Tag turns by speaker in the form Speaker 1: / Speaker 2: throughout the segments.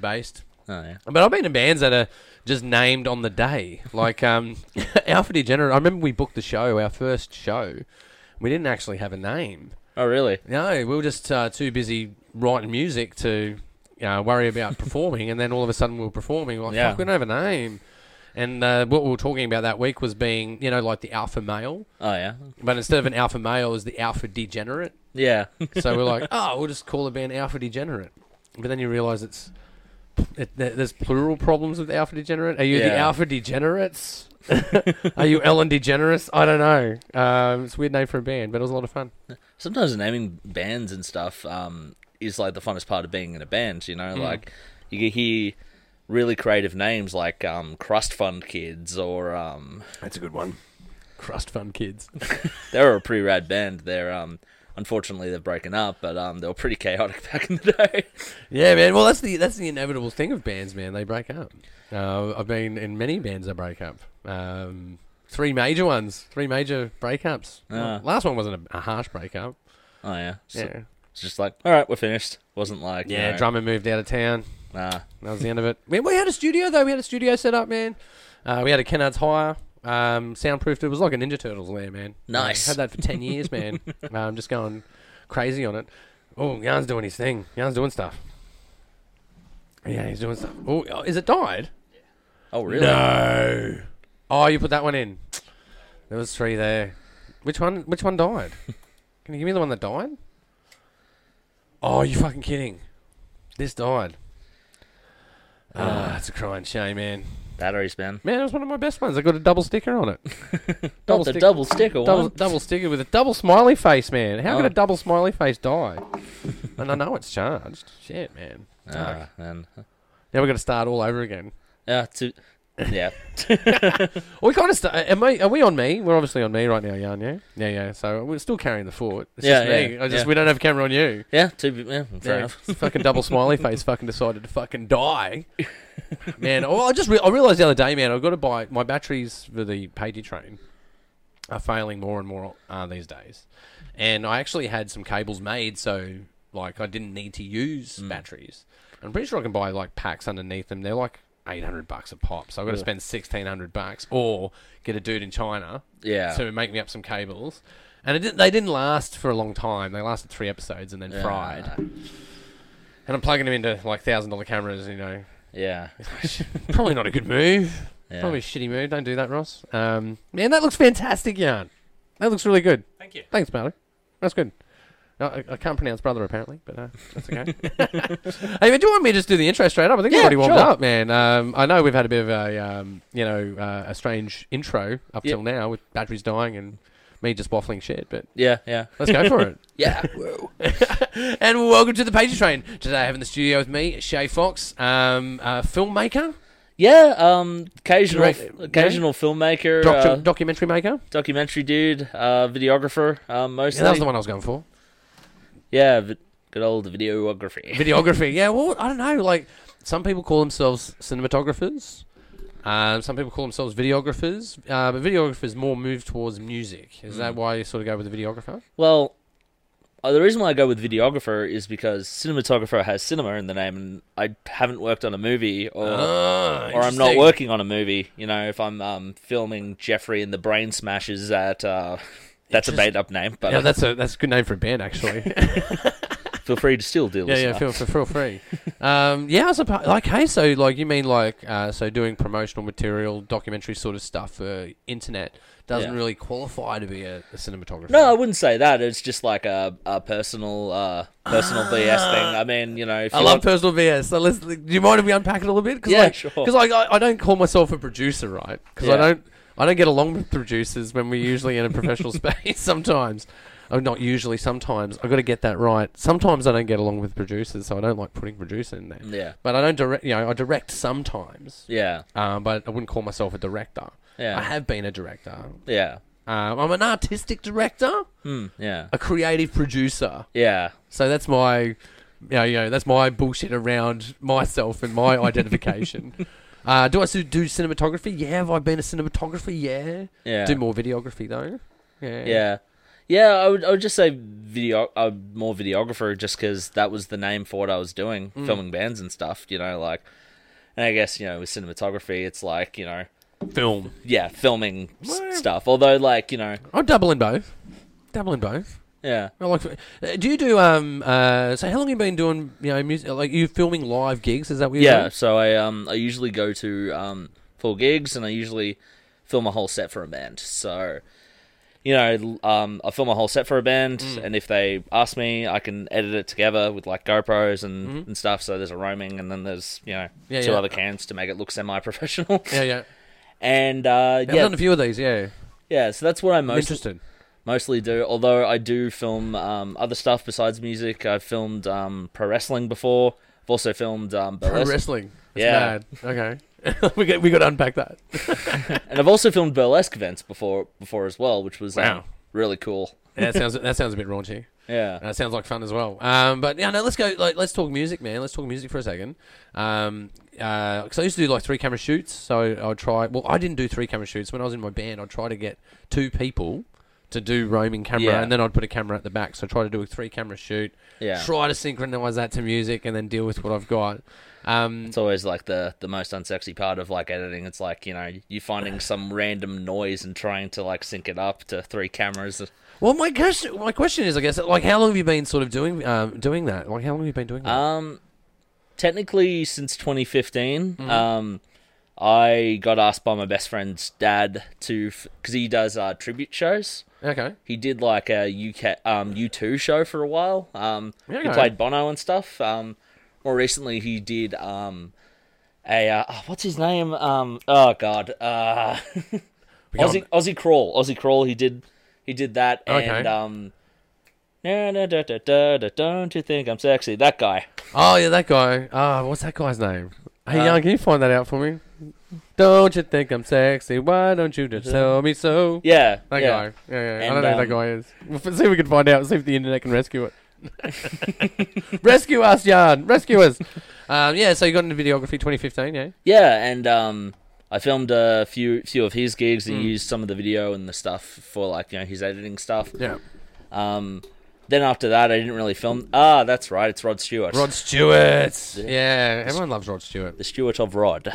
Speaker 1: based.
Speaker 2: Oh yeah.
Speaker 1: But I've been in bands that are just named on the day. Like um, Alpha Degenerate. I remember we booked the show, our first show. We didn't actually have a name.
Speaker 2: Oh really?
Speaker 1: No, we were just uh, too busy writing music to uh, worry about performing. And then all of a sudden we were performing. We're like,
Speaker 2: Yeah.
Speaker 1: fuck, we don't have a name. And uh, what we were talking about that week was being, you know, like the alpha male.
Speaker 2: Oh yeah.
Speaker 1: But instead of an alpha male, it was the alpha degenerate.
Speaker 2: Yeah.
Speaker 1: So we're like, oh, we'll just call the band Alpha Degenerate. But then you realise it's it, there- there's plural problems with Alpha Degenerate. Are you the
Speaker 2: Yeah.
Speaker 1: Alpha Degenerates? Are you Ellen DeGeneres? I don't know. Um, it's a weird name for a band, but it was a lot of fun.
Speaker 2: Sometimes naming bands and stuff um, is like the funnest part of being in a band. You
Speaker 1: Mm.
Speaker 2: know, like you can hear really creative names like um, Crust Fund Kids or um,
Speaker 1: That's a good one. Crust Fun Kids.
Speaker 2: they were a pretty rad band. They're um, unfortunately they've broken up, but um, they were pretty chaotic back in the day.
Speaker 1: yeah, man. Well, that's the that's the inevitable thing of bands, man. They break up. Uh, I've been in many bands that break up. Um, three major ones. Three major breakups.
Speaker 2: Ah.
Speaker 1: Last one wasn't a, a harsh breakup.
Speaker 2: oh yeah. So
Speaker 1: yeah.
Speaker 2: It's just like all right, we're finished. Wasn't like
Speaker 1: Yeah,
Speaker 2: no,
Speaker 1: drummer moved out of town.
Speaker 2: nah.
Speaker 1: That was the end of it. We, we had a studio though. We had a studio set up, man. Uh, we had a Kennard's Hire, um, soundproofed. It was like a Ninja Turtles lair, man.
Speaker 2: Nice.
Speaker 1: Uh, had that for ten years, man. I'm um, just going crazy on it. Oh, Yarn's doing his thing. Yarn's doing stuff. Yeah, he's doing stuff. Oh, is it died?
Speaker 2: Oh really?
Speaker 1: No. Oh, you put that one in. There was three there. Which one? Which one died? Can you give me the one that died? Oh, you fucking kidding? This died. Ah, it's a crying shame, man.
Speaker 2: Batteries, man.
Speaker 1: Man, it was one of my best ones. I got a double sticker on it.
Speaker 2: Double Not the
Speaker 1: stick-
Speaker 2: double sticker
Speaker 1: Double,
Speaker 2: one.
Speaker 1: double sticker with a double smiley face, man. How could
Speaker 2: Oh.
Speaker 1: a double smiley face die? and I know it's charged. Shit, man. Fuck.
Speaker 2: Ah, man.
Speaker 1: Now we're gonna start all over again.
Speaker 2: Yeah, too. Yeah.
Speaker 1: We kind of st- am I, are we on me? We're obviously on me right now, Jan. Yeah, yeah, yeah. So we're still carrying the fort. It's
Speaker 2: Yeah,
Speaker 1: just me.
Speaker 2: yeah,
Speaker 1: I just
Speaker 2: yeah.
Speaker 1: we don't have a camera on you.
Speaker 2: Yeah, too. Yeah, fair
Speaker 1: Yeah.
Speaker 2: enough.
Speaker 1: fucking double smiley face. Fucking decided to fucking die. man, oh, I just re- I realized the other day, man. I've got to buy my batteries for the Pagey train are failing more and more uh, these days, and I actually had some cables made so like I didn't need to use
Speaker 2: Mm.
Speaker 1: batteries. I'm pretty sure I can buy like packs underneath them. They're like. 800 bucks a pop. So I've got to spend 1600 bucks or get a dude in China
Speaker 2: Yeah.
Speaker 1: to make me up some cables. And it didn't, they didn't last for a long time. They lasted three episodes and then
Speaker 2: Yeah.
Speaker 1: fried. And I'm plugging them into like thousand dollar cameras. You know,
Speaker 2: Yeah.
Speaker 1: probably not a good move.
Speaker 2: Yeah.
Speaker 1: Probably a shitty move. Don't do that, Ross. Um, man, that looks fantastic, yarn. That looks really good.
Speaker 3: Thank you.
Speaker 1: Thanks, Marley. That's good. No, I, I can't pronounce brother apparently, but uh, that's okay. hey, but do you want me to just do the intro straight up? I think we're
Speaker 2: Yeah,
Speaker 1: already warmed
Speaker 2: sure.
Speaker 1: up, man. Um, I know we've had a bit of a um, you know uh, a strange intro up
Speaker 2: Yeah.
Speaker 1: till now with batteries dying and me just waffling shit, but
Speaker 2: Yeah. Yeah.
Speaker 1: let's go for it.
Speaker 2: Yeah.
Speaker 1: And welcome to the Pager Train. Today I have in the studio with me Shay Fox, um, a filmmaker,
Speaker 2: Yeah. Um. Occasional.
Speaker 1: Direct-
Speaker 2: occasional filmmaker.
Speaker 1: docu-
Speaker 2: uh,
Speaker 1: documentary maker.
Speaker 2: documentary dude. Uh. Videographer. Um. Mostly.
Speaker 1: Yeah, that was the one I was going for.
Speaker 2: Yeah. vi- good old videography.
Speaker 1: videography. Yeah, well, I don't know. Like some people call themselves cinematographers. Um, some people call themselves videographers, uh, but videographers more move towards music. Is
Speaker 2: Hmm.
Speaker 1: that why you sort of go with the videographer?
Speaker 2: Well, uh, the reason why I go with videographer is because cinematographer has cinema in the name, and I haven't worked on a movie or.
Speaker 1: Ah,
Speaker 2: or I'm not working on a movie. You know, if I'm um, filming Jeffrey and the Brain Smashes at. Uh, that's a
Speaker 1: Interest-
Speaker 2: made up name, but
Speaker 1: Yeah,
Speaker 2: uh,
Speaker 1: that's a that's a good name for a band, actually.
Speaker 2: feel free to still deal
Speaker 1: yeah,
Speaker 2: with
Speaker 1: yeah, feel, feel feel free. Um, yeah, I suppose. Like, hey, so like you mean like uh, so doing promotional material, documentary sort of stuff for internet doesn't
Speaker 2: Yeah.
Speaker 1: really qualify to be a, a cinematographer.
Speaker 2: No, I wouldn't say that. It's just like a, a personal uh, personal BS thing. I mean, you know, if
Speaker 1: Ah. I
Speaker 2: you
Speaker 1: love
Speaker 2: want-
Speaker 1: personal VS. So let's. Do you mind if we unpack it a little bit? Cause
Speaker 2: Yeah,
Speaker 1: like,
Speaker 2: sure.
Speaker 1: Because like, I, I don't call myself a producer, right? Because I
Speaker 2: Yeah.
Speaker 1: don't. I don't get along with producers when we're usually in a professional space. Sometimes, oh, not usually. Sometimes I've got to get that right. Sometimes I don't get along with producers, so I don't like putting producer in there.
Speaker 2: Yeah.
Speaker 1: But I don't direct. You know, I direct sometimes.
Speaker 2: yeah,
Speaker 1: Um, but I wouldn't call myself a director.
Speaker 2: Yeah.
Speaker 1: I have been a director.
Speaker 2: yeah,
Speaker 1: Um, I'm an artistic director,
Speaker 2: Hmm, yeah,
Speaker 1: a creative producer.
Speaker 2: yeah,
Speaker 1: So that's my, you know, you know, that's my bullshit around myself and my identification. Uh, do I still do cinematography? Yeah. Have I been a cinematographer? Yeah.
Speaker 2: Yeah.
Speaker 1: Do more videography though. Yeah.
Speaker 2: yeah, Yeah, I would, I would just say video, uh, more videographer, just because that was the name for what I was doing,
Speaker 1: Hmm.
Speaker 2: filming bands and stuff. You know, like, and I guess you know with cinematography, it's like you know,
Speaker 1: Film.
Speaker 2: yeah, filming s-
Speaker 1: Well-
Speaker 2: stuff. Although, like you know,
Speaker 1: I'm doubling both. Doubling both.
Speaker 2: yeah,
Speaker 1: I like. uh, Do you do um? Uh, so how long you been doing? You know, music. Like you filming live gigs? Is that what? You're
Speaker 2: yeah.
Speaker 1: doing?
Speaker 2: So I um I usually go to um full gigs and I usually film a whole set for a band. So. You know, l- um, I film a whole set for a band,
Speaker 1: Mm.
Speaker 2: and if they ask me, I can edit it together with like GoPros and, and stuff. So there's a roaming, and then there's you know
Speaker 1: Mm-hmm. Yeah,
Speaker 2: two
Speaker 1: yeah.
Speaker 2: other cams to make it look semi-professional.
Speaker 1: Yeah, yeah.
Speaker 2: And uh,
Speaker 1: I've
Speaker 2: yeah,
Speaker 1: done a few of these. Yeah,
Speaker 2: yeah. So that's what I
Speaker 1: I'm
Speaker 2: most,
Speaker 1: interested.
Speaker 2: mostly do. Although I do film um, other stuff besides music. I've filmed um, pro wrestling before. I've also filmed um,
Speaker 1: Pro
Speaker 2: burlesque,
Speaker 1: wrestling. That's
Speaker 2: Yeah.
Speaker 1: Mad. Okay. we got we got to unpack that.
Speaker 2: and I've also filmed burlesque events before before as well, which was um,
Speaker 1: Wow.
Speaker 2: really cool.
Speaker 1: Yeah, that sounds that sounds a bit raunchy.
Speaker 2: Yeah,
Speaker 1: Uh, sounds like fun as well. Um, but yeah, no, let's go. Like, let's talk music, man. Let's talk music for a second. Um, because I used to do like three camera shoots, so I would try. Well, I didn't do three camera shoots when I was in my band. I'd try to get two people to do roaming camera,
Speaker 2: Yeah.
Speaker 1: and then I'd put a camera at the back. So I try to do a three camera shoot.
Speaker 2: Yeah.
Speaker 1: Try to synchronize that to music, and then deal with what I've got. Um,
Speaker 2: it's always like the the most unsexy part of like editing. It's like you know you finding some random noise and trying to like sync it up to three cameras.
Speaker 1: well, my question, my question is, I guess, like, how long have you been sort of doing um, doing that? Like, how long have you been doing that?
Speaker 2: Um, technically, since 2015, um, I got asked by my best friend's dad to because he does uh, tribute shows.
Speaker 1: okay.
Speaker 2: He did like a UK um U2 show for a while. Um, he
Speaker 1: Okay.
Speaker 2: played Bono and stuff. Um, more recently, he did um. A, uh, oh, what's his name? Um, oh God, uh,
Speaker 1: We're
Speaker 2: Aussie, Aussie Crawl, Aussie Crawl. He did, he did that, and
Speaker 1: Okay.
Speaker 2: um, na, na, da, da, da, da, don't you think I'm sexy? That guy.
Speaker 1: Oh yeah, that guy. Ah, what's that guy's name? Hey,
Speaker 2: Uh,
Speaker 1: Young, can you find that out for me? Don't you think I'm sexy? Why don't you just tell me so?
Speaker 2: Yeah,
Speaker 1: that
Speaker 2: yeah.
Speaker 1: guy. Yeah, yeah. I
Speaker 2: And,
Speaker 1: don't know who
Speaker 2: um,
Speaker 1: that guy is. We'll f- see if we can find out. See if the internet can rescue it. rescue us, Yarn. Rescue us. um, yeah. So you got into videography 2015, yeah?
Speaker 2: Yeah, and um, I filmed a few few of his gigs
Speaker 1: Hmm.
Speaker 2: and used some of the video and the stuff for like you know his editing stuff.
Speaker 1: Yeah.
Speaker 2: Um, then after that, I didn't really film. Ah, that's right, it's Rod Stewart,
Speaker 1: Rod Stewart. Yeah, everyone loves Rod Stewart.
Speaker 2: the Stewart of Rod.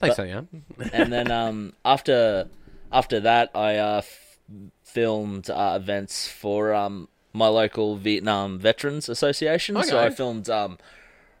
Speaker 1: Thanks, so, Yarn.
Speaker 2: and then um, after after that, I uh, f- filmed uh, events for um, my local Vietnam Veterans Association. So
Speaker 1: Okay.
Speaker 2: I filmed um,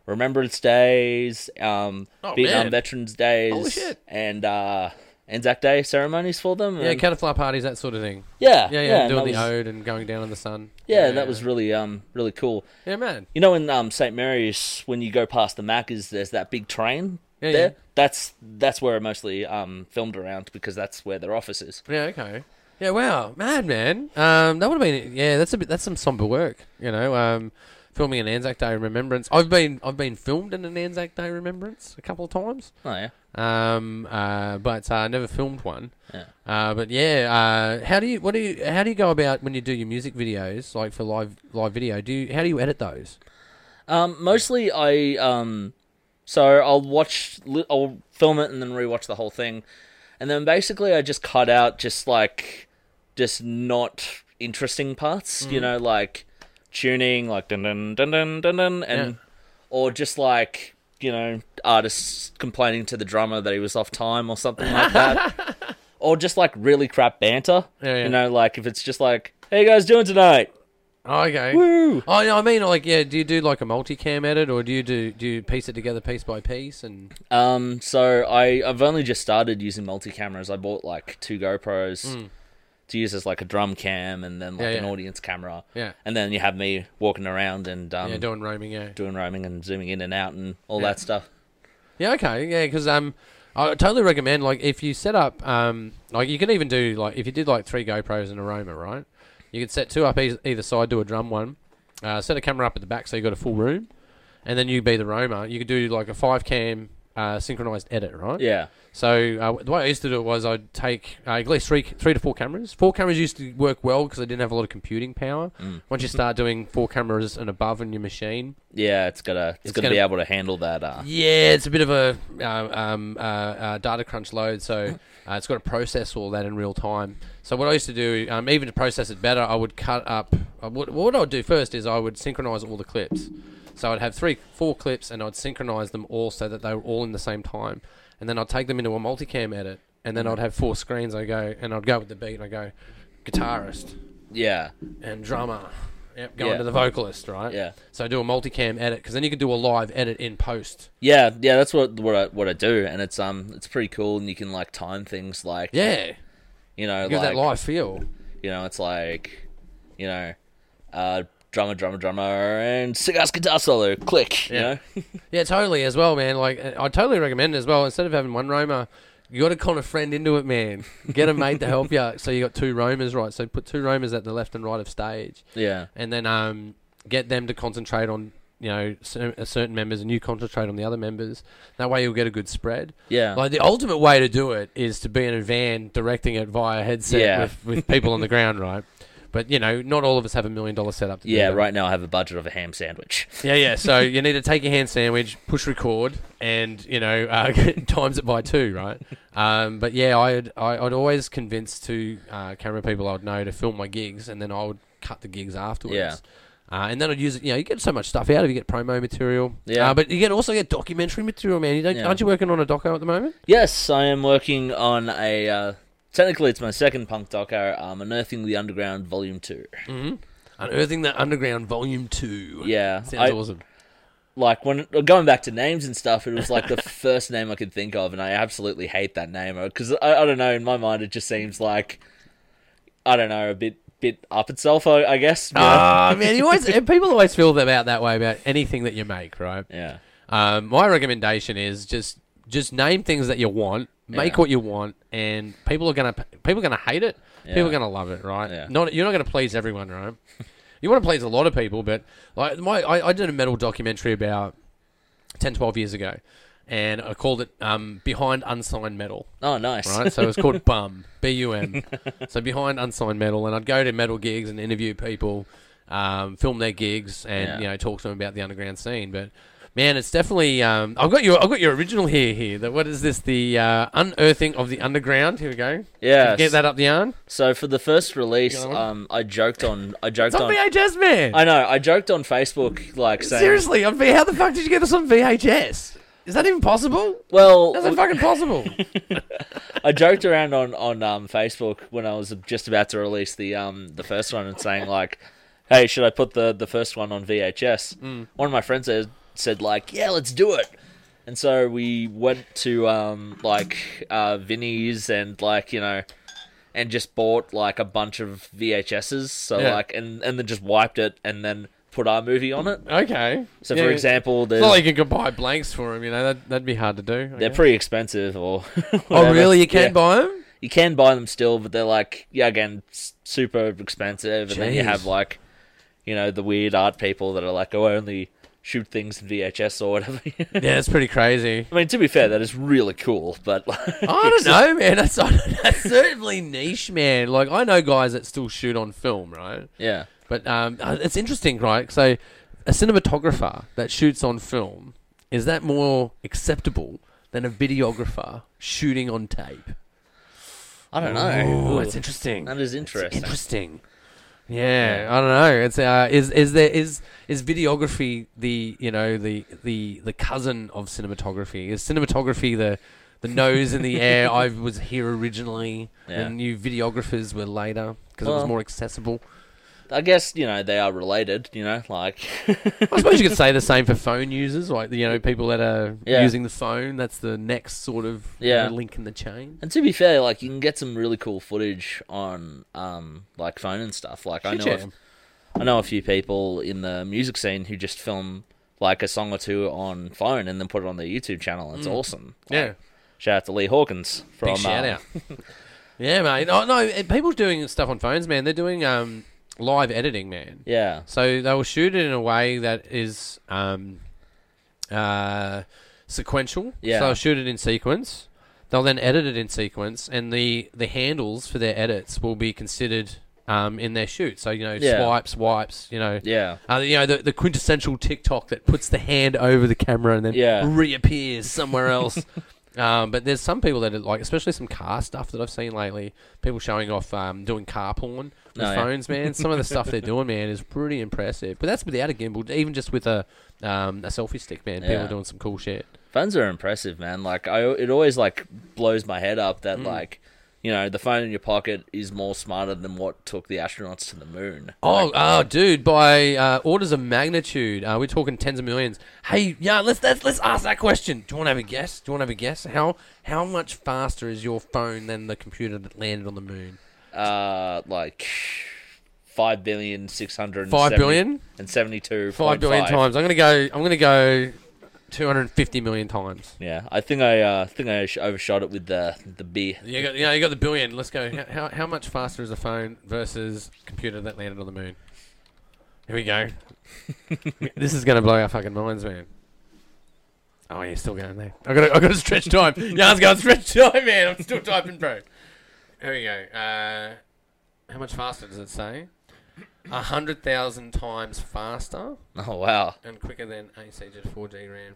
Speaker 2: Remembrance Days, um,
Speaker 1: Oh,
Speaker 2: Vietnam
Speaker 1: man.
Speaker 2: Veterans Days,
Speaker 1: Holy shit.
Speaker 2: and uh, Anzac Day ceremonies for them.
Speaker 1: Yeah,
Speaker 2: and-
Speaker 1: caterpillar parties, that sort of thing.
Speaker 2: yeah,
Speaker 1: Yeah, yeah,
Speaker 2: and
Speaker 1: doing
Speaker 2: that
Speaker 1: the
Speaker 2: was,
Speaker 1: ode and going down in the sun.
Speaker 2: yeah, that was really um really cool.
Speaker 1: Yeah, man.
Speaker 2: You know, in um, St Mary's, when you go past the Macca's, there's that big train
Speaker 1: Yeah,
Speaker 2: there.
Speaker 1: yeah.
Speaker 2: That's that's where I mostly um, filmed around because that's where their office is.
Speaker 1: Yeah. Okay. Yeah. Wow. Mad man. Um, that would have been. Yeah. That's a bit. That's some somber work. You know. Um, filming an Anzac Day remembrance. I've been. I've been filmed in an Anzac Day remembrance a couple of times.
Speaker 2: Oh yeah.
Speaker 1: Um, uh, but uh, I never filmed one.
Speaker 2: Yeah.
Speaker 1: Uh, but yeah. Uh, how do you? What do you? How do you go about when you do your music videos, like for live live video? Do you? How do you edit those?
Speaker 2: Um, mostly I um, so I'll watch, li- I'll film it and then rewatch the whole thing, and then basically I just cut out just like, just not interesting parts.
Speaker 1: Mm.
Speaker 2: You know, like tuning, like dun dun dun dun dun dun, and
Speaker 1: Yeah.
Speaker 2: or just like you know artists complaining to the drummer that he was off time or something like that. Or just like really crap banter,
Speaker 1: Yeah, yeah.
Speaker 2: you know, like if it's just like, "Hey, you guys doing tonight?"
Speaker 1: Oh, okay.
Speaker 2: Woo!
Speaker 1: Oh, yeah, I mean, like, yeah. Do you do like a multicam edit, or do you do do you piece it together piece by piece? And
Speaker 2: Um, so I I've only just started using multi cameras. I bought like two GoPros to use as like a drum cam and then like
Speaker 1: Hmm. Yeah,
Speaker 2: an
Speaker 1: yeah.
Speaker 2: audience camera.
Speaker 1: Yeah.
Speaker 2: And then you have me walking around and um,
Speaker 1: yeah, doing roaming. Yeah.
Speaker 2: doing roaming and zooming in and out and all that stuff.
Speaker 1: Yeah, okay, yeah, because um, I totally recommend like if you set up um, like you can even do like if you did like three GoPros and a Roma, right? You could set two up eas either side, do a drum one, uh, set a camera up at the back so you got a full room, and then you be the Roma. You could do like a five cam uh, synchronized edit, right?
Speaker 2: Yeah.
Speaker 1: So uh, the way I used to do it was I'd take uh, at least three, three to four cameras. Four cameras used to work well because I didn't have a lot of computing power. Once you start doing four cameras and above in your machine,
Speaker 2: Yeah, it's gotta it's, gotta, be
Speaker 1: gonna-
Speaker 2: able to handle that. Uh,
Speaker 1: yeah, it's a bit of a uh, um, uh, uh, data crunch load. So uh, it's got to process all that in real time. So what I used to do, um, even to process it better, I would cut up. Uh, what, what I would do first is I would synchronize all the clips. So I'd have three, four clips, and I'd synchronize them all so that they were all in the same time. And then I'd take them into a multicam edit, and then I'd have four screens. I go and I'd go with the beat, and I go guitarist
Speaker 2: yeah,
Speaker 1: and drummer. Yep, going
Speaker 2: Yeah.
Speaker 1: to the vocalist, right?
Speaker 2: Yeah.
Speaker 1: So do a multicam edit because then you could do a live edit in post.
Speaker 2: yeah, yeah. That's what what I what I do, and it's um it's pretty cool, and you can like time things like
Speaker 1: Yeah.
Speaker 2: you know
Speaker 1: Give
Speaker 2: like
Speaker 1: that live feel.
Speaker 2: you know it's like you know uh drummer drummer drummer and cigars guitar solo click
Speaker 1: Yeah.
Speaker 2: you know
Speaker 1: Yeah, totally as well, man. Like uh, I I totally recommend it as well. Instead of having one Roma, you got to kind of friend into it, man. Get a mate to help you. So you got two Romas, right? So put two Romas at the left and right of stage,
Speaker 2: yeah
Speaker 1: and then um, get them to concentrate on you know cer- uh, certain members, and you concentrate on the other members. That way you'll get a good spread.
Speaker 2: yeah
Speaker 1: Like the ultimate way to do it is to be in a van directing it via headset
Speaker 2: Yeah.
Speaker 1: with, with people on the ground, right? But you know, not all of us have a million dollar setup. To do
Speaker 2: yeah
Speaker 1: that.
Speaker 2: right now i have a budget of a ham sandwich
Speaker 1: Yeah, yeah. So you need to take your hand sandwich, push record, and you know uh, times it by two, right? Um, but yeah, I'd I- I'd always convince two uh, camera people I'd know to film my gigs, and then I would cut the gigs afterwards.
Speaker 2: Yeah.
Speaker 1: Uh, and then I'd use it. You know, you get so much stuff out of it. You get promo material.
Speaker 2: Yeah.
Speaker 1: Uh, but you get also get documentary material, man. You don't,
Speaker 2: Yeah.
Speaker 1: Aren't you working on a doco at the moment?
Speaker 2: yes i am working on a uh, technically it's my second punk doco um unearthing the underground volume 2
Speaker 1: Mm. Unearthing the Underground Volume Two.
Speaker 2: yeah
Speaker 1: Sounds
Speaker 2: I,
Speaker 1: awesome.
Speaker 2: like when uh, going back to names and stuff it was like the first name i could think of and i absolutely hate that name because I, I don't know in my mind it just seems like i don't know a bit bit up itself i, I guess you know?
Speaker 1: Ah, man, you always and people always feel about that way about anything that you make, right?
Speaker 2: yeah
Speaker 1: Um, my recommendation is just just name things that you want, make
Speaker 2: Yeah.
Speaker 1: what you want, and people are gonna people are gonna hate it,
Speaker 2: Yeah.
Speaker 1: people are gonna love it, right?
Speaker 2: Yeah.
Speaker 1: Not you're not gonna please everyone, right? you want to please a lot of people, but like my I, I did a metal documentary about 10, 12 years ago, and I called it um, "Behind Unsigned Metal."
Speaker 2: oh nice
Speaker 1: right? So it was called Bum, B U M. So behind unsigned metal, and I'd go to metal gigs and interview people, um, film their gigs, and
Speaker 2: Yeah.
Speaker 1: you know talk to them about the underground scene. But man, it's definitely um, I've got your I've got your original here here. That what is this? The uh, unearthing of the underground. Here we go.
Speaker 2: Yeah,
Speaker 1: get that up the yarn.
Speaker 2: So for the first release,
Speaker 1: Go on.
Speaker 2: um, I joked on, I joked
Speaker 1: It's on
Speaker 2: on,
Speaker 1: VHS, man.
Speaker 2: I know, I joked on Facebook, like saying,
Speaker 1: Seriously, on V- how the fuck did you get this on VHS? Is that even possible?
Speaker 2: well,
Speaker 1: How's that fucking possible?
Speaker 2: I joked around on on um, Facebook when I was just about to release the um the first one and saying like, hey, should I put the the first one on VHS?
Speaker 1: Mm.
Speaker 2: One of my friends said, said like, yeah, let's do it. And so we went to um like uh Vinny's and like you know. And just bought like a bunch of VHSs, so
Speaker 1: Yeah.
Speaker 2: like, and and then just wiped it, and then put our movie on it.
Speaker 1: okay.
Speaker 2: So,
Speaker 1: Yeah.
Speaker 2: for example,
Speaker 1: It's
Speaker 2: there's,
Speaker 1: not like you can buy blanks for them, you know. That, that'd be hard to do. I
Speaker 2: they're
Speaker 1: guess.
Speaker 2: pretty expensive. Or
Speaker 1: Oh,
Speaker 2: whatever.
Speaker 1: really? You can
Speaker 2: Yeah.
Speaker 1: buy them?
Speaker 2: You can buy them still, but they're like, yeah, again, s- super expensive. And then you
Speaker 1: Jeez.
Speaker 2: have like, you know, the weird art people that are like, oh, I only shoot things in VHS or whatever.
Speaker 1: Yeah, it's pretty crazy.
Speaker 2: I mean, to be fair, that is really cool, but
Speaker 1: I don't know, man. That's, that's certainly niche, man. Like I know guys that still shoot on film, right?
Speaker 2: yeah,
Speaker 1: But um, uh, it's interesting, right? So, a cinematographer that shoots on film is that more acceptable than a videographer shooting on tape?
Speaker 2: I don't
Speaker 1: Ooh,
Speaker 2: know.
Speaker 1: it's interesting.
Speaker 2: That is
Speaker 1: It's
Speaker 2: interesting.
Speaker 1: interesting. Yeah, I don't know. It's uh, is is there is is videography the you know the the the cousin of cinematography? Is cinematography the the nose in the air? I was here originally,
Speaker 2: Yeah.
Speaker 1: and you videographers were later because it was
Speaker 2: Well-
Speaker 1: more accessible.
Speaker 2: I guess you know they are related. You know, like
Speaker 1: I suppose you could say the same for phone users, like you know people that are
Speaker 2: Yeah.
Speaker 1: using the phone. That's the next sort of you
Speaker 2: Yeah.
Speaker 1: know, link in the chain.
Speaker 2: And to be fair, like you can get some really cool footage on um like phone and stuff. Like I
Speaker 1: Shit,
Speaker 2: know
Speaker 1: yeah.
Speaker 2: of- I know a few people in the music scene who just film like a song or two on phone and then put it on their YouTube channel. It's awesome. Like,
Speaker 1: Mm. Yeah.
Speaker 2: Shout out to Lee Hawkins from
Speaker 1: Big shout
Speaker 2: um,
Speaker 1: out. uh, yeah, mate. Oh, no, and people doing stuff on phones, man. They're doing um, live editing, man.
Speaker 2: Yeah.
Speaker 1: So they will shoot it in a way that is um, uh, sequential.
Speaker 2: Yeah.
Speaker 1: So they'll shoot it in sequence. They'll then edit it in sequence, and the the handles for their edits will be considered um, in their shoot. So you know,
Speaker 2: Yeah.
Speaker 1: swipes, wipes. You know,
Speaker 2: Yeah.
Speaker 1: uh, you know the, the quintessential TikTok that puts the hand over the camera and then
Speaker 2: Yeah.
Speaker 1: reappears somewhere else. um, but there's some people that are like, especially some car stuff that I've seen lately. People showing off um, doing car porn with
Speaker 2: Oh, yeah.
Speaker 1: phones, man. Some of the stuff they're doing, man, is pretty impressive. But that's without a gimbal, even just with a um, a selfie stick, man. People
Speaker 2: Yeah.
Speaker 1: are doing some cool shit.
Speaker 2: Phones are impressive, man. Like I, it always like blows my head up
Speaker 1: Mm.
Speaker 2: that like, you know, the phone in your pocket is more smarter than what took the astronauts to the moon.
Speaker 1: Oh, oh, dude! By uh, orders of magnitude, uh, we're talking tens of millions. Hey, yeah, let's let's let's ask that question. Do you want to have a guess? Do you want to have a guess? How how much faster is your phone than the computer that landed on the moon?
Speaker 2: Uh, like five billion six hundred
Speaker 1: Five billion?
Speaker 2: and seventy two
Speaker 1: Five billion times. I'm gonna go. I'm gonna go. Two hundred fifty million times.
Speaker 2: Yeah, I think I uh, think I sh- overshot it with the the B.
Speaker 1: You got, you know, you got the billion. Let's go. How- How, how much faster is a phone versus computer that landed on the moon? Here we go. this is gonna blow our fucking minds, man. Oh, yeah, still going there. I got, I got to stretch time. Yeah, I was going stretch time, man. I'm still typing, bro. Here we go. Uh, how much faster does it say? A hundred thousand times faster
Speaker 2: Oh wow,
Speaker 1: and quicker than ACG 4G RAM.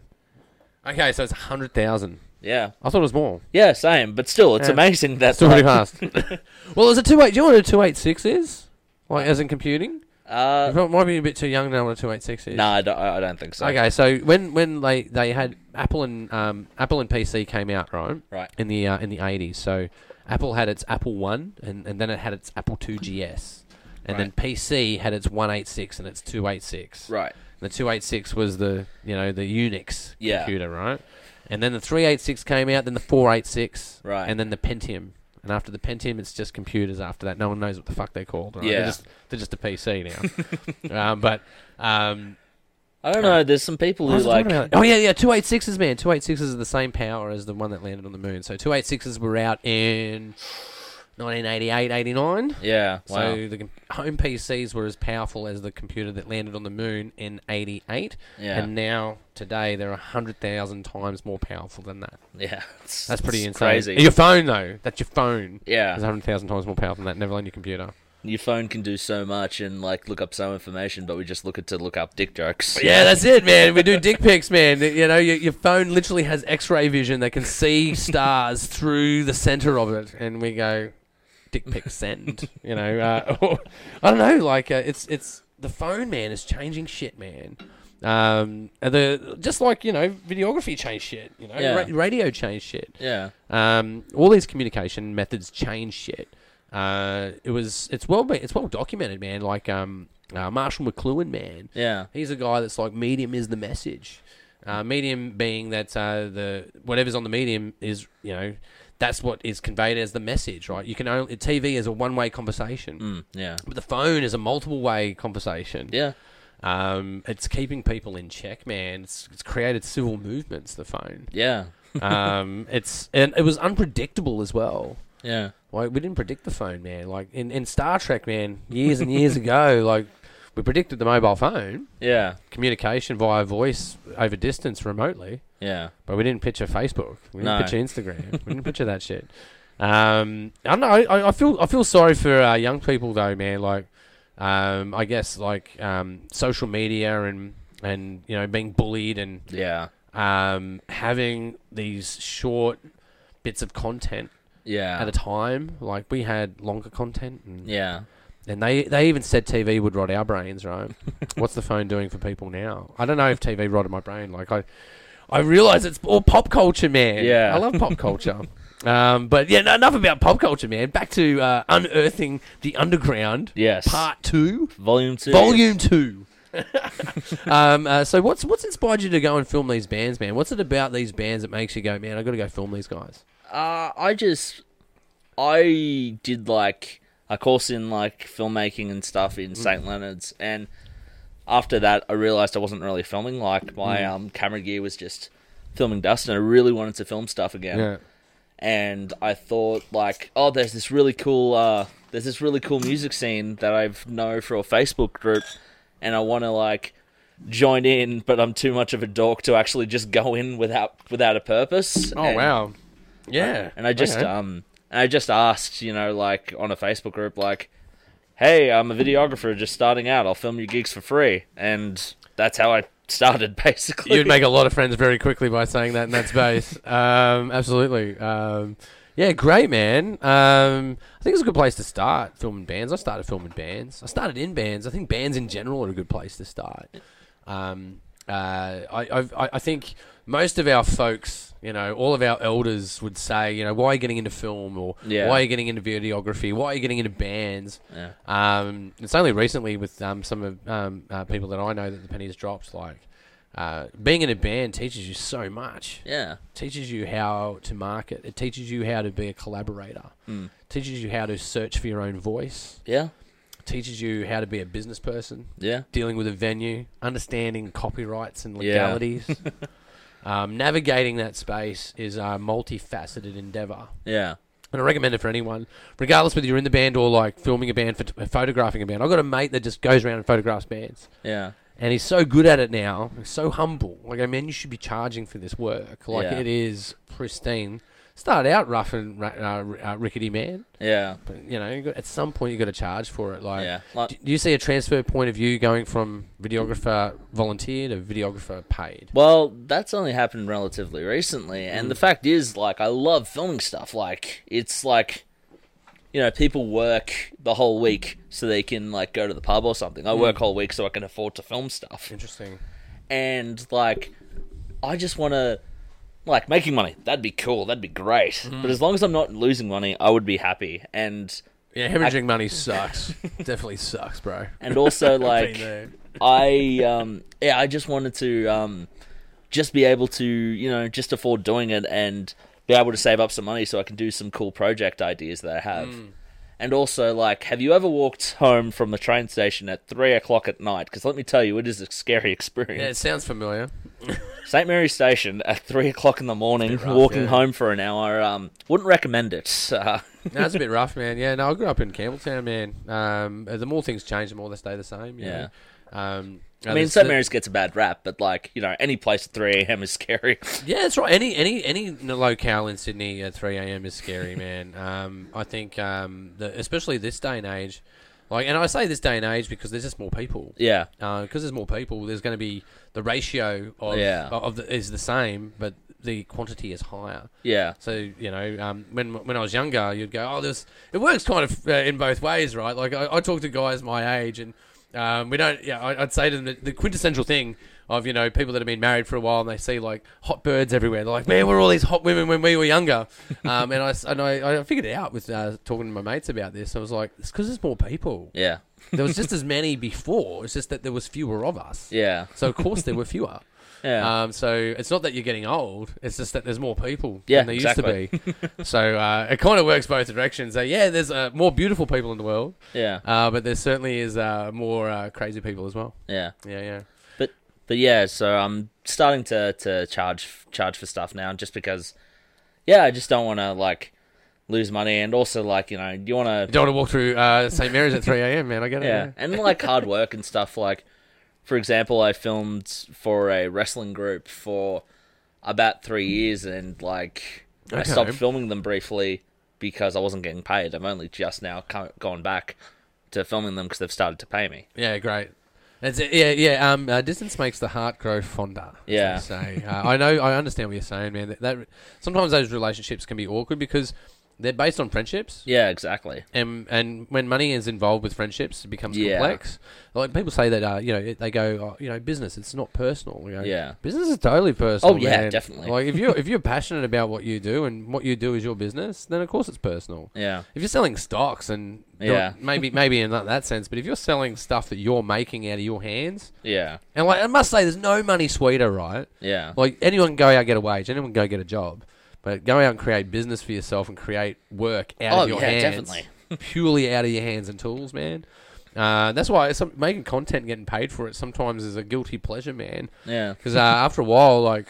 Speaker 1: Okay, so it's a hundred thousand.
Speaker 2: yeah,
Speaker 1: I thought it was more.
Speaker 2: yeah, same. But still, it's
Speaker 1: Yeah.
Speaker 2: amazing that
Speaker 1: Still pretty
Speaker 2: like,
Speaker 1: fast. well, is it two eight? Do you know what a two eight six is? Like as in computing? You
Speaker 2: Uh,
Speaker 1: prob- might be a bit too young to know what a two eight six is.
Speaker 2: no, I don't, I don't think so.
Speaker 1: Okay, so when when they they had Apple and um, Apple and PC came out right
Speaker 2: Right.
Speaker 1: in the uh, in the eighties. So Apple had its Apple One and, and then it had its Apple Two GS, and then PC had its one eight six and its two eight six.
Speaker 2: Right.
Speaker 1: The 286 was the, you know, the Unix
Speaker 2: Yeah.
Speaker 1: computer, right? And then the 386 came out, then the 486,
Speaker 2: Right.
Speaker 1: And then the Pentium. And after the Pentium, it's just computers after that. No one knows what the fuck they're called, right? They're
Speaker 2: Yeah.
Speaker 1: just, they're just a PC now. um, but, um,
Speaker 2: I don't know. There's some people
Speaker 1: what
Speaker 2: who
Speaker 1: was I
Speaker 2: like
Speaker 1: talking about? oh, yeah, yeah, 286s, man. 286s are the same power as the one that landed on the moon. So 286s were out in 1988, 89.
Speaker 2: Yeah. Wow.
Speaker 1: So the com- home PCs were as powerful as the computer that landed on the moon in '88,
Speaker 2: Yeah.
Speaker 1: and now today they're hundred thousand times more powerful than that.
Speaker 2: yeah. It's,
Speaker 1: That's pretty
Speaker 2: it's
Speaker 1: insane.
Speaker 2: Crazy.
Speaker 1: And Your phone though, that's your phone.
Speaker 2: yeah.
Speaker 1: Is hundred thousand times more powerful than that. Never mind your computer.
Speaker 2: Your phone can do so much and like look up so information, but we just look it to look up dick jokes.
Speaker 1: Yeah, that's it, man. We do dick pics, man. You know, your, your phone literally has X-ray vision that can see stars through the center of it, and we go, dick pic send. You know, uh, I don't know. Like, uh, it's it's the phone, man, is changing shit, man. Um, and the just like you know, videography changed shit. You know,
Speaker 2: Yeah.
Speaker 1: Ra- radio changed shit.
Speaker 2: Yeah.
Speaker 1: Um, all these communication methods change shit. Uh, it was it's well it's well documented, man. Like um, uh, Marshall McLuhan, man.
Speaker 2: Yeah.
Speaker 1: He's a guy that's like medium is the message. Uh, medium being that uh, the whatever's on the medium is you know that's what is conveyed as the message, right? You can only TV is a one way conversation,
Speaker 2: Mm, yeah.
Speaker 1: but the phone is a multiple way conversation.
Speaker 2: Yeah.
Speaker 1: Um, it's keeping people in check, man. It's, it's created civil movements. The phone.
Speaker 2: Yeah.
Speaker 1: um, it's and it was unpredictable as well.
Speaker 2: Yeah.
Speaker 1: Like we didn't predict the phone, man. Like in, in Star Trek, man, years and years ago, like we predicted the mobile phone
Speaker 2: Yeah.
Speaker 1: communication via voice over distance remotely,
Speaker 2: Yeah.
Speaker 1: but we didn't picture Facebook. We didn't
Speaker 2: No.
Speaker 1: picture Instagram. we didn't picture that shit. Um, I don't know. I, I feel I feel sorry for uh, young people though, man. Like, um, I guess like um, social media and and you know being bullied and
Speaker 2: Yeah.
Speaker 1: um, having these short bits of content at
Speaker 2: Yeah.
Speaker 1: a time. Like we had longer content, and,
Speaker 2: Yeah.
Speaker 1: and they they even said TV would rot our brains, right? What's the phone doing for people now? I don't know if TV rotted my brain. Like I, I realize it's all pop culture, man.
Speaker 2: Yeah.
Speaker 1: I love pop culture. Um, but yeah, no, enough about pop culture, man. Back to uh, unearthing the underground,
Speaker 2: Yes.
Speaker 1: part two,
Speaker 2: Volume two.
Speaker 1: volume two. um, uh, so what's what's inspired you to go and film these bands, man? What's it about these bands that makes you go, man? I got to go film these guys.
Speaker 2: Uh, I just, I did like a course in like filmmaking and stuff
Speaker 1: Mm.
Speaker 2: in St. Leonard's, and after that, I realized I wasn't really filming. Like my
Speaker 1: Mm.
Speaker 2: um, camera gear was just filming dust, and I really wanted to film stuff again. And I thought like, oh, there's this really cool, uh, there's this really cool music scene that I've know for a Facebook group, and I want to like join in, but I'm too much of a dork to actually just go in without without a purpose.
Speaker 1: Oh
Speaker 2: and,
Speaker 1: wow. Yeah.
Speaker 2: And I just
Speaker 1: Okay.
Speaker 2: um and I just asked, you know, like on a Facebook group, like, "Hey, I'm a videographer just starting out. I'll film your gigs for free," and that's how I started basically.
Speaker 1: You'd make a lot of friends very quickly by saying that in that space. um, absolutely. Um, yeah, great, man. Um, I think it's a good place to start filming bands. I started filming bands. I started in bands. I think bands in general are a good place to start. Um, uh, I, I've, I I think most of our folks, you know, all of our elders would say, you know, why are you getting into film or
Speaker 2: Yeah.
Speaker 1: why are you getting into videography? Why are you getting into bands?
Speaker 2: Yeah.
Speaker 1: Um, it's only recently with um, some of um, uh, people that I know that the pennies dropped. Like uh, being in a band teaches you so much.
Speaker 2: yeah.
Speaker 1: teaches you how to market. It teaches you how to be a collaborator.
Speaker 2: Mm.
Speaker 1: teaches you how to search for your own voice.
Speaker 2: Yeah.
Speaker 1: teaches you how to be a business person,
Speaker 2: Yeah.
Speaker 1: dealing with a venue, understanding copyrights and
Speaker 2: Yeah.
Speaker 1: legalities. um, navigating that space is a multifaceted endeavor.
Speaker 2: Yeah.
Speaker 1: And I recommend it for anyone, regardless whether you're in the band or like filming a band, phot- photographing a band. I've got a mate that just goes around and photographs bands,
Speaker 2: Yeah.
Speaker 1: and he's so good at it now. He's so humble. Like, I mean, you should be charging for this work. Like,
Speaker 2: Yeah.
Speaker 1: it is pristine. Started out rough and ra- uh, r- uh, rickety, man.
Speaker 2: Yeah.
Speaker 1: But you know, you got, at some point you got to charge for it. Like,
Speaker 2: Yeah.
Speaker 1: do,
Speaker 2: Like,
Speaker 1: do you see a transfer point of view going from videographer volunteer to videographer paid?
Speaker 2: well, that's only happened relatively recently, and
Speaker 1: Mm.
Speaker 2: the fact is, like, I love filming stuff. Like, it's like, you know, people work the whole week so they can like go to the pub or something. I
Speaker 1: Mm.
Speaker 2: work whole week so I can afford to film stuff.
Speaker 1: Interesting.
Speaker 2: and like I just want to like making money. That'd be cool. That'd be great.
Speaker 1: Mm-hmm.
Speaker 2: But as long as I'm not losing money, I would be happy. And
Speaker 1: Yeah, hemorrhaging money sucks. Definitely sucks, bro.
Speaker 2: and also
Speaker 1: Been
Speaker 2: like
Speaker 1: there.
Speaker 2: I um yeah, I just wanted to um just be able to, you know, just afford doing it and be able to save up some money so I can do some cool project ideas that I have.
Speaker 1: Mm.
Speaker 2: And also, like, have you ever walked home from the train station at three o'clock at night? Because let me tell you, it is a scary experience.
Speaker 1: Yeah, it sounds familiar.
Speaker 2: St Mary's Station at three o'clock in the morning,
Speaker 1: rough,
Speaker 2: walking
Speaker 1: yeah.
Speaker 2: home for an hour. Um, wouldn't recommend it. Uh,
Speaker 1: No, it's a bit rough, man. Yeah, no, I grew up in Campbelltown, man. Um, uh, the more things change, the more they stay the same. you
Speaker 2: Yeah.
Speaker 1: know. Um,
Speaker 2: I mean, St Mary's gets a bad rap, but like you know, any place at three a.m. is scary.
Speaker 1: Yeah, that's right. Any any any locale in Sydney at three a.m. is scary, man. Um, I think um, the, especially this day and age, like, and I say this day and age because there's just more people.
Speaker 2: yeah,
Speaker 1: Because there's more people, there's going to be the ratio of
Speaker 2: Yeah.
Speaker 1: of the, is the same, but the quantity is higher.
Speaker 2: yeah,
Speaker 1: So you know, um, when when I was younger, you'd go, "Oh, there's." It works kind of uh, in both ways, right? Like I, I talk to guys my age, and um, we don't. Yeah, I, I'd say to them the, the quintessential thing of you know people that have been married for a while and they see like hot birds everywhere. They're like, "Man, we're all these hot women when we were younger." um, and I s- and I, I figured it out with uh, talking to my mates about this. I was like, "It's because there's more people.
Speaker 2: yeah,
Speaker 1: There was just as many before. It's just that there was fewer of us.
Speaker 2: yeah,
Speaker 1: So of course there were fewer."
Speaker 2: yeah.
Speaker 1: Um, so it's not that you're getting old; it's just that there's more people
Speaker 2: Yeah,
Speaker 1: than there
Speaker 2: exactly.
Speaker 1: used to be. so uh, it kind of works both directions. So yeah, there's uh, more beautiful people in the world,
Speaker 2: yeah,
Speaker 1: uh, but there certainly is uh, more uh, crazy people as well.
Speaker 2: yeah,
Speaker 1: Yeah, yeah.
Speaker 2: but but yeah. So I'm starting to to charge charge for stuff now, just because. Yeah, I just don't want to like lose money, and also like you know, you want to
Speaker 1: You don't want to walk through uh, St Mary's at 3 a.m., man. I get it.
Speaker 2: yeah. and like hard work and stuff. Like, for example, I filmed for a wrestling group for about three years, and like I
Speaker 1: Okay.
Speaker 2: stopped filming them briefly because I wasn't getting paid. I've only just now come, gone back to filming them because they've started to pay me.
Speaker 1: Yeah, great. It's, yeah, yeah. Um, uh, distance makes the heart grow fonder. as they
Speaker 2: Yeah.
Speaker 1: say. Uh, I know. I understand what you're saying, man. That, that sometimes those relationships can be awkward because they're based on friendships.
Speaker 2: Yeah, exactly.
Speaker 1: and and when money is involved with friendships, it becomes
Speaker 2: Yeah.
Speaker 1: complex. Like people say that, uh, you know, it- they go, oh, you know, business, it's not personal. You know?
Speaker 2: Yeah.
Speaker 1: business is totally personal.
Speaker 2: Oh, yeah,
Speaker 1: man.
Speaker 2: definitely.
Speaker 1: Like if you if you're passionate about what you do and what you do is your business, then of course it's personal.
Speaker 2: Yeah,
Speaker 1: If you're selling stocks and not-
Speaker 2: Yeah.
Speaker 1: maybe maybe in that- that sense, but if you're selling stuff that you're making out of your hands,
Speaker 2: yeah,
Speaker 1: and like I must say, there's no money sweeter, right?
Speaker 2: yeah,
Speaker 1: Like anyone can go out and get a wage, anyone can go get a job, but go out and create business for yourself and create work out
Speaker 2: Oh,
Speaker 1: of your
Speaker 2: yeah,
Speaker 1: hands,
Speaker 2: definitely.
Speaker 1: purely out of your hands and tools, man. Uh, that's why some, making content, getting paid for it, sometimes is a guilty pleasure, man.
Speaker 2: yeah,
Speaker 1: Because uh, after a while, like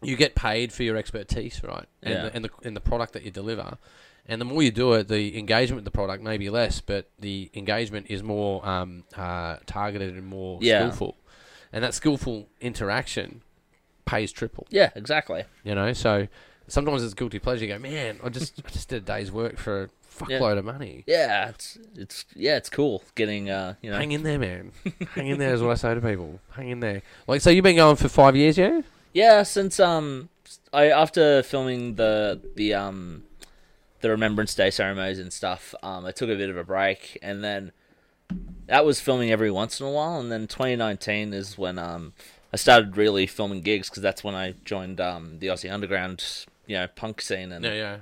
Speaker 1: you get paid for your expertise, right? And,
Speaker 2: Yeah.
Speaker 1: the, and the and the product that you deliver, and the more you do it, the engagement with the product may be less, but the engagement is more um, uh, targeted and more
Speaker 2: Yeah.
Speaker 1: skillful. and that skillful interaction pays triple.
Speaker 2: Yeah, exactly.
Speaker 1: You know, so sometimes it's guilty pleasure. You go, man, I just I just did a day's work for a fuckload of money.
Speaker 2: Yeah, it's it's yeah, it's cool getting uh, you know.
Speaker 1: Hang in there, man. Hang in there is what I say to people. Hang in there. Like, so you've been going for five years, yeah?
Speaker 2: Yeah, since um, I after filming the the um, the Remembrance Day ceremonies and stuff, um, I took a bit of a break, and then that was filming every once in a while, and then 2019 is when um, I started really filming gigs because that's when I joined um the Aussie Underground, you know, punk scene, and
Speaker 1: Yeah, yeah.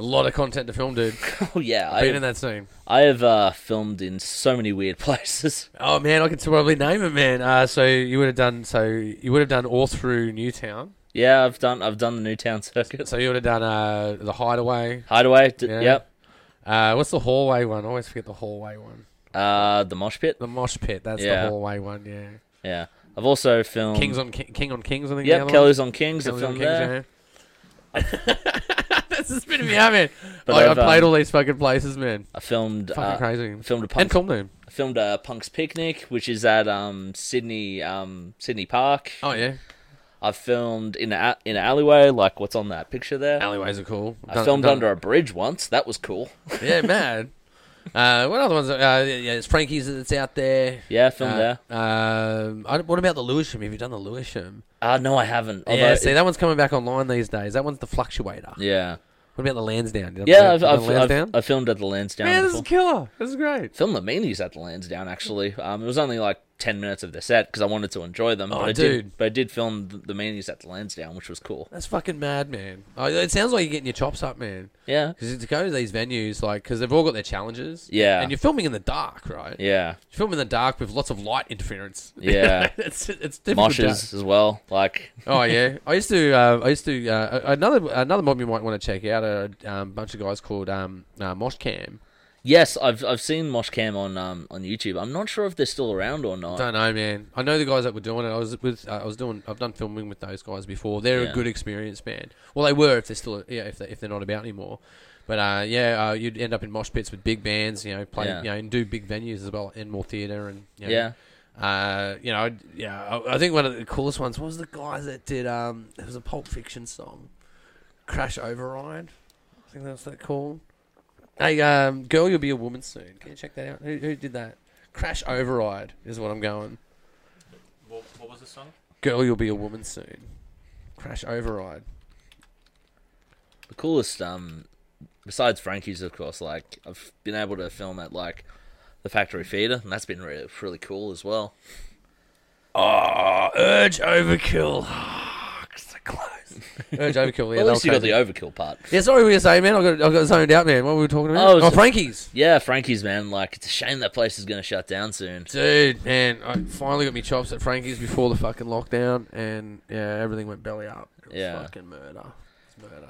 Speaker 1: A lot of content to film, dude.
Speaker 2: oh yeah,
Speaker 1: Been in
Speaker 2: I,
Speaker 1: that scene.
Speaker 2: I have uh, filmed in so many weird places.
Speaker 1: Oh man, I could probably name it, man. Uh, so you would have done so you would have done all through Newtown.
Speaker 2: Yeah, I've done I've done the Newtown circuit.
Speaker 1: So you would have done uh, the Hideaway.
Speaker 2: Hideaway, d-
Speaker 1: Yeah.
Speaker 2: yep.
Speaker 1: Uh, what's the hallway one? I always forget the hallway one.
Speaker 2: Uh, the mosh pit.
Speaker 1: The mosh pit. That's
Speaker 2: Yeah.
Speaker 1: the hallway one. Yeah.
Speaker 2: Yeah, I've also filmed.
Speaker 1: Kings on Ki- King on Kings. I think. the
Speaker 2: Yep,
Speaker 1: other
Speaker 2: Kelly's on Kings.
Speaker 1: one.
Speaker 2: I
Speaker 1: Kings on
Speaker 2: filmed
Speaker 1: Kings.
Speaker 2: there.
Speaker 1: Yeah. That's the spin of me out, man.
Speaker 2: But
Speaker 1: Like, I
Speaker 2: I've, um,
Speaker 1: played all these fucking places, man.
Speaker 2: I filmed.
Speaker 1: Fucking
Speaker 2: Uh,
Speaker 1: crazy.
Speaker 2: filmed a
Speaker 1: And
Speaker 2: punk.
Speaker 1: film them.
Speaker 2: I filmed a Punk's Picnic, which is at um Sydney um Sydney Park.
Speaker 1: Oh yeah.
Speaker 2: I filmed in a, in an alleyway, like what's on that picture there.
Speaker 1: Alleyways are cool.
Speaker 2: I filmed under a bridge once. That was cool.
Speaker 1: yeah, mad. Uh, what other ones? Uh, yeah, yeah, it's Frankie's that's out there.
Speaker 2: Yeah, I filmed
Speaker 1: Uh,
Speaker 2: there.
Speaker 1: um, I don't- what about the Lewisham? Have you done the Lewisham?
Speaker 2: Ah, no, I haven't. Although
Speaker 1: yeah, see,
Speaker 2: it-
Speaker 1: that one's coming back online these days. That one's the Fluctuator.
Speaker 2: yeah,
Speaker 1: What about the Lansdowne? Did I-
Speaker 2: yeah. I've,
Speaker 1: did I
Speaker 2: I've,
Speaker 1: do
Speaker 2: I've,
Speaker 1: Lansdowne?
Speaker 2: I filmed at the Lansdowne.
Speaker 1: Man, this
Speaker 2: before.
Speaker 1: is killer. This is great.
Speaker 2: Filmed the Meanies at the Lansdowne. Actually, um, it was only like ten minutes of the set because I wanted to enjoy them.
Speaker 1: Oh,
Speaker 2: but I
Speaker 1: dude.
Speaker 2: Did, but I did film th- the Meanies at the Lansdowne, which was cool.
Speaker 1: That's fucking mad, man. Oh, it sounds like you're getting your chops up, man.
Speaker 2: Yeah,
Speaker 1: Because to go to these venues, like, because they've all got their challenges.
Speaker 2: Yeah.
Speaker 1: And you're filming in the dark, right?
Speaker 2: yeah.
Speaker 1: You're filming in the dark with lots of light interference.
Speaker 2: Yeah.
Speaker 1: it's it's difficult. to-
Speaker 2: Moshes as well. Like,
Speaker 1: oh yeah, I used to. Uh, I used to uh, another another mob you might want to check out. A um, bunch of guys called um, uh, Mosh Cam.
Speaker 2: yes, I've I've seen Mosh Cam on um on YouTube. I'm not sure if they're still around or not.
Speaker 1: Don't know, man. I know the guys that were doing it. I was with. Uh, I was doing. I've done filming with those guys before. They're
Speaker 2: Yeah.
Speaker 1: a good experience, man. Well, they were if they're still. Yeah, if they, if they're not about anymore. But uh, yeah, uh, you'd end up in mosh pits with big bands, you know, play,
Speaker 2: Yeah.
Speaker 1: you know, and do big venues as well, and more theatre, and you know,
Speaker 2: Yeah.
Speaker 1: uh, you know, I'd- yeah. I, I think one of the coolest ones was the guys that did. Um, it was a Pulp Fiction song, Crash Override. I think that's that called. Hey, um, girl, you'll be a woman soon. Can you check that out? Who, who did that? Crash Override is what I'm going.
Speaker 3: What, what was the song?
Speaker 1: Girl, you'll be a woman soon. Crash Override.
Speaker 2: The coolest, um, besides Frankie's, of course. Like, I've been able to film at like the Factory Feeder, and that's been really really cool as well. Ah,
Speaker 1: Oh, Urge Overkill. so close. Urge Overkill. Yeah,
Speaker 2: At least
Speaker 1: that
Speaker 2: you
Speaker 1: was
Speaker 2: got
Speaker 1: crazy.
Speaker 2: the overkill part.
Speaker 1: yeah, sorry, we were saying, man. I got, I got zoned out, man. What were we talking
Speaker 2: Oh, it
Speaker 1: about?
Speaker 2: was
Speaker 1: Oh,
Speaker 2: just-
Speaker 1: Frankie's.
Speaker 2: Yeah, Frankie's man. Like, it's a shame that place is going to shut down soon.
Speaker 1: Dude, man, I finally got me chops at Frankie's before the fucking lockdown, and yeah, everything went belly up. It was
Speaker 2: Yeah.
Speaker 1: fucking murder. It's murder.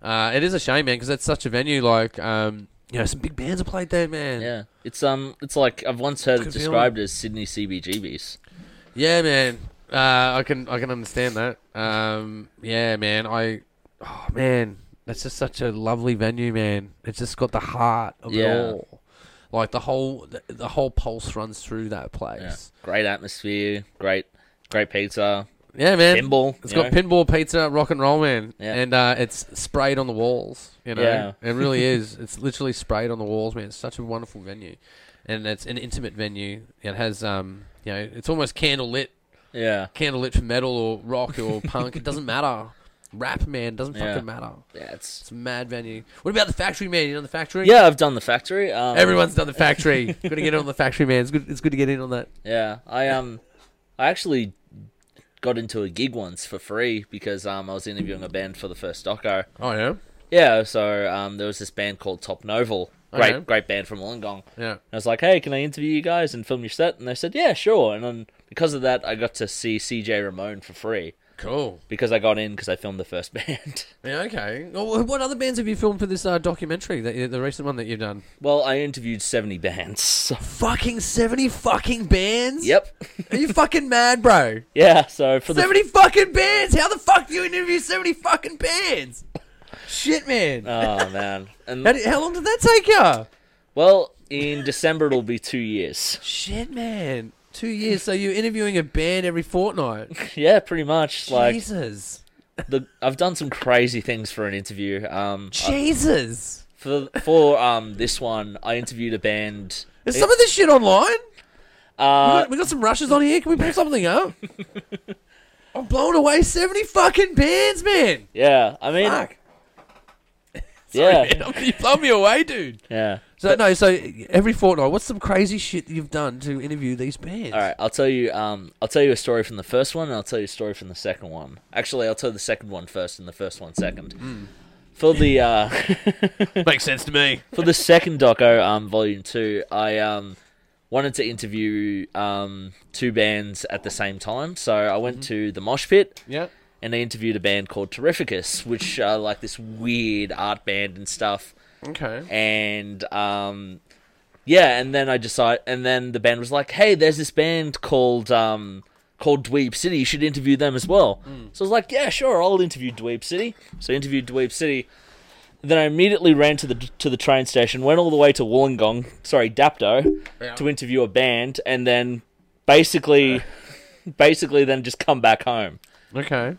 Speaker 1: Uh, it is a shame, man, because it's such a venue. Like, um, you know, some big bands have played there, man.
Speaker 2: Yeah, it's um, it's like I've once heard it
Speaker 1: Good
Speaker 2: described as Sydney CBGBs.
Speaker 1: Yeah, man. Uh, I can I can understand that. Um, yeah, man. I, oh man, that's just such a lovely venue, man. It's just got the heart of
Speaker 2: Yeah.
Speaker 1: it all. Like the whole the, the whole pulse runs through that
Speaker 2: Yeah.
Speaker 1: place.
Speaker 2: Great atmosphere, great, great pizza,
Speaker 1: Yeah, man.
Speaker 2: pinball.
Speaker 1: It's
Speaker 2: you
Speaker 1: got
Speaker 2: know?
Speaker 1: pinball pizza, rock and roll, man,
Speaker 2: Yeah.
Speaker 1: and uh, it's sprayed on the walls. You know,
Speaker 2: Yeah.
Speaker 1: it really is. It's literally sprayed on the walls, man. It's such a wonderful venue, and it's an intimate venue. It has, um, you know, it's almost candle lit,
Speaker 2: yeah,
Speaker 1: candle lit for metal or rock or punk. It doesn't matter. Rap, man, doesn't
Speaker 2: Yeah.
Speaker 1: fucking matter.
Speaker 2: yeah, it's
Speaker 1: It's a mad venue. What about the factory, man? You know the factory.
Speaker 2: yeah. I've done the factory. Um,
Speaker 1: Everyone's done the factory. Got to get in on the factory, man. It's good. It's good to get in on that.
Speaker 2: Yeah, I um, I actually got into a gig once for free because um, I was interviewing a band for the first doco.
Speaker 1: Oh yeah,
Speaker 2: Yeah, so um, there was this band called Top Novel, great
Speaker 1: Okay.
Speaker 2: great band from Wollongong. And
Speaker 1: yeah.
Speaker 2: I was like, hey, can I interview you guys and film your set? And they said, yeah, sure. And then because of that, I got to see CJ Ramon for free
Speaker 1: Cool. because
Speaker 2: because I got in because I filmed the first band.
Speaker 1: Yeah, okay. Well, what other bands have you filmed for this uh, documentary? That, the recent one that you've done?
Speaker 2: well, I interviewed seventy bands. so-
Speaker 1: Fucking seventy fucking bands.
Speaker 2: Yep.
Speaker 1: Are you fucking mad, bro?
Speaker 2: Yeah. So for the
Speaker 1: Seventy fucking bands. How the fuck do you interview seventy fucking bands? Shit, man.
Speaker 2: oh man,
Speaker 1: how,
Speaker 2: and
Speaker 1: did, how long did that take you?
Speaker 2: well, in December it'll be two years.
Speaker 1: Shit, man. Two years. So you're interviewing a band every fortnight.
Speaker 2: yeah, pretty much. Like uh,
Speaker 1: Jesus.
Speaker 2: the, I've done some crazy things for an interview. Um, I-
Speaker 1: Jesus.
Speaker 2: for for um this one, I interviewed a band.
Speaker 1: Is some of this shit online? We
Speaker 2: Uh,
Speaker 1: got, we got some rushes on here. Can we pull something up? I'm blown away. Seventy fucking bands, man.
Speaker 2: yeah, I mean,
Speaker 1: Fuck.
Speaker 2: yeah,
Speaker 1: Man, you blow me away, dude.
Speaker 2: yeah.
Speaker 1: So no, so every fortnight, what's some crazy shit you've done to interview these bands?
Speaker 2: All right, I'll tell you. Um, I'll tell you a story from the first one, and I'll tell you a story from the second one. Actually, I'll tell the second one first, and the first one second. For the uh,
Speaker 1: makes sense to me.
Speaker 2: for the second doco, um, volume two, I um wanted to interview um two bands at the same time, so I went to the mosh pit
Speaker 1: Yeah.
Speaker 2: and I interviewed a band called Terrificus, which are like this weird art band and stuff.
Speaker 1: Okay.
Speaker 2: and um yeah and then i decided and then the band was like hey there's this band called um called dweeb city you should interview them as well so i was like yeah sure i'll interview dweeb city so i interviewed dweeb city then i immediately ran to the to the train station went all the way to wollongong sorry dapto
Speaker 1: Yeah.
Speaker 2: to interview a band and then basically basically then just come back home
Speaker 1: Okay.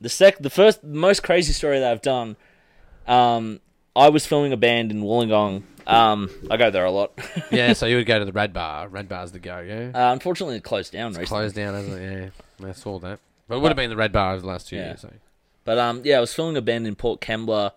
Speaker 2: the sec, the first, most crazy story that I've done. Um, I was filming a band in Wollongong. Um, I go there a lot.
Speaker 1: Yeah. So you would go to the Rad Bar. Rad Bar's the go. Yeah.
Speaker 2: Uh, unfortunately, it closed down recently.
Speaker 1: Closed down, hasn't it? Yeah. I saw that. But it would have been the Rad Bar over the last two
Speaker 2: Yeah.
Speaker 1: years. So.
Speaker 2: But um, yeah, I was filming a band in Port Kembla.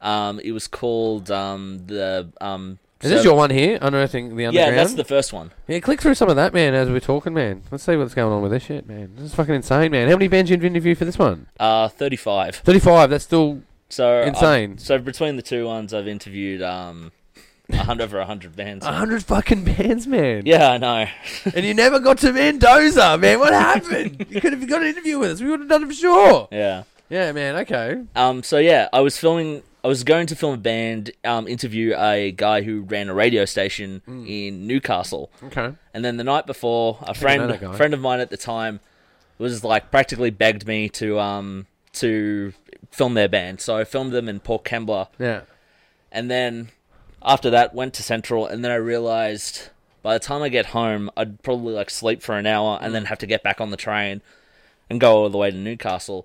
Speaker 2: Um, it was called um the um.
Speaker 1: Is this
Speaker 2: so-
Speaker 1: your one here? Unearthing the
Speaker 2: Yeah,
Speaker 1: underground.
Speaker 2: that's the first one.
Speaker 1: Yeah, click through some of that, man. As we're talking, man. Let's see what's going on with this shit, man. This is fucking insane, man. How many bands you interviewed for this one?
Speaker 2: Uh, thirty-five.
Speaker 1: Thirty-five. That's still
Speaker 2: So I've-
Speaker 1: Insane.
Speaker 2: so between the two ones, I've interviewed um, a hundred over a hundred bands.
Speaker 1: hundred fucking bands, man.
Speaker 2: Yeah, I know.
Speaker 1: And you never got to Mendoza, man. What happened? you could have got an interview with us. We would have done it for sure.
Speaker 2: yeah.
Speaker 1: Yeah, man. Okay.
Speaker 2: Um, so yeah, I was filming. I was going to film a band, um, interview a guy who ran a radio station
Speaker 1: Hmm.
Speaker 2: in Newcastle,
Speaker 1: Okay.
Speaker 2: and then the night before, a
Speaker 1: know
Speaker 2: friend,
Speaker 1: that guy.
Speaker 2: a friend of mine at the time, was like practically begged me to um to film their band. So I filmed them in Port Kembla,
Speaker 1: Yeah.
Speaker 2: and then after that went to Central, and then I realized by the time I get home, I'd probably like sleep for an hour and then have to get back on the train and go all the way to Newcastle.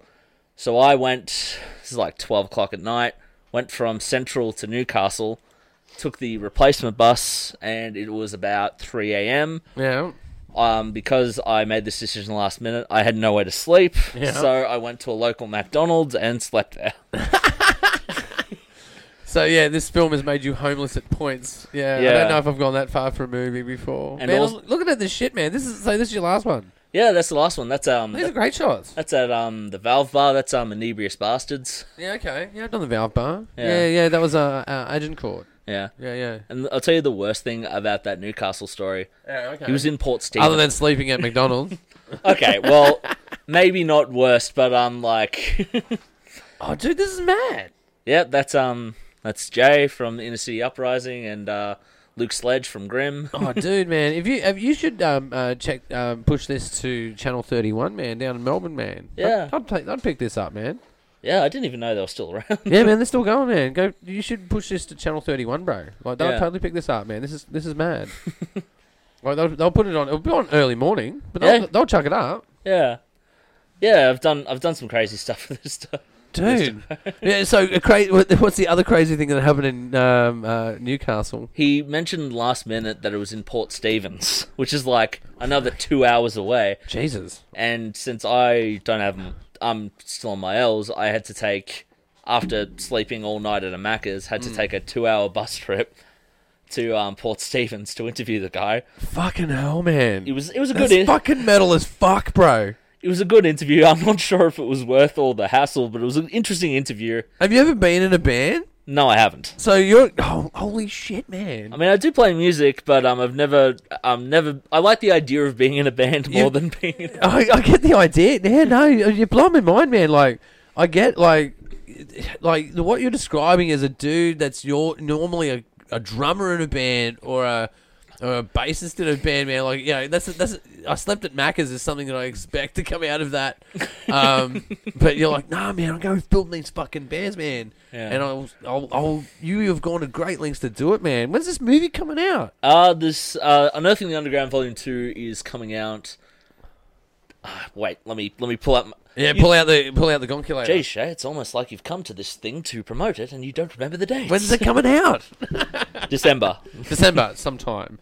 Speaker 2: So I went. This is like twelve o'clock at night. Went from Central to Newcastle. Took the replacement bus, and it was about three a.m.
Speaker 1: Yeah.
Speaker 2: Um, because I made this decision last minute, I had nowhere to sleep,
Speaker 1: Yeah.
Speaker 2: so I went to a local McDonald's and slept there.
Speaker 1: So yeah, this film has made you homeless at points. Yeah, I
Speaker 2: Yeah.
Speaker 1: don't know if I've gone that far for a movie before.
Speaker 2: And
Speaker 1: man,
Speaker 2: also-
Speaker 1: looking at this shit, man. This is so. This is your last one.
Speaker 2: Yeah, that's the last one. That's um,
Speaker 1: These are great shots.
Speaker 2: That's at um the Valve Bar. That's um Inebrious Bastards.
Speaker 1: Yeah. Okay. Yeah, I've done the Valve Bar. Yeah.
Speaker 2: Yeah.
Speaker 1: Yeah. that was uh, uh, Agent Court.
Speaker 2: Yeah,
Speaker 1: Yeah. Yeah.
Speaker 2: and I'll tell you the worst thing about that Newcastle story.
Speaker 1: Yeah. Okay.
Speaker 2: He was in Port Stephen.
Speaker 1: Other than sleeping at McDonald's.
Speaker 2: okay, well, maybe not worst, but um like,
Speaker 1: oh, dude, this is mad.
Speaker 2: yeah, that's um that's Jay from Inner City Uprising and uh, Luke Sledge from Grimm.
Speaker 1: Oh, dude, man, if you if you should um, uh, check um, push this to Channel Thirty One, man, down in Melbourne, man.
Speaker 2: Yeah.
Speaker 1: I'd, I'd, take, I'd pick this up, man.
Speaker 2: Yeah, I didn't even know they were still around.
Speaker 1: Yeah, man, they're still going, man. Go, you should push this to Channel Thirty One, bro. Like they'll
Speaker 2: Yeah.
Speaker 1: totally pick this up, man. This is this is mad. like they'll, they'll put it on. It'll be on early morning, but they'll,
Speaker 2: Yeah.
Speaker 1: they'll chuck it up,
Speaker 2: yeah, yeah, I've done I've done some crazy stuff for this stuff.
Speaker 1: dude. yeah. So a cra- what- what's the other crazy thing that happened in um, uh, Newcastle?
Speaker 2: He mentioned last minute that it was in Port Stevens, which is like another two hours away.
Speaker 1: Jesus.
Speaker 2: and since I don't have, I'm still on my L's. I had to take, after sleeping all night at a Macca's,
Speaker 1: Mm.
Speaker 2: had to take a two-hour bus trip to um, Port Stevens to interview the guy.
Speaker 1: Fucking hell, man.
Speaker 2: It was it was a
Speaker 1: That's
Speaker 2: good in,
Speaker 1: fucking metal as fuck, bro.
Speaker 2: it was a good interview. I'm not sure if it was worth all the hassle, but it was an interesting interview.
Speaker 1: Have you ever been in a band?
Speaker 2: No, I haven't.
Speaker 1: So you're oh, holy shit, man!
Speaker 2: I mean, I do play music, but um, I've never, um, never. I like the idea of being in a band more
Speaker 1: You-
Speaker 2: than being. In,
Speaker 1: I, I get the idea. Yeah, no, you're blowing my mind, man. Like I get like like what you're describing is a dude that's your normally a, a drummer in a band or a or a bassist in a band, man. Like, you know, that's that's. I slept at Macca's is something that I expect to come out of that. Um, but you're like, nah, man, I'm going to build these fucking bands, man.
Speaker 2: Yeah.
Speaker 1: And I'll, I'll, I'll, you have gone to great lengths to do it, man. When's this movie coming out?
Speaker 2: Uh, this uh, Unearthing the Underground Volume Two is coming out. Uh, wait, let me let me pull up. My...
Speaker 1: Yeah, pull out the pull out the gonculator.
Speaker 2: Geez, Shay, it's almost like you've come to this thing to promote it, and you don't remember the date.
Speaker 1: When's it coming out?
Speaker 2: December?
Speaker 1: December, sometime.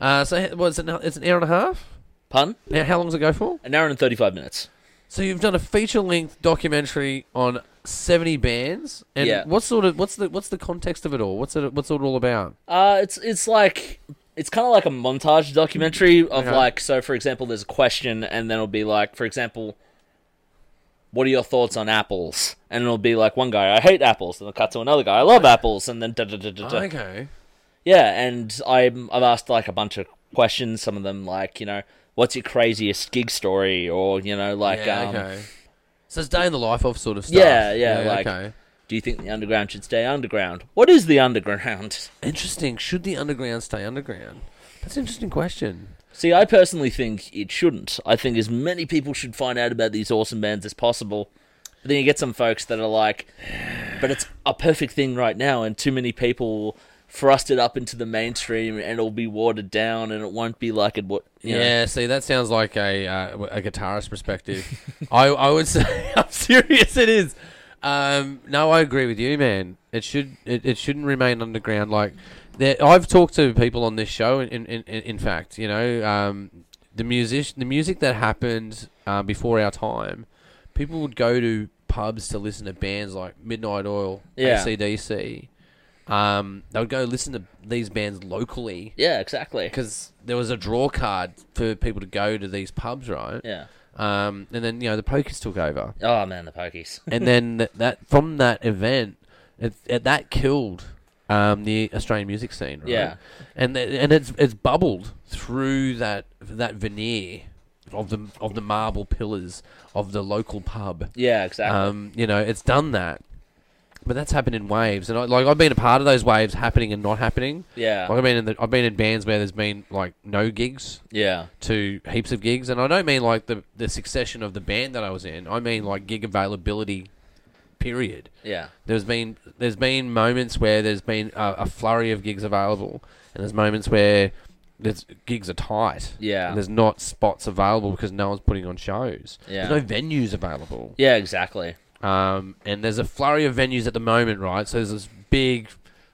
Speaker 1: Uh, so h- what is it now? It's an hour and a half.
Speaker 2: Pun.
Speaker 1: Now, how long does it go for?
Speaker 2: An hour and thirty-five minutes.
Speaker 1: So you've done a feature-length documentary on seventy bands, and
Speaker 2: Yeah.
Speaker 1: what sort of what's the what's the context of it all? What's it what's it all about?
Speaker 2: Uh, it's it's like it's kind of like a montage documentary of
Speaker 1: Okay.
Speaker 2: like so. For example, there's a question, and then it'll be like, for example, what are your thoughts on apples? And it'll be like one guy, I hate apples. Then it'll cut to another guy, I love apples. And then da da da da da.
Speaker 1: Oh, Okay.
Speaker 2: Yeah, and I'm I've asked like a bunch of questions. Some of them like you know, what's your craziest gig story, or you know, like
Speaker 1: yeah,
Speaker 2: um,
Speaker 1: okay. So it's day in the life of sort of stuff.
Speaker 2: Yeah, yeah, like-
Speaker 1: okay.
Speaker 2: do you think the underground should stay underground? What is the underground?
Speaker 1: Interesting. Should the underground stay underground? That's an interesting question.
Speaker 2: See, I personally think it shouldn't. I think as many people should find out about these awesome bands as possible. But then you get some folks that are like, but it's a perfect thing right now, and too many people thrust it up into the mainstream, and it'll be watered down, and it won't be like it what. You
Speaker 1: Yeah.
Speaker 2: know.
Speaker 1: see, that sounds like a uh, a guitarist perspective. I I would say I'm serious. It is. Um, no, I agree with you, man. It should it, it shouldn't remain underground. Like there, I've talked to people on this show. In in, in, in fact, you know, um, the music the music that happened uh, before our time, people would go to pubs to listen to bands like Midnight Oil,
Speaker 2: Yeah.
Speaker 1: ACDC. Um, they would go listen to these bands locally
Speaker 2: Yeah, exactly.
Speaker 1: because there was a draw card for people to go to these pubs, right?
Speaker 2: Yeah.
Speaker 1: Um, and then you know the pokies took over,
Speaker 2: Oh man, the pokies.
Speaker 1: and then th- that from that event, it, it, that killed um, the Australian music scene, right?
Speaker 2: Yeah.
Speaker 1: and th- and it's it's bubbled through that that veneer of the of the marble pillars of the local pub.
Speaker 2: Yeah, exactly.
Speaker 1: Um, you know, it's done that. But that's happened in waves, and I, like I've been a part of those waves happening and not happening.
Speaker 2: yeah,
Speaker 1: Like I've been in the, I've been in bands where there's been like no gigs
Speaker 2: yeah,
Speaker 1: to heaps of gigs, and I don't mean like the the succession of the band that I was in. I mean like gig availability. Period.
Speaker 2: yeah,
Speaker 1: There's been there's been moments where there's been a, a flurry of gigs available, and there's moments where there's gigs are tight.
Speaker 2: Yeah.
Speaker 1: and there's not spots available because no one's putting on shows.
Speaker 2: Yeah.
Speaker 1: there's no venues available.
Speaker 2: yeah, exactly.
Speaker 1: Um, and there's a flurry of venues at the moment, right? So there's this big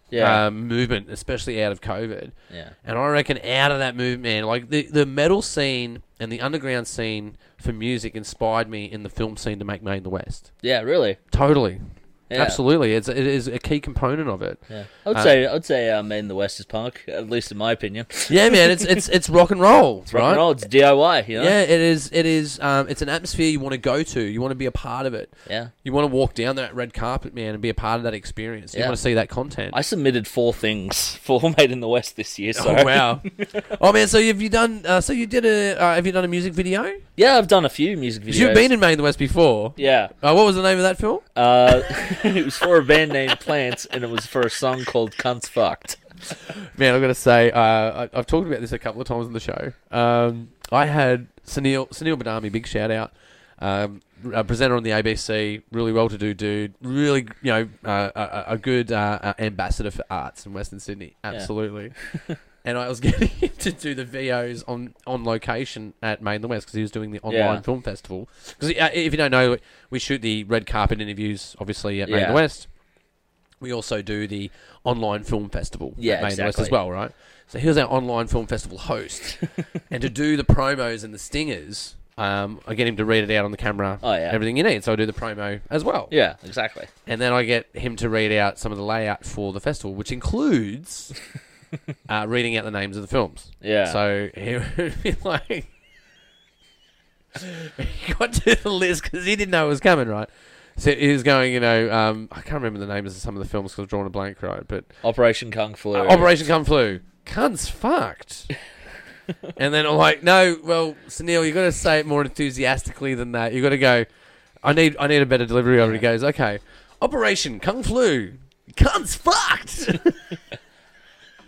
Speaker 2: Yeah,
Speaker 1: uh, movement, especially out of COVID.
Speaker 2: yeah,
Speaker 1: And I reckon out of that movement, man, like the, the metal scene and the underground scene for music inspired me in the film scene to make May in the West.
Speaker 2: yeah. Really,
Speaker 1: Totally.
Speaker 2: yeah.
Speaker 1: Absolutely. It's, it is a key component of it.
Speaker 2: Yeah. I would
Speaker 1: Uh,
Speaker 2: say I would say uh, Men in the West is punk, at least in my opinion.
Speaker 1: Yeah, man, it's, it's, it's rock and roll,
Speaker 2: It's
Speaker 1: right?
Speaker 2: rock and roll. It's DIY. You know?
Speaker 1: Yeah, it is. It is. Um, it's an atmosphere you want to go to. You want to be a part of it.
Speaker 2: Yeah.
Speaker 1: You want to walk down that red carpet, man, and be a part of that experience. You
Speaker 2: Yeah.
Speaker 1: want to see that content.
Speaker 2: I submitted four things for Made in the West this year. So
Speaker 1: oh wow! oh man, so have you done? Uh, so you did a? Uh, have you done a music video?
Speaker 2: yeah, I've done a few music videos.
Speaker 1: 'Cause You've been in May in the West before.
Speaker 2: yeah.
Speaker 1: Uh, what was the name of that film?
Speaker 2: Uh, it was for a band named Plants, and it was for a song called "Cunts Fucked."
Speaker 1: Man, I've got to say, uh, I, I've talked about this a couple of times on the show. Um, I had Sunil, Sunil Badami, big shout out, um, a presenter on the ABC, really well to do dude, really, you know, uh, a, a good uh, uh, ambassador for arts in Western Sydney. Absolutely. and I was getting him to do the VOs on, on location at Main the West because he was doing the online
Speaker 2: Yeah.
Speaker 1: film festival. Because uh, if you don't know, we shoot the red carpet interviews, obviously, at Main
Speaker 2: Yeah.
Speaker 1: the West. We also do the online film festival
Speaker 2: Yeah,
Speaker 1: at Main the West
Speaker 2: exactly.
Speaker 1: as well, right? So he was our online film festival host, and to do the promos and the stingers, um, I get him to read it out on the camera.
Speaker 2: Oh, yeah.
Speaker 1: everything you need. So I do the promo as well,
Speaker 2: Yeah, exactly.
Speaker 1: and then I get him to read out some of the layout for the festival, which includes uh, reading out the names of the films.
Speaker 2: Yeah.
Speaker 1: So he would be like, he got to the list because he didn't know it was coming, right? So he was going, you know, um, I can't remember the names of some of the films because I've drawn a blank, right? But
Speaker 2: Operation Kung Flu.
Speaker 1: uh, Operation Kung Flu. Cunt's fucked. and then I'm like, no, well, Sunil, you got to say it more enthusiastically than that. You got to go. I need, I need a better delivery of it. He goes, okay, Operation Kung Flu. Cunt's fucked.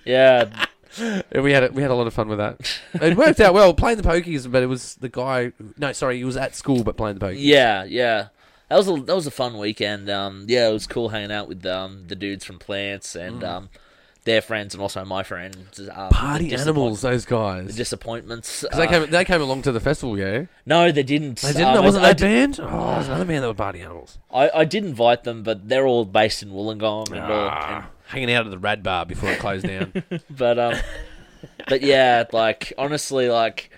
Speaker 2: yeah.
Speaker 1: Yeah, we had a, we had a lot of fun with that. It worked out well playing the pokies, but it was the guy. No, sorry, he was at school but playing the pokies.
Speaker 2: Yeah, yeah. That was a that was a fun weekend. Um, yeah, it was cool hanging out with um the dudes from Plants and um their friends and also my friends. Um, the
Speaker 1: Mm. Party
Speaker 2: disappoint-
Speaker 1: animals, those
Speaker 2: The
Speaker 1: guys.
Speaker 2: disappointments.
Speaker 1: 'Cause they
Speaker 2: uh,
Speaker 1: came they came along to the festival, yeah.
Speaker 2: no, they didn't.
Speaker 1: They didn't.
Speaker 2: Um,
Speaker 1: that wasn't
Speaker 2: I,
Speaker 1: that band. Oh, there's another band that were party animals.
Speaker 2: I, I did invite them, but they're all based in Wollongong and
Speaker 1: Ah.
Speaker 2: all. and-
Speaker 1: hanging out at the Rad Bar before it closed down.
Speaker 2: But um, but yeah, like honestly, like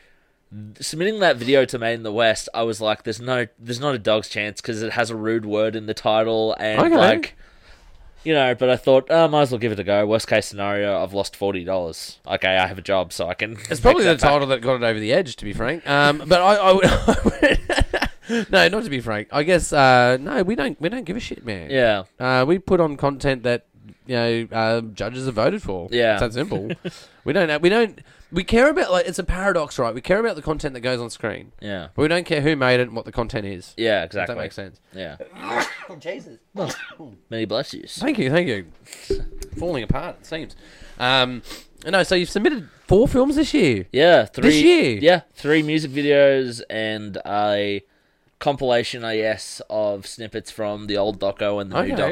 Speaker 2: submitting that video to Made in the West, I was like, there's no, there's not a dog's chance because it has a rude word in the title and
Speaker 1: Okay.
Speaker 2: like, you know. But I thought, oh, might as well give it a go. Worst case scenario, I've lost forty dollars. Okay, I have a job, so I can.
Speaker 1: It's probably the title that got it over the edge, to be frank. Um, but I, I would- no, not to be frank. I guess uh, no, we don't we don't give a shit, man.
Speaker 2: Yeah,
Speaker 1: Uh, we put on content that you know uh, judges have voted for.
Speaker 2: Yeah.
Speaker 1: it's that simple. we don't we don't we care about like it's a paradox, right? We care about the content that goes on screen,
Speaker 2: yeah,
Speaker 1: but we don't care who made it and what the content is.
Speaker 2: yeah.
Speaker 1: If
Speaker 2: Exactly.
Speaker 1: that makes sense.
Speaker 2: Yeah. Jesus. Many blessings.
Speaker 1: Thank you, thank you. Falling apart, it seems. Um, no, so you've submitted four films this year.
Speaker 2: Yeah, three.
Speaker 1: year?
Speaker 2: Yeah, three music videos and a compilation, I guess, of snippets from the old doco and the new
Speaker 1: Okay.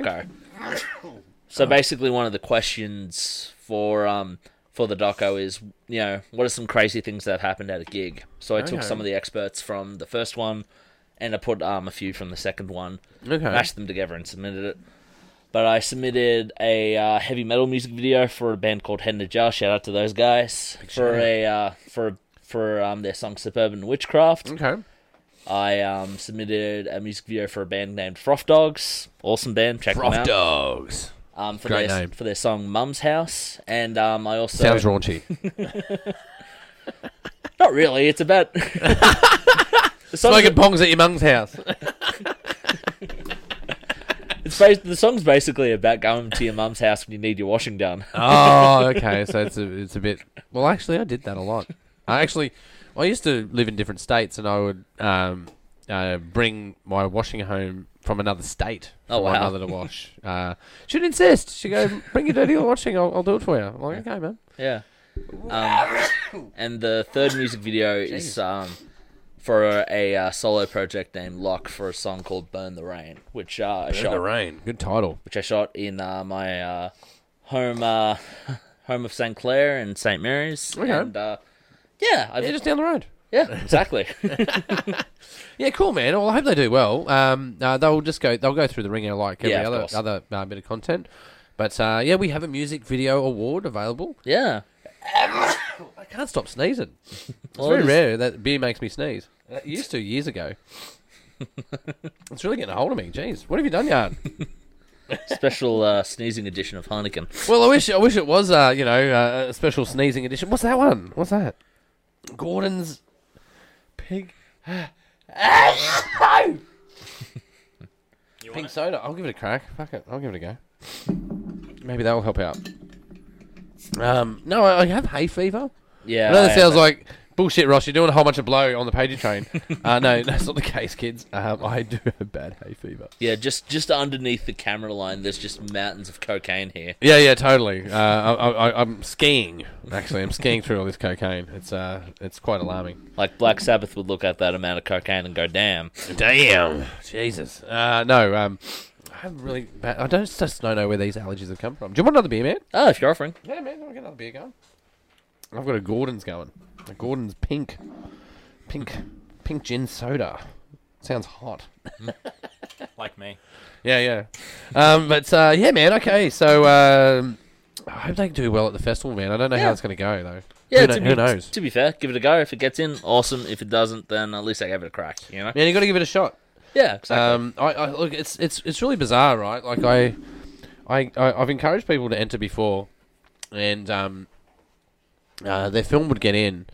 Speaker 2: doco. So basically, one of the questions for um for the doco is, you know, what are some crazy things that have happened at a gig? So I took
Speaker 1: Okay.
Speaker 2: some of the experts from the first one, and I put um a few from the second one,
Speaker 1: Okay.
Speaker 2: mashed them together, and submitted it. But I submitted a uh, heavy metal music video for a band called Head in a Jar. Shout out to those guys for
Speaker 1: shout out.
Speaker 2: a uh, for for um, their song Suburban Witchcraft.
Speaker 1: Okay.
Speaker 2: I um, submitted a music video for a band named Froth Dogs. Awesome band, check them
Speaker 1: Rough
Speaker 2: out.
Speaker 1: dogs.
Speaker 2: Um, for
Speaker 1: Great
Speaker 2: their
Speaker 1: name.
Speaker 2: for their song Mum's House, and um, I also
Speaker 1: Sounds raunchy.
Speaker 2: not really. It's about the song's,
Speaker 1: Smoking pongs at your mum's house.
Speaker 2: it's bas- the song's basically about going to your mum's house when you need your washing done.
Speaker 1: oh, okay. So it's a, it's a bit. Well, actually, I did that a lot. I actually, I used to live in different states, and I would um, uh, bring my washing home from another state for
Speaker 2: Oh,
Speaker 1: my
Speaker 2: wow.
Speaker 1: mother to wash. Uh, she'd insist. She'd go, "Bring your dirty washing. I'll, I'll do it for you." I'm like, "Okay, man."
Speaker 2: Yeah. Um, and the third music video is um, for a uh, solo project named Lock for a song called "Burn the Rain," which uh, I shot,
Speaker 1: rain. Good title.
Speaker 2: which I shot in uh, my uh, home uh, home of St Clair and St Mary's.
Speaker 1: Okay.
Speaker 2: And uh, yeah, I,
Speaker 1: Yeah, just down the road.
Speaker 2: yeah, exactly.
Speaker 1: Yeah, cool, man. Well, I hope they do well. Um, uh, they'll just go. They'll go through the ringer like every
Speaker 2: Yeah, of
Speaker 1: other
Speaker 2: course.
Speaker 1: other uh, bit of content. But uh, yeah, we have a music video award available.
Speaker 2: yeah.
Speaker 1: I can't stop sneezing. It's
Speaker 2: Well,
Speaker 1: very
Speaker 2: it is-
Speaker 1: rare that beer makes me sneeze. Uh, It used to years ago. it's really getting a hold of me. Jeez, what have you done, Yard?
Speaker 2: Special uh, sneezing edition of Heineken.
Speaker 1: well, I wish I wish it was uh, you know uh, a special sneezing edition. What's that one? What's that? Gordon's pig.
Speaker 3: You
Speaker 1: Pink
Speaker 3: want
Speaker 1: soda. I'll give it a crack. Fuck it. I'll give it a go. Maybe that will help out. Um, no, I, I have hay fever.
Speaker 2: Yeah.
Speaker 1: I know that
Speaker 2: I-
Speaker 1: sounds like bullshit, Ross. You're doing a whole bunch of blow on the pagey train. uh, no, that's not the case, kids. Um, I do have bad hay fever.
Speaker 2: yeah, just just underneath the camera line, there's just mountains of cocaine here.
Speaker 1: Yeah, yeah, totally. Uh, I, I, I'm skiing. Actually, I'm skiing through all this cocaine. It's uh, it's quite alarming.
Speaker 2: Like Black Sabbath would look at that amount of cocaine and go, "Damn."
Speaker 1: Damn, Jesus. Uh, no, um, I haven't really. Bad, I don't just don't know where these allergies have come from. Do you want another beer, man?
Speaker 2: Oh, if you're offering.
Speaker 1: Yeah, man. I'll get another beer going. I've got a Gordon's going. A Gordon's pink, pink, pink gin soda. Sounds hot.
Speaker 3: like me.
Speaker 1: Yeah, yeah. Um, but uh, yeah, man. Okay, so um, I hope they do well at the festival, man. I don't know how
Speaker 2: Yeah.
Speaker 1: it's going to go though.
Speaker 2: Yeah,
Speaker 1: who,
Speaker 2: to
Speaker 1: kno-
Speaker 2: be,
Speaker 1: who knows?
Speaker 2: To be fair, give it a go. If it gets in, awesome. If it doesn't, then at least I gave it a crack. You know?
Speaker 1: Man, you got to give it a shot.
Speaker 2: Yeah, exactly.
Speaker 1: Um, I, I look, it's it's it's really bizarre, right? Like I, I, I I've encouraged people to enter before, and um, uh, their film would get in,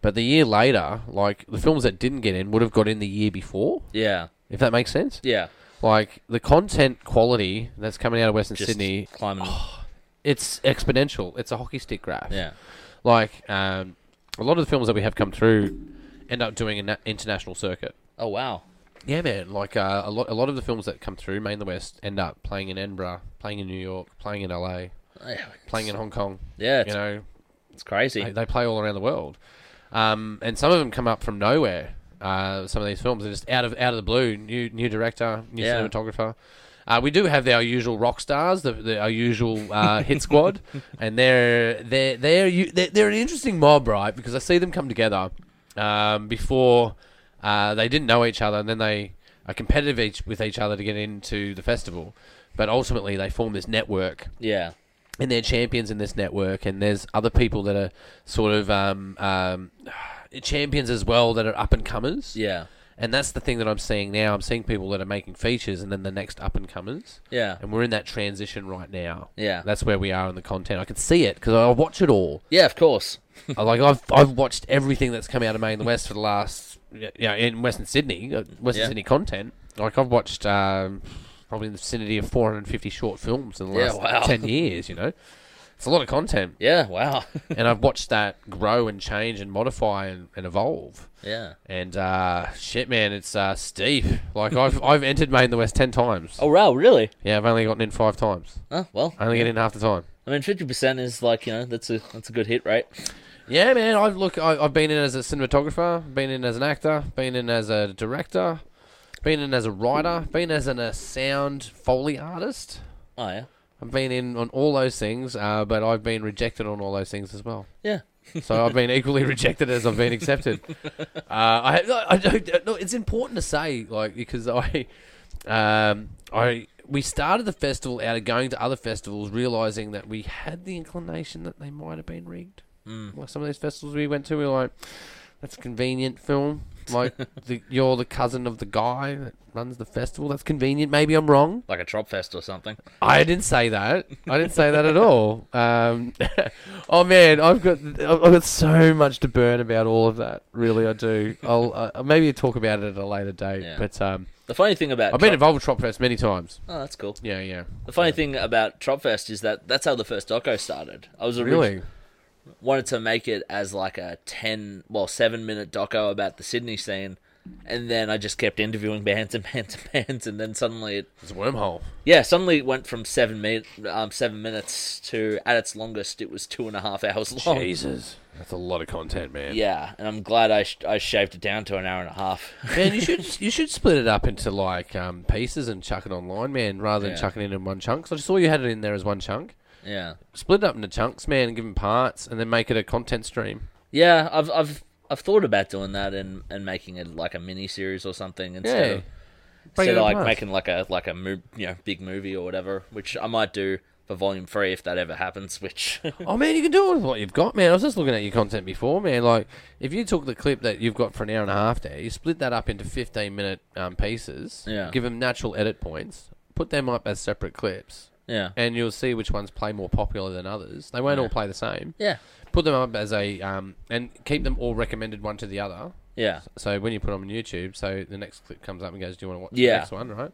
Speaker 1: but the year later, like the films that didn't get in would have got in the year before,
Speaker 2: yeah,
Speaker 1: if that makes sense.
Speaker 2: yeah.
Speaker 1: Like the content quality that's coming out of Western
Speaker 2: Just
Speaker 1: Sydney,
Speaker 2: climbing.
Speaker 1: it's exponential. It's a hockey stick graph.
Speaker 2: Yeah,
Speaker 1: like um, a lot of the films that we have come through end up doing an international circuit.
Speaker 2: Oh wow.
Speaker 1: Yeah, man. Like uh, a lot, a lot of the films that come through Main the West end up playing in Edinburgh, playing in New York, playing in LA,
Speaker 2: Yeah,
Speaker 1: playing in Hong Kong.
Speaker 2: yeah. It's,
Speaker 1: You know, it's
Speaker 2: It's crazy.
Speaker 1: They, they play all around the world, um, and some of them come up from nowhere. Uh, some of these films are just out of out of the blue. New new director, new
Speaker 2: Yeah.
Speaker 1: cinematographer. Uh, we do have our usual rock stars, the, the, our usual uh, hit squad, and they're they're they're, you, they're they're an interesting mob, right? Because I see them come together um, before uh, they didn't know each other, and then they are competitive each, with each other to get into the festival. But ultimately, they form this network
Speaker 2: yeah.
Speaker 1: and they're champions in this network, and there's other people that are sort of um, um, champions as well that are up and comers.
Speaker 2: Yeah.
Speaker 1: And that's the thing that I'm seeing now. I'm seeing people that are making features, and then the next up and comers.
Speaker 2: Yeah.
Speaker 1: And we're in that transition right now.
Speaker 2: Yeah.
Speaker 1: That's where we are in the content. I can see it because I watch it all.
Speaker 2: Yeah, of course.
Speaker 1: I- Uh, like I've I've watched everything that's come out of Maine the West for the last yeah in Western Sydney, uh, Western
Speaker 2: Yeah.
Speaker 1: Sydney content. Like I've watched um, probably in the vicinity of 450 short films in the
Speaker 2: Yeah,
Speaker 1: last
Speaker 2: wow.
Speaker 1: 10 years. You know, it's a lot of content
Speaker 2: Yeah, wow.
Speaker 1: and I've watched that grow and change and modify and, and evolve.
Speaker 2: yeah.
Speaker 1: And uh, shit, man, it's uh, steep. Like I've I've entered Maine the West ten times.
Speaker 2: Oh, wow, really?
Speaker 1: Yeah, I've only gotten in five times.
Speaker 2: Oh, well.
Speaker 1: I only get in half the time.
Speaker 2: I mean, 50% is like, you know, that's a that's a good hit rate.
Speaker 1: Yeah, man. I've look. I, I've been in as a cinematographer, been in as an actor, been in as a director, been in as a writer, been as an, a sound foley artist.
Speaker 2: Oh, yeah.
Speaker 1: I've been in on all those things, uh, but I've been rejected on all those things as well.
Speaker 2: Yeah.
Speaker 1: So I've been equally rejected as I've been accepted. Uh, I, I, I don't, no, it's important to say like because I, um, I we started the festival out of going to other festivals, realizing that we had the inclination that they might have been rigged.
Speaker 2: Mm.
Speaker 1: Like some of these festivals we went to, we were like, that's a convenient film. Like the, you're the cousin of the guy that runs the festival. That's convenient. Maybe I'm wrong.
Speaker 2: Like a Trop Fest or something.
Speaker 1: I didn't say that. I didn't say that at all. Um, oh man, I've got I've I've got so much to burn about all of that. Really, I do. I'll uh, maybe talk about it at a later date.
Speaker 2: Yeah.
Speaker 1: But um,
Speaker 2: The funny thing about.
Speaker 1: I've been
Speaker 2: Trop-
Speaker 1: involved with Trop Fest many times.
Speaker 2: oh, that's cool.
Speaker 1: Yeah, yeah.
Speaker 2: The funny thing about Tropfest is that that's how the first doco started. I was originally
Speaker 1: Really?
Speaker 2: wanted to make it as like a 10, well, 7 minute doco about the Sydney scene. And then I just kept interviewing bands and bands and bands. And then suddenly it,
Speaker 1: It's a wormhole.
Speaker 2: yeah, suddenly it went from 7, mi- um, seven minutes to, at its longest, it was two and a half hours long.
Speaker 1: Oh, Jesus, that's a lot of content, man.
Speaker 2: Yeah. And I'm glad I, sh- I shaved it down to an hour and a half.
Speaker 1: Man, you should you should split it up into like um, pieces and chuck it online, man, rather than
Speaker 2: Yeah.
Speaker 1: chucking it in one chunk. 'Cause I saw you had it in there as one chunk.
Speaker 2: yeah.
Speaker 1: Split it up into chunks, man, and give them parts, and then make it a content stream.
Speaker 2: Yeah, I've I've I've thought about doing that and, and making it like a mini series or something instead
Speaker 1: Yeah.
Speaker 2: of
Speaker 1: Break it
Speaker 2: instead of
Speaker 1: up
Speaker 2: like
Speaker 1: nice.
Speaker 2: making like a like a mo- you know big movie or whatever, which I might do for volume three if that ever happens. Which
Speaker 1: Oh man, you can do it with what you've got, man. I was just looking at your content before, man. Like, if you took the clip that you've got for an hour and a half there, you split that up into fifteen minute um, pieces,
Speaker 2: Yeah.
Speaker 1: give them natural edit points, put them up as separate clips,
Speaker 2: yeah
Speaker 1: and you'll see which ones play more popular than others. They won't all play the same.
Speaker 2: yeah
Speaker 1: Put them up as a um, and keep them all recommended one to the other.
Speaker 2: yeah
Speaker 1: So when you put them on YouTube, so the next clip comes up and goes, "Do you want to watch the
Speaker 2: Yeah.
Speaker 1: next one?" Right?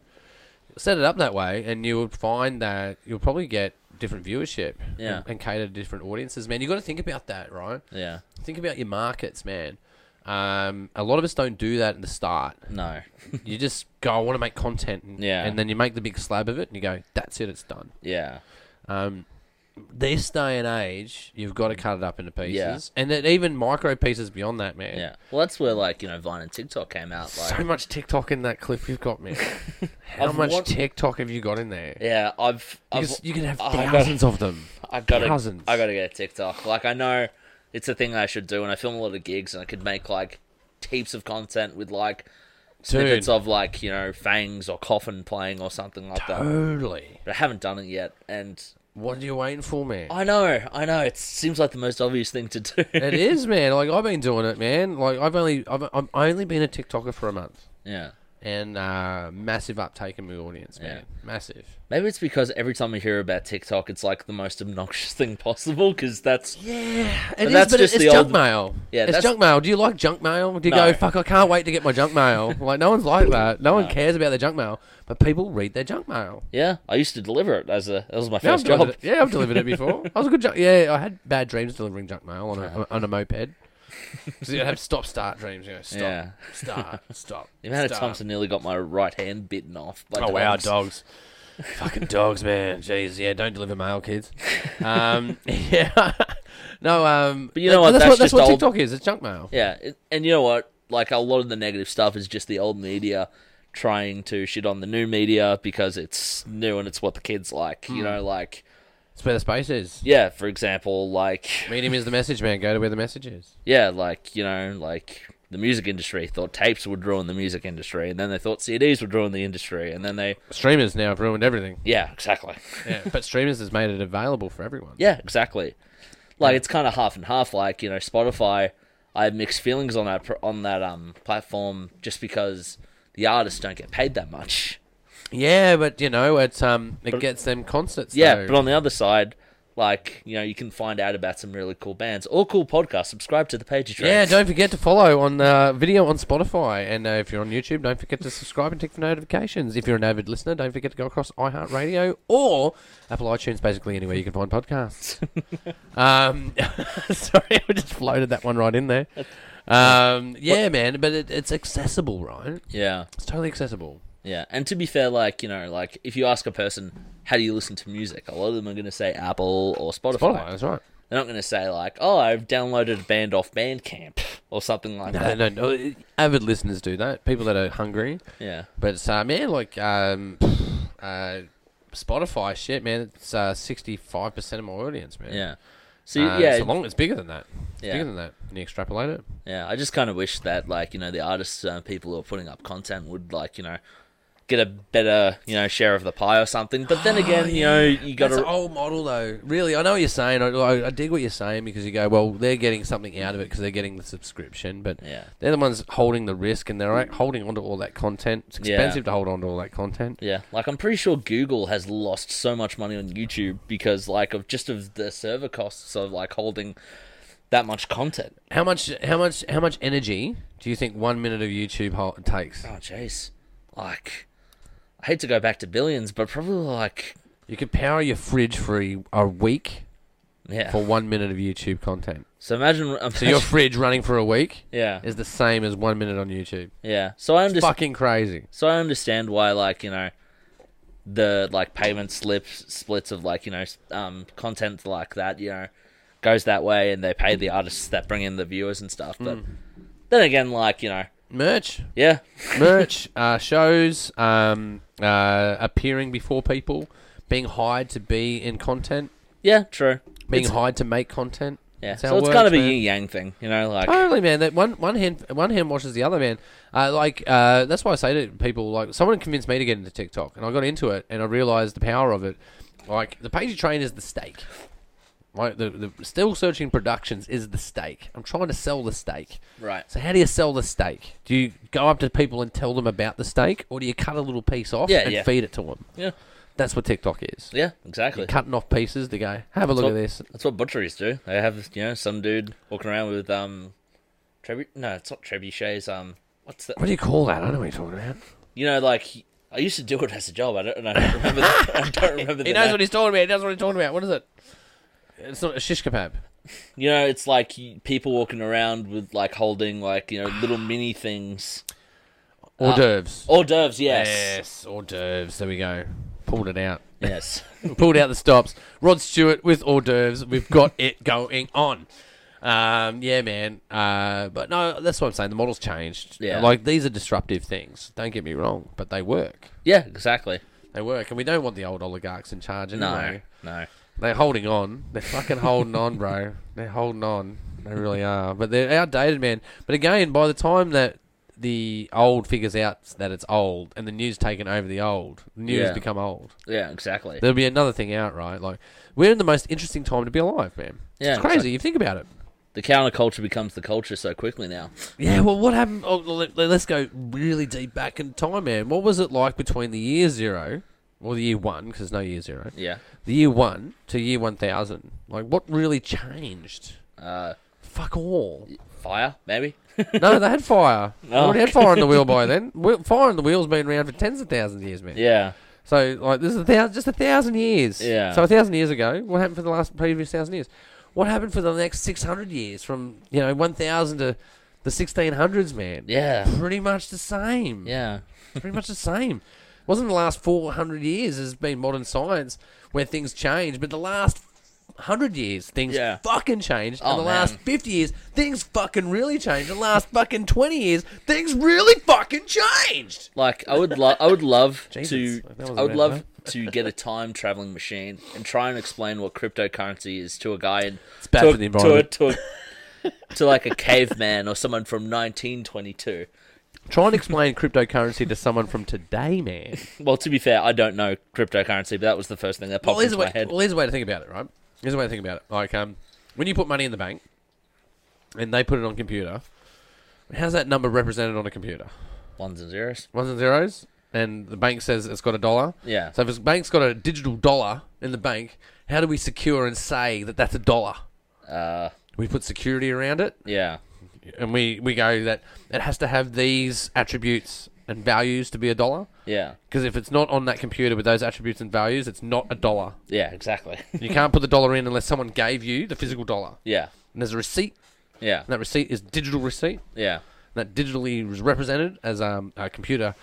Speaker 1: Set it up that way, and you will find that you'll probably get different viewership
Speaker 2: Yeah.
Speaker 1: and, and cater to different audiences. Man, you got to think about that, right?
Speaker 2: yeah
Speaker 1: Think about your markets, man. Um, a lot of us don't do that in the start.
Speaker 2: no
Speaker 1: You just go, "I want to make content," and,
Speaker 2: Yeah.
Speaker 1: and then you make the big slab of it, and you go, "That's it, it's done."
Speaker 2: yeah
Speaker 1: Um, this day and age, you've got to cut it up into pieces, and then even micro pieces beyond that, man.
Speaker 2: yeah. Well, that's where like you know Vine and TikTok came out. Like
Speaker 1: So much TikTok in that clip you've got, man. How
Speaker 2: I've
Speaker 1: much
Speaker 2: want-
Speaker 1: TikTok have you got in there?
Speaker 2: yeah, I've
Speaker 1: You,
Speaker 2: I've
Speaker 1: can, you can have
Speaker 2: I got-
Speaker 1: thousands of them.
Speaker 2: I gotta,
Speaker 1: Thousands.
Speaker 2: I gotta get a TikTok. Like I know it's a thing I should do, and I film a lot of gigs, and I could make like heaps of content with like snippets
Speaker 1: Dude.
Speaker 2: of like you know fangs or coffin playing or something like that.
Speaker 1: Totally.
Speaker 2: But I haven't done it yet, and
Speaker 1: What are you waiting for, man?
Speaker 2: I know, I know. It seems like the most obvious thing to do.
Speaker 1: it is, man. Like I've been doing it, man. Like I've only I've I've only been a TikToker for a month,
Speaker 2: yeah.
Speaker 1: and uh, massive uptake in my audience, man.
Speaker 2: Yeah.
Speaker 1: Massive.
Speaker 2: Maybe it's because every time I hear about TikTok, it's like the most obnoxious thing possible. Because that's
Speaker 1: Yeah, it
Speaker 2: But
Speaker 1: is,
Speaker 2: that's
Speaker 1: but
Speaker 2: just
Speaker 1: it's
Speaker 2: the
Speaker 1: junk
Speaker 2: old-
Speaker 1: mail.
Speaker 2: Yeah,
Speaker 1: it's
Speaker 2: that's-
Speaker 1: junk mail. Do you like junk mail? Do you
Speaker 2: No.
Speaker 1: go fuck? I can't wait to get my junk mail. like no one's like that. No, one cares about their junk mail, but people read their junk mail.
Speaker 2: yeah. I used to deliver it as a that was my
Speaker 1: Yeah,
Speaker 2: first
Speaker 1: I've delivered
Speaker 2: job.
Speaker 1: it- yeah, I've delivered it before. I was a good junk. Yeah, I had bad dreams delivering junk mail on a, on a moped. So you have stop start dreams. You know, stop,
Speaker 2: Yeah.
Speaker 1: start, stop.
Speaker 2: The amount of
Speaker 1: start.
Speaker 2: times I nearly got my right hand bitten off. By
Speaker 1: Oh wow,
Speaker 2: dogs.
Speaker 1: dogs. Fucking dogs, man. Jeez, yeah. Don't deliver mail, kids. Um, yeah. no. Um,
Speaker 2: But you know what,
Speaker 1: That's,
Speaker 2: that's
Speaker 1: what, that's
Speaker 2: just
Speaker 1: what
Speaker 2: old-
Speaker 1: TikTok is. It's junk mail.
Speaker 2: Yeah, it- and you know what? Like a lot of the negative stuff is just the old media trying to shit on the new media because it's new and it's what the kids like.
Speaker 1: Hmm.
Speaker 2: You know, like
Speaker 1: It's where the space is.
Speaker 2: yeah, for example, like
Speaker 1: Medium is the message, man. Go to where the message is.
Speaker 2: yeah, like you know, like the music industry thought tapes would ruin the music industry, and then they thought CDs would ruin the industry, and then they
Speaker 1: Streamers now have ruined everything.
Speaker 2: yeah, exactly,
Speaker 1: Yeah, but streamers has made it available for everyone.
Speaker 2: yeah, exactly. Like it's kind of half and half. Like you know, Spotify, I have mixed feelings on that pr- on that um platform just because the artists don't get paid that much.
Speaker 1: Yeah, but you know, it's um, it gets them concerts.
Speaker 2: Yeah,
Speaker 1: though.
Speaker 2: but on the other side, like you know, you can find out about some really cool bands or cool podcasts. Subscribe to the page.
Speaker 1: yeah, don't forget to follow on uh, video on Spotify, and uh, if you're on YouTube, don't forget to subscribe and tick for notifications. If you're an avid listener, don't forget to go across iHeartRadio or Apple iTunes, basically anywhere you can find podcasts. um, sorry, I just floated that one right in there. Um, yeah, man, but it, it's accessible, right?
Speaker 2: yeah,
Speaker 1: It's totally accessible.
Speaker 2: yeah. And to be fair, like you know, like if you ask a person how do you listen to music, a lot of them are going to say Apple or Spotify.
Speaker 1: Spotify, that's right.
Speaker 2: They're not going to say like, oh, I've downloaded a band off Bandcamp or something like
Speaker 1: No,
Speaker 2: that.
Speaker 1: no, no, avid listeners do that. People that are hungry.
Speaker 2: Yeah,
Speaker 1: But uh, man, like um, uh, Spotify shit, man. It's sixty five percent of my audience, man.
Speaker 2: yeah. So
Speaker 1: Uh,
Speaker 2: yeah,
Speaker 1: it's, long, it's bigger than that. It's
Speaker 2: Yeah.
Speaker 1: bigger than that. Can you extrapolate it?
Speaker 2: Yeah, I just kind of wish that, like, you know, the artists, uh, people who are putting up content would, like, you know, get a better, you know, share of the pie or something. But then again, you know, you got
Speaker 1: Oh, That's an
Speaker 2: to.
Speaker 1: old model, though. Really, I know what you're saying. I, I, I dig what you're saying because you go, well, they're getting something out of it because they're getting the subscription, but
Speaker 2: Yeah.
Speaker 1: they're the ones holding the risk and they're like, holding onto all that content. It's
Speaker 2: Yeah.
Speaker 1: expensive to hold onto all that content.
Speaker 2: Yeah, like I'm pretty sure Google has lost so much money on YouTube because like of just of the server costs of like holding that much content.
Speaker 1: How much? How much? How much energy do you think one minute of YouTube hol- takes?
Speaker 2: Oh jeez. Like I hate to go back to billions, but probably like
Speaker 1: You could power your fridge for a, a week
Speaker 2: yeah.
Speaker 1: for one minute of YouTube content.
Speaker 2: So imagine,
Speaker 1: So your fridge running for a week
Speaker 2: yeah.
Speaker 1: is the same as one minute on YouTube.
Speaker 2: Yeah. So I understand
Speaker 1: Fucking crazy.
Speaker 2: So I understand why, like you know, the like payment slips splits of like you know s- um content like that, you know, goes that way, and they pay the artists that bring in the viewers and stuff. But then again, like you know,
Speaker 1: Merch,
Speaker 2: yeah,
Speaker 1: merch, uh, shows, um, uh, appearing before people, being hired to be in content,
Speaker 2: yeah, true.
Speaker 1: being
Speaker 2: It's-
Speaker 1: hired to make content.
Speaker 2: yeah,
Speaker 1: That's how
Speaker 2: so
Speaker 1: it
Speaker 2: it's kind
Speaker 1: works,
Speaker 2: of a
Speaker 1: man. Ah.
Speaker 2: yin yang thing, you know, like
Speaker 1: Totally, man. That one one hand one hand washes the other, man. Uh, like uh, that's why I say to people, like someone convinced me to get into TikTok, and I got into it, and I realized the power of it. Like the page you train is the stake. Like the, the still searching productions is the stake. I'm trying to sell the stake.
Speaker 2: right.
Speaker 1: So how do you sell the steak? Do you go up to people and tell them about the steak, or do you cut a little piece off
Speaker 2: Yeah,
Speaker 1: and
Speaker 2: yeah.
Speaker 1: feed it to them?
Speaker 2: Yeah,
Speaker 1: That's what TikTok is.
Speaker 2: yeah, exactly.
Speaker 1: Cutting off pieces to go, have a look
Speaker 2: That's
Speaker 1: at
Speaker 2: what-
Speaker 1: this.
Speaker 2: That's what butcheries do. They have you know some dude walking around with um, trebu- no, it's not trebuchets. Um, what's that?
Speaker 1: What do you call that? I don't know what you're talking about.
Speaker 2: You know, like I used to do it as a job. I don't, and I don't remember. The, I don't remember.
Speaker 1: He
Speaker 2: The
Speaker 1: knows
Speaker 2: name.
Speaker 1: what he's talking about. He knows what he's talking about. What is it? Ah. It's not a shish kebab.
Speaker 2: You know, it's like you- people walking around with like holding like you know little mini things.
Speaker 1: Hors d'oeuvres.
Speaker 2: Hors d'oeuvres, yes,
Speaker 1: Yes, hors d'oeuvres. There we go. Pulled it out.
Speaker 2: yes.
Speaker 1: Pulled out the stops. Rod Stewart with hors d'oeuvres. We've got it going on. Um, yeah, man. Uh, but no, that's what I'm saying. The model's changed.
Speaker 2: Yeah.
Speaker 1: Like, these are disruptive things. Don't get me wrong, but they work.
Speaker 2: yeah, exactly.
Speaker 1: They work. And we don't want the old oligarchs in charge
Speaker 2: No,
Speaker 1: anyway.
Speaker 2: no.
Speaker 1: They're holding on. They're fucking holding on, bro. They're holding on. They really are. But they're outdated, man. But again, by the time that the old figures out that it's old and the news taken over the old, the news
Speaker 2: Yeah.
Speaker 1: become old.
Speaker 2: Yeah, exactly.
Speaker 1: There'll be another thing out, right? Like we're in the most interesting time to be alive, man.
Speaker 2: Yeah,
Speaker 1: it's crazy. You think about it.
Speaker 2: The counterculture becomes the culture so quickly now.
Speaker 1: Yeah. Well, what happened? Oh, let, us go really deep back in time, man. What was it like between the year zero or the year one? Because there's no year zero.
Speaker 2: Yeah.
Speaker 1: The year one to year one thousand. Like what really changed?
Speaker 2: Uh,
Speaker 1: Fuck all.
Speaker 2: fire, maybe.
Speaker 1: No, they had fire. They
Speaker 2: Oh.
Speaker 1: already had fire on the wheel by then. Wheel- Fire on the wheel's been around for tens of thousands of years, man.
Speaker 2: yeah.
Speaker 1: So like this is a thousand, just a thousand years.
Speaker 2: Yeah.
Speaker 1: So a thousand years ago, what happened for the last previous thousand years? What happened for the next six hundred years? From you know one thousand to the sixteen hundreds, man.
Speaker 2: Yeah.
Speaker 1: Pretty much the same.
Speaker 2: Yeah.
Speaker 1: Pretty much the same. Wasn't the last 400 years has been modern science where things change, but the last 100 years things
Speaker 2: Yeah.
Speaker 1: fucking changed.
Speaker 2: Oh,
Speaker 1: and the
Speaker 2: man.
Speaker 1: last 50 years things fucking really changed. And the last fucking 20 years things really fucking changed.
Speaker 2: Like I would love, I would love
Speaker 1: Jesus, that
Speaker 2: to,
Speaker 1: was
Speaker 2: I would
Speaker 1: bad,
Speaker 2: love to get a time traveling machine and try and explain what cryptocurrency is to a guy in
Speaker 1: It's bad
Speaker 2: to,
Speaker 1: for the
Speaker 2: a-
Speaker 1: environment.
Speaker 2: to, a- to, a- to like a caveman or someone from 1922.
Speaker 1: Try and explain cryptocurrency to someone from today, man.
Speaker 2: Well, to be fair, I don't know cryptocurrency, but that was the first thing that popped
Speaker 1: Well, here's
Speaker 2: into
Speaker 1: a
Speaker 2: my
Speaker 1: way.
Speaker 2: head.
Speaker 1: Well, here's a way to think about it, right? Here's a way to think about it. Like, um, when you put money in the bank, and they put it on computer, how's that number represented on a computer?
Speaker 2: Ones and zeros.
Speaker 1: Ones and zeros, and the bank says it's got a dollar.
Speaker 2: Yeah.
Speaker 1: So if the bank's got a digital dollar in the bank, how do we secure and say that that's a dollar?
Speaker 2: Uh,
Speaker 1: We put security around it,
Speaker 2: yeah.
Speaker 1: and we we go that it has to have these attributes and values to be a dollar.
Speaker 2: Yeah.
Speaker 1: Because if it's not on that computer with those attributes and values, it's not a dollar.
Speaker 2: Yeah. Exactly.
Speaker 1: You can't put the dollar in unless someone gave you the physical dollar.
Speaker 2: yeah.
Speaker 1: And there's a receipt,
Speaker 2: Yeah.
Speaker 1: and that receipt is digital receipt.
Speaker 2: Yeah.
Speaker 1: And that digitally is represented as um, a computer.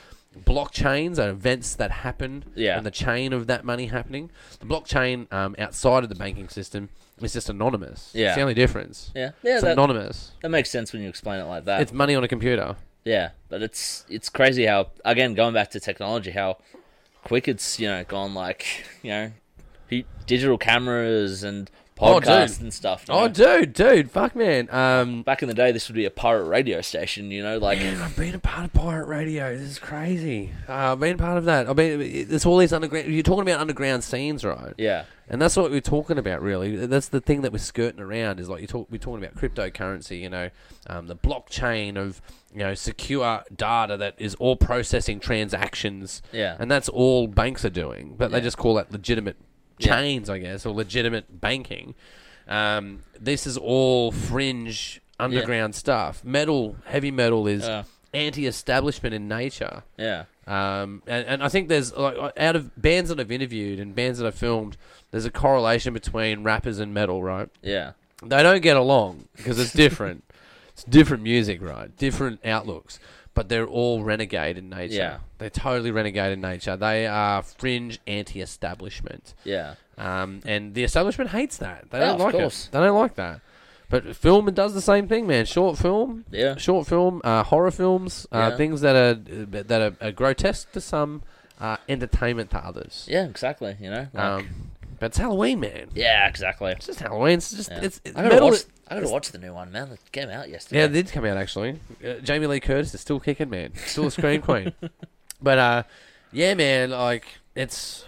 Speaker 1: Blockchains are events that happen,
Speaker 2: Yeah.
Speaker 1: and the chain of that money happening. The blockchain um, outside of the banking system is just anonymous.
Speaker 2: Yeah.
Speaker 1: It's the only difference.
Speaker 2: Yeah. Yeah.
Speaker 1: it's
Speaker 2: That, Uh,
Speaker 1: anonymous.
Speaker 2: that makes sense when you explain it like that.
Speaker 1: It's money on a computer.
Speaker 2: Yeah, but it's it's crazy how again going back to technology how quick it's you know gone like you know pe- digital cameras and
Speaker 1: Oh, dude.
Speaker 2: podcasts and stuff. you
Speaker 1: Oh,
Speaker 2: know.
Speaker 1: dude, dude, fuck, man. Um,
Speaker 2: Back in the day, this would be a pirate radio station. You know, like
Speaker 1: Man, I've been a part of pirate radio. This is crazy. Uh, I've been part of that. I mean, it's all these underground. You're talking about underground scenes, right?
Speaker 2: yeah,
Speaker 1: And that's what we're talking about, really. That's the thing that we're skirting around is like you talk. We're talking about cryptocurrency, you know, um, the blockchain of you know secure data that is all processing transactions.
Speaker 2: Yeah.
Speaker 1: And that's all banks are doing, but
Speaker 2: Yeah.
Speaker 1: they just call that legitimate
Speaker 2: Yeah.
Speaker 1: chains, I guess, or legitimate banking. Um, this is all fringe underground stuff. Metal, heavy metal is
Speaker 2: Yeah.
Speaker 1: anti-establishment in nature.
Speaker 2: yeah,
Speaker 1: Um, and, and I think there's like uh, out of bands that I've interviewed and bands that I've filmed, there's a correlation between rappers and metal, right?
Speaker 2: yeah,
Speaker 1: They don't get along because it's different. it's different music, right? Different outlooks, but they're all renegade in nature.
Speaker 2: Yeah.
Speaker 1: They're totally renegade in nature. They are fringe anti-establishment.
Speaker 2: yeah,
Speaker 1: Um, and the establishment hates that. They
Speaker 2: Yeah,
Speaker 1: don't
Speaker 2: Oh, of
Speaker 1: like
Speaker 2: course.
Speaker 1: it. They don't like that. But film it does the same thing, man. Short film,
Speaker 2: Yeah.
Speaker 1: Short film, uh, horror films, uh,
Speaker 2: Yeah.
Speaker 1: things that are that are, are grotesque to some, uh, entertainment to others.
Speaker 2: yeah. Exactly. You know, like,
Speaker 1: Um, but it's Halloween, man.
Speaker 2: yeah, exactly.
Speaker 1: It's just Halloween. It's just
Speaker 2: Yeah.
Speaker 1: it's, it's
Speaker 2: I gotta
Speaker 1: metal.
Speaker 2: watch. I gotta watch the new one, man. It came out yesterday.
Speaker 1: Yeah, it did come out actually. Uh, Jamie Lee Curtis is still kicking, man. Still a scream queen. But uh, yeah, man, like it's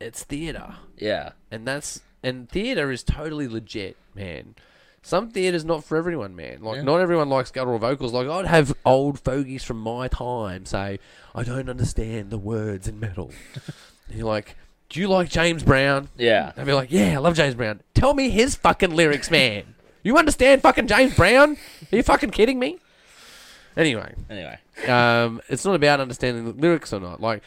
Speaker 1: it's theater.
Speaker 2: yeah,
Speaker 1: and that's and theater is totally legit, man. Some theater's not for everyone, man. Like
Speaker 2: Yeah.
Speaker 1: not everyone likes guttural vocals. Like I'd have old fogies from my time say, "I don't understand the words in metal." and you're like, "Do you like James Brown?"
Speaker 2: yeah,
Speaker 1: I'd be like, "Yeah, I love James Brown. Tell me his fucking lyrics, man. You understand fucking James Brown? Are you fucking kidding me?" Anyway,
Speaker 2: Anyway,
Speaker 1: um, it's not about understanding the lyrics or not. Like,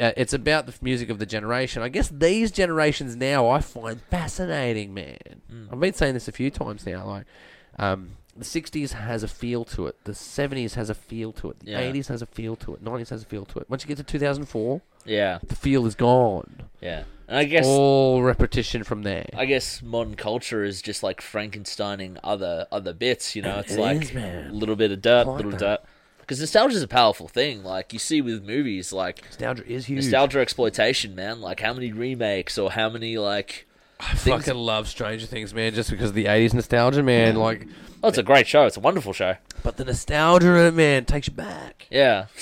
Speaker 1: uh, it's about the music of the generation. I guess these generations now I find fascinating, man.
Speaker 2: Hmm.
Speaker 1: I've been saying this a few times now. Like, um, the '60s has a feel to it. The '70s has a feel to it. The
Speaker 2: Yeah.
Speaker 1: '80s has a feel to it. '90s has a feel to it. Once you get to 2004,
Speaker 2: yeah,
Speaker 1: the feel is gone.
Speaker 2: yeah. And I guess
Speaker 1: All repetition from there.
Speaker 2: I guess modern culture is just like Frankensteining other other bits. You know, it's
Speaker 1: It
Speaker 2: like
Speaker 1: is,
Speaker 2: a
Speaker 1: man.
Speaker 2: little bit of dirt,
Speaker 1: like
Speaker 2: little
Speaker 1: that.
Speaker 2: dirt. Because nostalgia is a powerful thing. Like you see with movies, like
Speaker 1: Nostalgia is huge.
Speaker 2: nostalgia exploitation, man. Like how many remakes or how many like?
Speaker 1: I fucking love Stranger Things, man, just because of the '80s nostalgia, man. Like,
Speaker 2: Oh, it's a great show. It's a wonderful show.
Speaker 1: but the nostalgia, in it, man, takes you back.
Speaker 2: Yeah,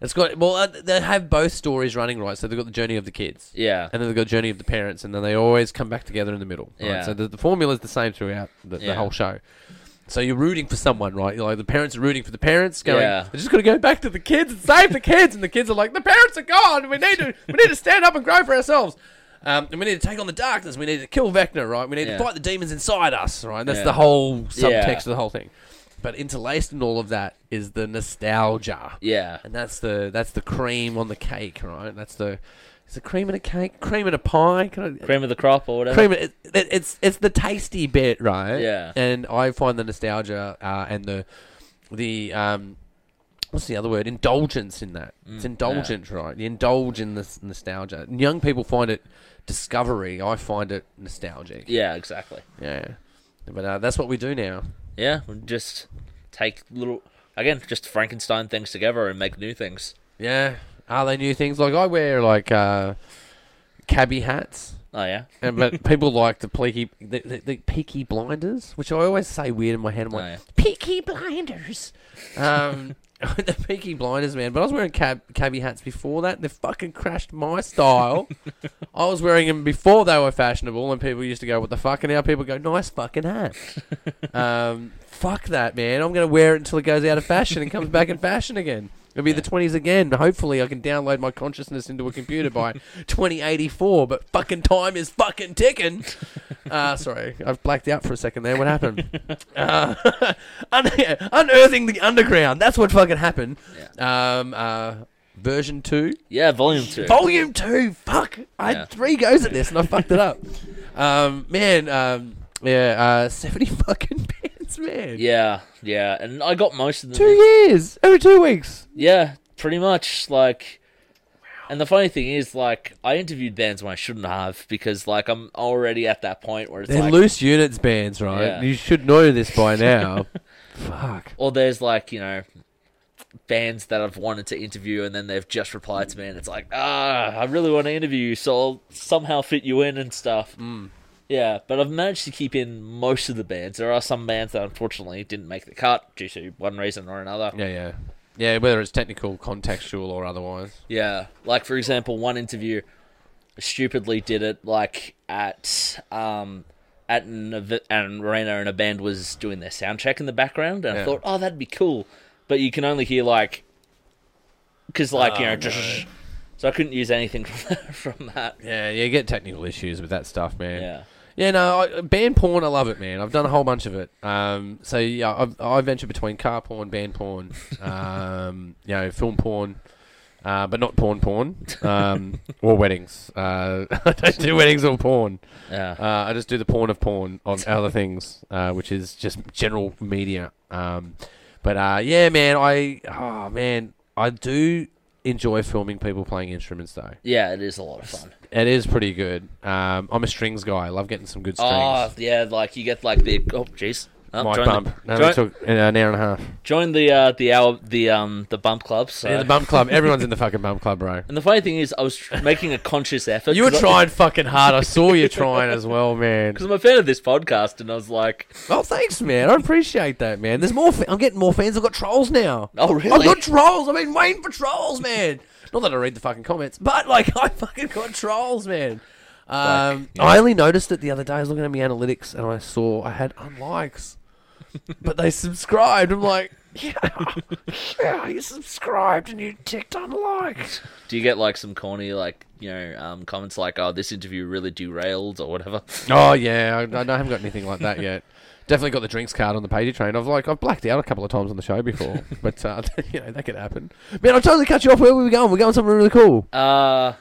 Speaker 1: It's got well, uh, they have both stories running right. So they've got the journey of the kids,
Speaker 2: yeah,
Speaker 1: and then they've got the journey of the parents, and then they always come back together in the middle. Right?
Speaker 2: Yeah.
Speaker 1: So the, the formula is the same throughout the,
Speaker 2: Yeah.
Speaker 1: the whole show. So you're rooting for someone, right? You're like the parents are rooting for the parents, going,
Speaker 2: Yeah.
Speaker 1: "They're just gonna go back to the kids and save the kids," and the kids are like, "The parents are gone. We need to, we need to stand up and grow for ourselves." Um, and we need to take on the darkness. We need to kill Vecna, right? We need
Speaker 2: Yeah.
Speaker 1: to fight the demons inside us, right? That's
Speaker 2: Yeah.
Speaker 1: the whole subtext
Speaker 2: Yeah.
Speaker 1: of the whole thing. But interlaced in all of that is the nostalgia
Speaker 2: yeah,
Speaker 1: and that's the that's the cream on the cake, right? That's the it's the cream in a cake, cream in a pie, can I,
Speaker 2: cream of the crop or whatever.
Speaker 1: cream. In, it, it, it's it's the tasty bit, right?
Speaker 2: Yeah.
Speaker 1: And I find the nostalgia uh, and the the um what's the other word? Indulgence in that.
Speaker 2: Mm,
Speaker 1: it's indulgent, right? You indulge in this nostalgia. And young people find it discovery. I find it nostalgic.
Speaker 2: Yeah, exactly.
Speaker 1: Yeah. But uh, that's what we do now.
Speaker 2: Yeah, we just take little again, just Frankenstein things together and make new things.
Speaker 1: Yeah. Are they new things? Like I wear like uh, cabbie hats.
Speaker 2: Oh yeah,
Speaker 1: And, but people like the pleaky, the, the, the peaky blinders, which I always say weird in my head. I'm like,
Speaker 2: Oh, yeah.
Speaker 1: peaky blinders. Um, the peaky blinders, man. But I was wearing cab, cabbie hats before that. They fucking crashed my style. I was wearing them before they were fashionable, and people used to go, "What the fuck?" And now people go, "Nice fucking hat." um, fuck that, man. I'm gonna wear it until it goes out of fashion and comes back in fashion again. It'll be the 20s again. Hopefully, I can download my consciousness into a computer by 2084. But fucking time is fucking ticking. Uh, sorry, I've blacked out for a second there. What happened? uh, un- unearthing the underground. That's what fucking happened. Um, uh, version two.
Speaker 2: yeah, volume two.
Speaker 1: Volume two. Fuck. I
Speaker 2: Yeah.
Speaker 1: had three goes at this and I fucked it up. Um, man. Um, yeah. Uh, seventy fucking pants, man.
Speaker 2: yeah, yeah, and I got most of them.
Speaker 1: Two years every two weeks.
Speaker 2: Yeah, pretty much. Like, and the funny thing is, like, I interviewed bands when I shouldn't have because, like, I'm already at that point where it's
Speaker 1: They're
Speaker 2: like,
Speaker 1: loose units bands, right?
Speaker 2: Yeah.
Speaker 1: You should know this by now. Fuck.
Speaker 2: or there's like you know, bands that I've wanted to interview and then they've just replied to me and it's like, ah, I really want to interview you, so I'll somehow fit you in and stuff. Yeah, but I've managed to keep in most of the bands. There are some bands that unfortunately didn't make the cut due to one reason or another.
Speaker 1: Yeah, yeah, yeah. Whether it's technical, contextual, or otherwise.
Speaker 2: Yeah, like for example, one interview stupidly did it like at um at an, ev- at an arena and a band was doing their sound check in the background, and I
Speaker 1: Yeah.
Speaker 2: thought, oh, that'd be cool, but you can only hear like because like
Speaker 1: Oh,
Speaker 2: you know just. So I couldn't use anything from that. From that.
Speaker 1: Yeah, you get technical issues with that stuff, man.
Speaker 2: Yeah.
Speaker 1: Yeah, no, I, band porn, I love it, man. I've done a whole bunch of it. Um, so yeah, I've, I venture between car porn, band porn, um, you know, film porn, uh, but not porn porn, um, or weddings. Uh, I don't do weddings or porn.
Speaker 2: Yeah.
Speaker 1: Uh, I just do the porn of porn on other things, uh, which is just general media. Um, but uh, yeah, man, I oh man, I do enjoy filming people playing instruments though.
Speaker 2: Yeah, it is a lot of fun.
Speaker 1: It is pretty good. Um, I'm a strings guy. I love getting some good strings.
Speaker 2: Oh, yeah, like you get like the oh jeez. Oh,
Speaker 1: My
Speaker 2: join
Speaker 1: bump.
Speaker 2: The,
Speaker 1: no, it
Speaker 2: join,
Speaker 1: took uh, an hour and a half.
Speaker 2: join the uh, the hour the um the bump club. So.
Speaker 1: Yeah, the bump club. Everyone's in the fucking bump club, bro.
Speaker 2: And the funny thing is, I was tr- making a conscious effort.
Speaker 1: You were
Speaker 2: 'cause I-
Speaker 1: trying fucking hard. I saw you trying as well, man.
Speaker 2: because I'm a fan of this podcast, and I was like,
Speaker 1: Oh, thanks, man. I appreciate that, man. There's more. Fa- I'm getting more fans. I've got trolls now.
Speaker 2: Oh,
Speaker 1: I've
Speaker 2: really?
Speaker 1: got trolls. I've been waiting for trolls, man. Not that I read the fucking comments, but like I fucking got trolls, man. Um, I only noticed it the other day. I was looking at my analytics, and I saw I had unlikes, but they subscribed. I'm like, yeah, yeah, you subscribed and you ticked unliked.
Speaker 2: "Do you get like some corny, like you know, um, comments like, oh, this interview really derailed or whatever?"
Speaker 1: Oh yeah, I, I haven't got anything like that yet. Definitely got the drinks card on the pagey train. I've like I've blacked out a couple of times on the show before, but uh, you know that could happen. Man, I totally cut you off. Where were we going? We're going somewhere really cool.
Speaker 2: Uh,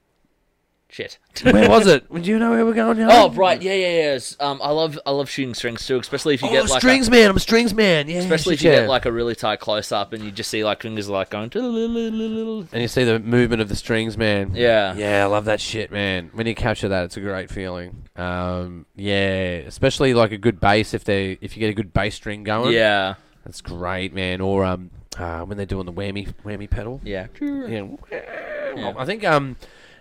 Speaker 2: shit.
Speaker 1: Where was it? Do you know where we're going? Now?
Speaker 2: oh, right, yeah, yeah, yeah. S- Um, I love, I love shooting strings too, especially if you
Speaker 1: Oh,
Speaker 2: get like,
Speaker 1: strings
Speaker 2: a,
Speaker 1: man. I'm a strings man. Yeah,
Speaker 2: especially if
Speaker 1: shit,
Speaker 2: you
Speaker 1: yeah.
Speaker 2: get like a really tight close up, and you just see like fingers like going, "Tudelulululul."
Speaker 1: and you see the movement of the strings, man.
Speaker 2: yeah,
Speaker 1: Yeah, I love that shit, man. When you capture that, it's a great feeling. Um, yeah, especially like a good bass if they if you get a good bass string going.
Speaker 2: yeah,
Speaker 1: that's great, man. Or um, uh, when they're doing the whammy whammy pedal.
Speaker 2: yeah.
Speaker 1: Yeah. I think um,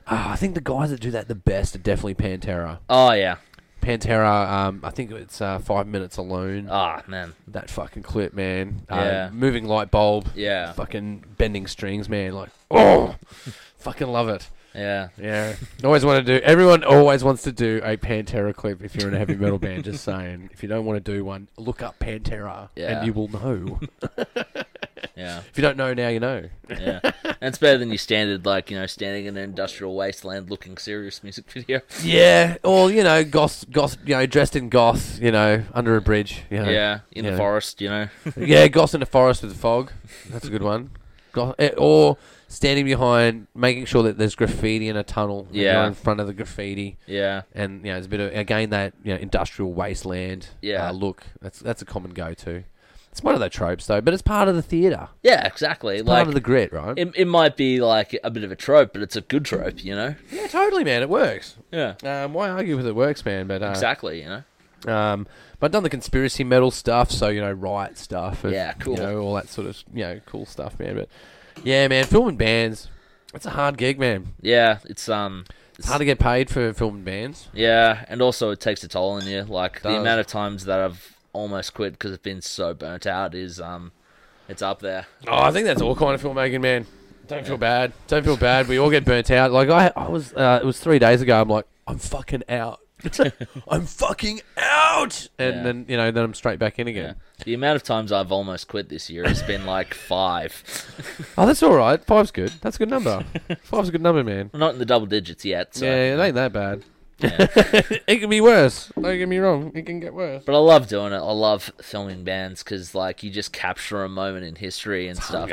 Speaker 1: ah, I think the guys that do that the best are definitely Pantera.
Speaker 2: Oh yeah.
Speaker 1: Pantera. Um, I think it's uh, five minutes alone.
Speaker 2: Ah man.
Speaker 1: that fucking clip, man. Uh,
Speaker 2: Yeah.
Speaker 1: Moving light bulb.
Speaker 2: Yeah.
Speaker 1: Fucking bending strings, man. Like oh, fucking love it.
Speaker 2: Yeah.
Speaker 1: Yeah. always want to do. Everyone always wants to do a Pantera clip if you're in a heavy metal band. Just saying. If you don't want to do one, look up Pantera,
Speaker 2: Yeah.
Speaker 1: and you will know.
Speaker 2: Yeah.
Speaker 1: if you don't know now, you know.
Speaker 2: Yeah, and it's better than your standard, like you know, standing in an industrial wasteland looking serious music video.
Speaker 1: Yeah, or you know, goth, goth, you know, dressed in goth, you know, under a bridge, you know.
Speaker 2: Yeah, in
Speaker 1: Yeah.
Speaker 2: the forest, you know.
Speaker 1: yeah, goth in a forest with fog. That's a good one. Goth, eh, or standing behind, making sure that there's graffiti in a tunnel. and you're
Speaker 2: Yeah.
Speaker 1: in front of the graffiti,
Speaker 2: yeah,
Speaker 1: and you know, it's a bit of again that you know industrial wasteland.
Speaker 2: Yeah.
Speaker 1: uh, look, that's that's a common go-to. It's one of the tropes, though, but it's part of the theatre.
Speaker 2: Yeah, exactly.
Speaker 1: Part
Speaker 2: Like
Speaker 1: of the grit, right?
Speaker 2: it, it might be like a bit of a trope, but it's a good trope, you know.
Speaker 1: yeah, totally, man. It works.
Speaker 2: Yeah,
Speaker 1: Um, why argue with it works, man? But uh,
Speaker 2: exactly. You know.
Speaker 1: Um, but I've done the conspiracy metal stuff, so you know, riot stuff. and,
Speaker 2: Yeah, cool.
Speaker 1: You know, all that sort of you know, cool stuff, man. But yeah, man, filming bands, it's a hard gig, man.
Speaker 2: Yeah, it's um.
Speaker 1: It's hard to get paid for filming bands.
Speaker 2: Yeah, and also it takes a toll on you. Like the
Speaker 1: Does.
Speaker 2: amount of times that I've almost quit because I've been so burnt out is um, it's up there.
Speaker 1: Oh, I think that's all kind of filmmaking, man. Don't feel bad. Don't feel bad. We all get burnt out. Like I, I was. Uh, it was three days ago. I'm like, I'm fucking out. I'm fucking out. And
Speaker 2: Yeah.
Speaker 1: then you know, then I'm straight back in again.
Speaker 2: The amount of times I've almost quit this year has been like five.
Speaker 1: Oh, that's all right. Five's good. That's a good number. Five's a good number, man.
Speaker 2: Not in the double digits yet. So.
Speaker 1: yeah, it ain't that bad.
Speaker 2: yeah.
Speaker 1: it can be worse. Don't get me wrong. It can get worse.
Speaker 2: But I love doing it. I love filming bands because like you just capture a moment in history and stuff.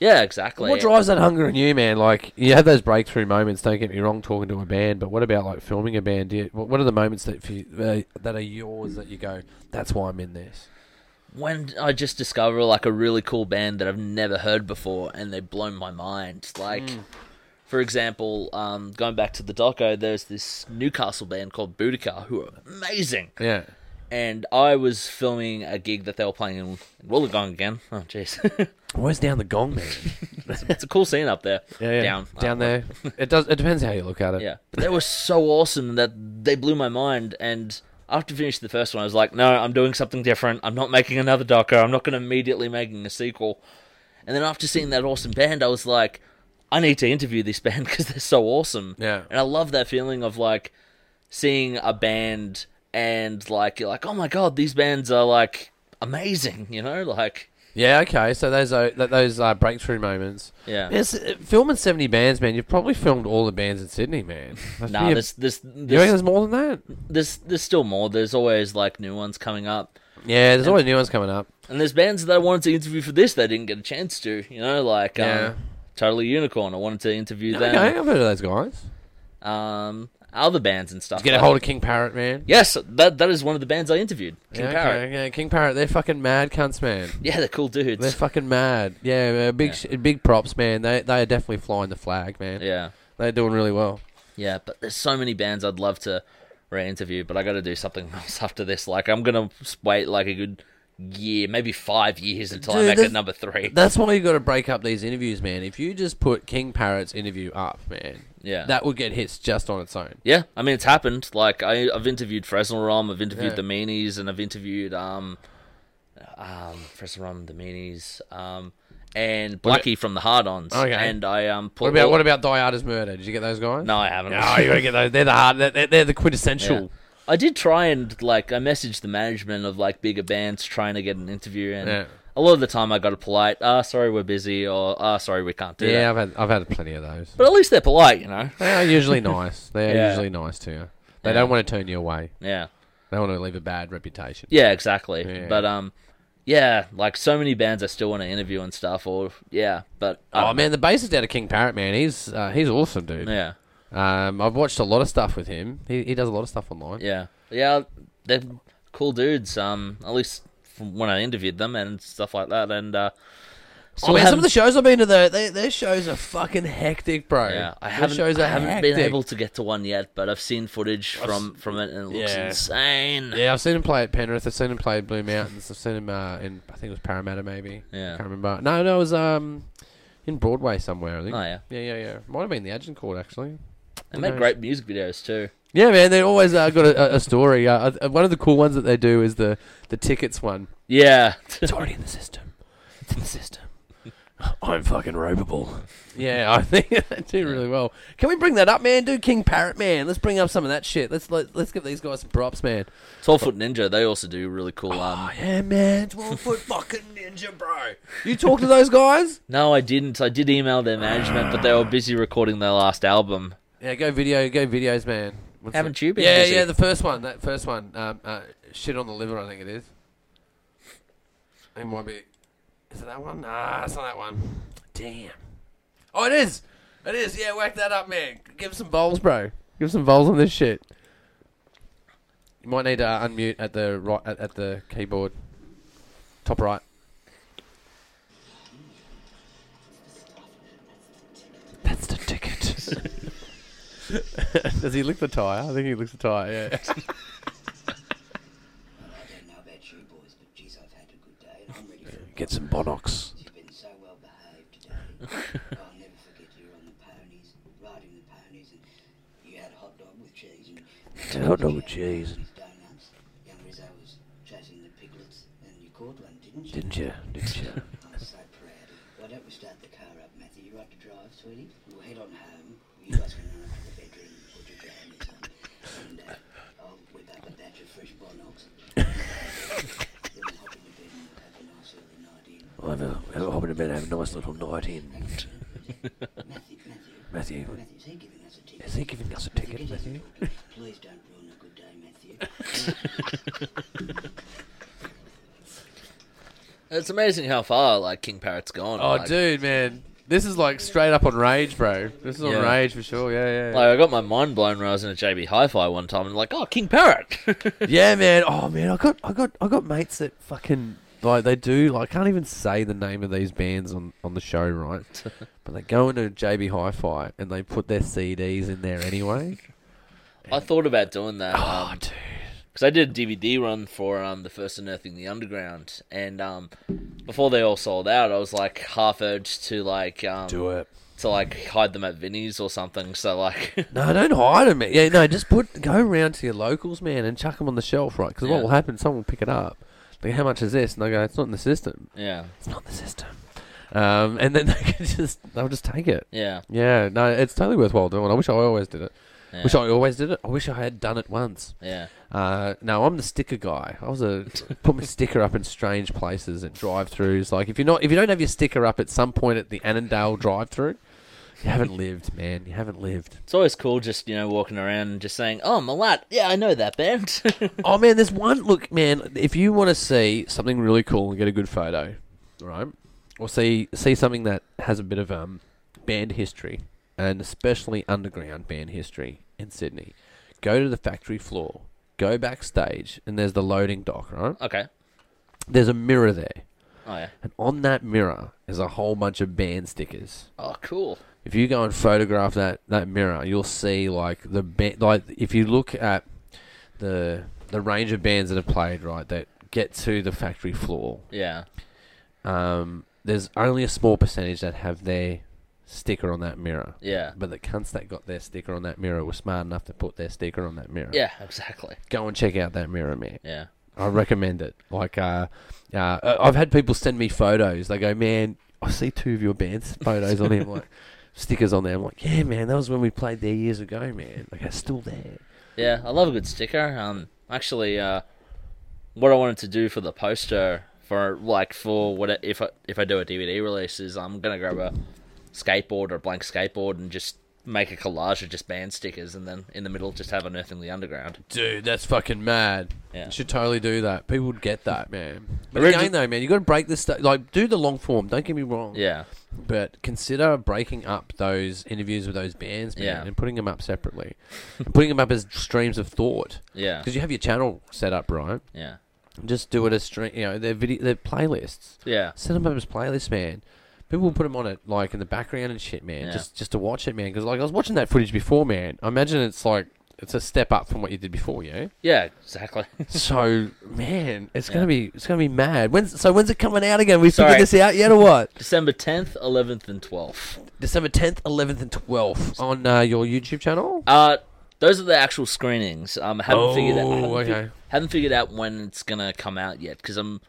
Speaker 2: Yeah, exactly.
Speaker 1: Oh, What drives that hunger in you, man? Like you have those breakthrough moments. Don't get me wrong, talking to a band, but what about like filming a band? Do you, what what are the moments that for you, uh, that are yours that you go? That's why I'm in this.
Speaker 2: when I just discover like a really cool band that I've never heard before and they've blown my mind. Like,
Speaker 1: Hmm.
Speaker 2: for example, um, going back to the doco, there's this Newcastle band called Boudica who are amazing.
Speaker 1: Yeah.
Speaker 2: And I was filming a gig that they were playing in Wollongong again. Oh, jeez.
Speaker 1: Where's down the gong, man?
Speaker 2: it's a cool scene up there. Down.
Speaker 1: down there. It does. It depends how you look at it.
Speaker 2: Yeah. But they were so awesome that they blew my mind. And after finishing the first one, I was like, no, I'm doing something different. I'm not making another doco. I'm not going to immediately making a sequel. And then after seeing that awesome band, I was like, I need to interview this band because they're so awesome.
Speaker 1: Yeah.
Speaker 2: And I love that feeling of like seeing a band and like, you're like, oh my God, these bands are like amazing, you know? Like,
Speaker 1: Yeah. Okay. So those are that those are breakthrough moments.
Speaker 2: yeah.
Speaker 1: Yes, uh, filming seventy bands, man. You've probably filmed all the bands in Sydney, man. Must
Speaker 2: Nah,
Speaker 1: be a-
Speaker 2: there's, there's,
Speaker 1: you reckon
Speaker 2: there's,
Speaker 1: there's more than that?
Speaker 2: there's, there's still more. There's always like new ones coming up.
Speaker 1: Yeah, there's always new ones coming up.
Speaker 2: And there's bands that I wanted to interview for this that I didn't get a chance to, you know, like
Speaker 1: Yeah.
Speaker 2: um, Totally Unicorn. I wanted to interview
Speaker 1: Okay, I've
Speaker 2: them.
Speaker 1: heard of those guys. Uh,
Speaker 2: Um, other bands and stuff.
Speaker 1: Get a
Speaker 2: like-
Speaker 1: hold of King Parrot, man.
Speaker 2: Yes, that that is one of the bands I interviewed. King
Speaker 1: yeah,
Speaker 2: Parrot.
Speaker 1: okay, yeah, King Parrot. They're fucking mad cunts, man.
Speaker 2: Yeah, they're cool dudes.
Speaker 1: They're fucking mad. Yeah, man, big sh big props, man. They they are definitely flying the flag, man.
Speaker 2: yeah,
Speaker 1: They're doing really well.
Speaker 2: yeah. But there's so many bands I'd love to re-interview, but I got to do something else after this. Like I'm gonna s- wait like a good year, maybe five years until
Speaker 1: Dude,
Speaker 2: I make
Speaker 1: that's-
Speaker 2: it number three.
Speaker 1: That's why you got to break up these interviews, man. If you just put King Parrot's interview up, man,
Speaker 2: Yeah.
Speaker 1: that would get hits just on its own.
Speaker 2: Yeah, I mean it's happened. Like I, I've interviewed Fresnel Rom, I've interviewed
Speaker 1: Yeah.
Speaker 2: the Meanies, and I've interviewed um, um, Fresnel Rom, the Meanies, um, and Blackie from the Hard Ons.
Speaker 1: Okay.
Speaker 2: And I um, put
Speaker 1: What about what about Diarda's murder? Did you get those guys?
Speaker 2: No, I haven't.
Speaker 1: no, you got to get those. They're the hard. They're, they're the
Speaker 2: Yeah.
Speaker 1: quintessential.
Speaker 2: I did try and like I messaged the management of like bigger bands trying to get an interview, and
Speaker 1: Yeah.
Speaker 2: a lot of the time I got a polite, "Ah, sorry, we're busy," or "Ah, sorry, we can't do
Speaker 1: Yeah,
Speaker 2: that."
Speaker 1: I've had I've had plenty of those.
Speaker 2: But at least they're polite, you know.
Speaker 1: They are usually nice. They are
Speaker 2: Yeah.
Speaker 1: usually nice to you. They
Speaker 2: Yeah.
Speaker 1: don't want to turn you away.
Speaker 2: Yeah.
Speaker 1: They want to leave a bad reputation.
Speaker 2: Yeah, exactly.
Speaker 1: Yeah.
Speaker 2: But um, yeah, like so many bands I still want to interview and stuff. Or yeah, but I
Speaker 1: Oh
Speaker 2: don't
Speaker 1: man, the bassist out of King Parrot, man, he's uh, he's awesome, dude.
Speaker 2: know. yeah,
Speaker 1: Um, I've watched a lot of stuff with him. He, he does a lot of stuff online.
Speaker 2: yeah, yeah, they're cool dudes. Um, at least from when I interviewed them and stuff like that. And uh,
Speaker 1: Oh,
Speaker 2: still
Speaker 1: man, some of
Speaker 2: haven't-
Speaker 1: the shows I've been to, though, they, their shows are fucking hectic, bro.
Speaker 2: yeah, I
Speaker 1: Their
Speaker 2: haven't,
Speaker 1: shows
Speaker 2: I
Speaker 1: are
Speaker 2: haven't
Speaker 1: hectic.
Speaker 2: been able to get to one yet, but I've seen footage from from it and it looks
Speaker 1: Yeah.
Speaker 2: insane.
Speaker 1: Yeah, I've seen him play at Penrith. I've seen him play at Blue Mountains. I've seen him uh, in, I think it was Parramatta, maybe.
Speaker 2: Yeah.
Speaker 1: can't remember. No, no, it was um, in Broadway somewhere, I think.
Speaker 2: Oh yeah,
Speaker 1: Yeah, yeah, yeah. Might have been the Agincourt, actually.
Speaker 2: they
Speaker 1: Who
Speaker 2: make
Speaker 1: knows?
Speaker 2: great music videos too.
Speaker 1: Yeah, man, they always uh, got a, a- a story. Uh, uh, one of the cool ones that they do is the, the tickets one.
Speaker 2: Yeah,
Speaker 1: It's already in the system. It's in the system. I'm fucking ropeable. Yeah, I think they do really well. Can we bring that up, man? Do King Parrot, man. Let's bring up some of that shit. Let's let, let's give these guys some props, man.
Speaker 2: Twelve Foot Ninja. They also do really cool. Um,
Speaker 1: Oh yeah, man. Twelve foot fucking ninja, bro. You talk to those guys?
Speaker 2: no, I didn't. I did email their management, but they were busy recording their last album.
Speaker 1: Yeah, go video, go videos, man. What's
Speaker 2: Haven't
Speaker 1: it-
Speaker 2: you been
Speaker 1: Yeah,
Speaker 2: busy?
Speaker 1: yeah. The first one, that first one. Um, uh, shit on the liver, I think it is. It might be. Is it that one? Nah, it's not that one. Damn. Oh, it is. It is. Yeah, whack that up, man. Give some bowls, bro. Give some bowls on this shit. You might need to uh, unmute at the right at, at the keyboard. Top right. That's the ticket. Does he lick the tire? I think he licks the tire. Yeah.
Speaker 4: I don't know about you boys, but geez, I've had a good day and I'm ready for it.
Speaker 1: Get some Bonox.
Speaker 4: You've been so well behaved today. I'll never forget you were on the ponies, riding the ponies, and you had a hot dog with cheese. And
Speaker 1: a hot dog with
Speaker 4: You had
Speaker 1: cheese.
Speaker 4: these Donuts. Young Rizzo was chasing the piglets, and you caught one, didn't you?
Speaker 1: Didn't you? Didn't you?
Speaker 4: I'm so proud. of you. Why don't we start the car up, Matthew? You like to drive, sweetie? We'll head on home. You guys can run up to the bedroom or to Jamie's and uh, I'll whip up a batch of fresh bonox. then we'll hop into bed and have a nice early night in.
Speaker 1: Well, have a, have a hobbit about have a nice little night in.
Speaker 4: Matthew, Matthew,
Speaker 1: Matthew,
Speaker 4: Matthew, is he giving us a ticket?
Speaker 1: is he giving us a ticket,
Speaker 4: Get him
Speaker 1: Matthew?
Speaker 4: a ticket. Please don't ruin a good day, Matthew.
Speaker 2: It's amazing how far like King Parrot's gone.
Speaker 1: Oh,
Speaker 2: like,
Speaker 1: dude, man. This is like straight up on rage, bro. This is on
Speaker 2: Yeah.
Speaker 1: rage for sure. Yeah, yeah.
Speaker 2: Like I got my mind blown when I was in a JB Hi-Fi one time, and like, oh, King Parrot.
Speaker 1: yeah, man. Oh, man. I got, I got, I got mates that fucking like they do. Like, I can't even say the name of these bands on on the show, right? but they go into JB Hi-Fi and they put their CDs in there anyway.
Speaker 2: I thought about doing that
Speaker 1: oh,
Speaker 2: because
Speaker 1: dude.
Speaker 2: I did a DVD run for um, the first unearthing the underground, and um, before they all sold out, I was like half urged to like um,
Speaker 1: Do it.
Speaker 2: to like hide them at Vinnie's or something. So like,
Speaker 1: No, don't hide them. Yeah, no, just put go round to your locals, man, and chuck them on the shelf, right? Because what
Speaker 2: Yeah.
Speaker 1: will happen? Someone will pick it up. They go, how much is this? And they go, it's not in the system.
Speaker 2: yeah,
Speaker 1: It's not in the system. Um, and then they can just they'll just take it.
Speaker 2: yeah,
Speaker 1: Yeah, no, it's totally worthwhile doing. I wish I always did it.
Speaker 2: yeah,
Speaker 1: Wish I always did it. I wish I had done it once.
Speaker 2: yeah.
Speaker 1: Uh, no, I'm the sticker guy. I was a put my sticker up in strange places at drive-throughs. Like if you're not if you don't have your sticker up at some point at the Annandale drive-through, you haven't lived, man. You haven't lived.
Speaker 2: It's always cool, just you know, walking around and just saying, "Oh, Malat, yeah, I know that band."
Speaker 1: Oh man, there's one. Look, man, if you want to see something really cool and get a good photo, right, or see see something that has a bit of um band history and especially underground band history in Sydney, go to the factory floor, go backstage, and there's the loading dock, right?
Speaker 2: okay,
Speaker 1: There's a mirror there,
Speaker 2: oh yeah,
Speaker 1: and on that mirror is a whole bunch of band stickers.
Speaker 2: oh cool,
Speaker 1: If you go and photograph that, that mirror, you'll see like the ba- like if you look at the the range of bands that have played right that get to the factory floor.
Speaker 2: yeah,
Speaker 1: Um, there's only a small percentage that have their sticker on that mirror.
Speaker 2: yeah,
Speaker 1: But the cunts that got their sticker on that mirror were smart enough to put their sticker on that mirror.
Speaker 2: yeah, exactly,
Speaker 1: Go and check out that mirror, man.
Speaker 2: yeah,
Speaker 1: I recommend it. Like, uh, uh, I- I've had people send me photos. They go, "Man, I see two of your band's photos on there, like stickers on there." I'm like, "Yeah, man, that was when we played there years ago, man. Like, it's still there."
Speaker 2: yeah. I love a good sticker. Um, actually, uh, what I wanted to do for the poster for like for what I- if I if I do a DVD release is I'm gonna grab a skateboard or a blank skateboard and just make a collage of just band stickers and then in the middle just have unearthing the underground.
Speaker 1: Dude, that's fucking mad.
Speaker 2: Yeah.
Speaker 1: You should totally do that. People would get that, man. But
Speaker 2: Origi-
Speaker 1: again, though, man, you got to break this stuff. Like, do the long form. Don't get me wrong.
Speaker 2: Yeah,
Speaker 1: But consider breaking up those interviews with those bands, man,
Speaker 2: Yeah.
Speaker 1: and putting them up separately, and putting them up as streams of thought.
Speaker 2: yeah,
Speaker 1: Because you have your channel set up, right?
Speaker 2: yeah,
Speaker 1: Just do it as stream. You know, their video, their playlists.
Speaker 2: yeah,
Speaker 1: Set them up as playlists, man. People will put them on it like in the background and shit, man.
Speaker 2: Yeah.
Speaker 1: Just just to watch it, man. Because like I was watching that footage before, man. I imagine it's like it's a step up from what you did before, yeah.
Speaker 2: yeah, exactly.
Speaker 1: so man, it's
Speaker 2: Yeah.
Speaker 1: gonna be it's gonna be mad. When's so when's it coming out again? We figured
Speaker 2: Sorry.
Speaker 1: this out yet or what?
Speaker 2: December 10th, 11th, and 12th.
Speaker 1: December tenth, eleventh, and twelfth on uh, your YouTube channel.
Speaker 2: Uh, those are the actual screenings. Um, I haven't figured out. I haven't,
Speaker 1: Oh,
Speaker 2: fi-
Speaker 1: okay.
Speaker 2: haven't figured out when it's gonna come out yet because I'm.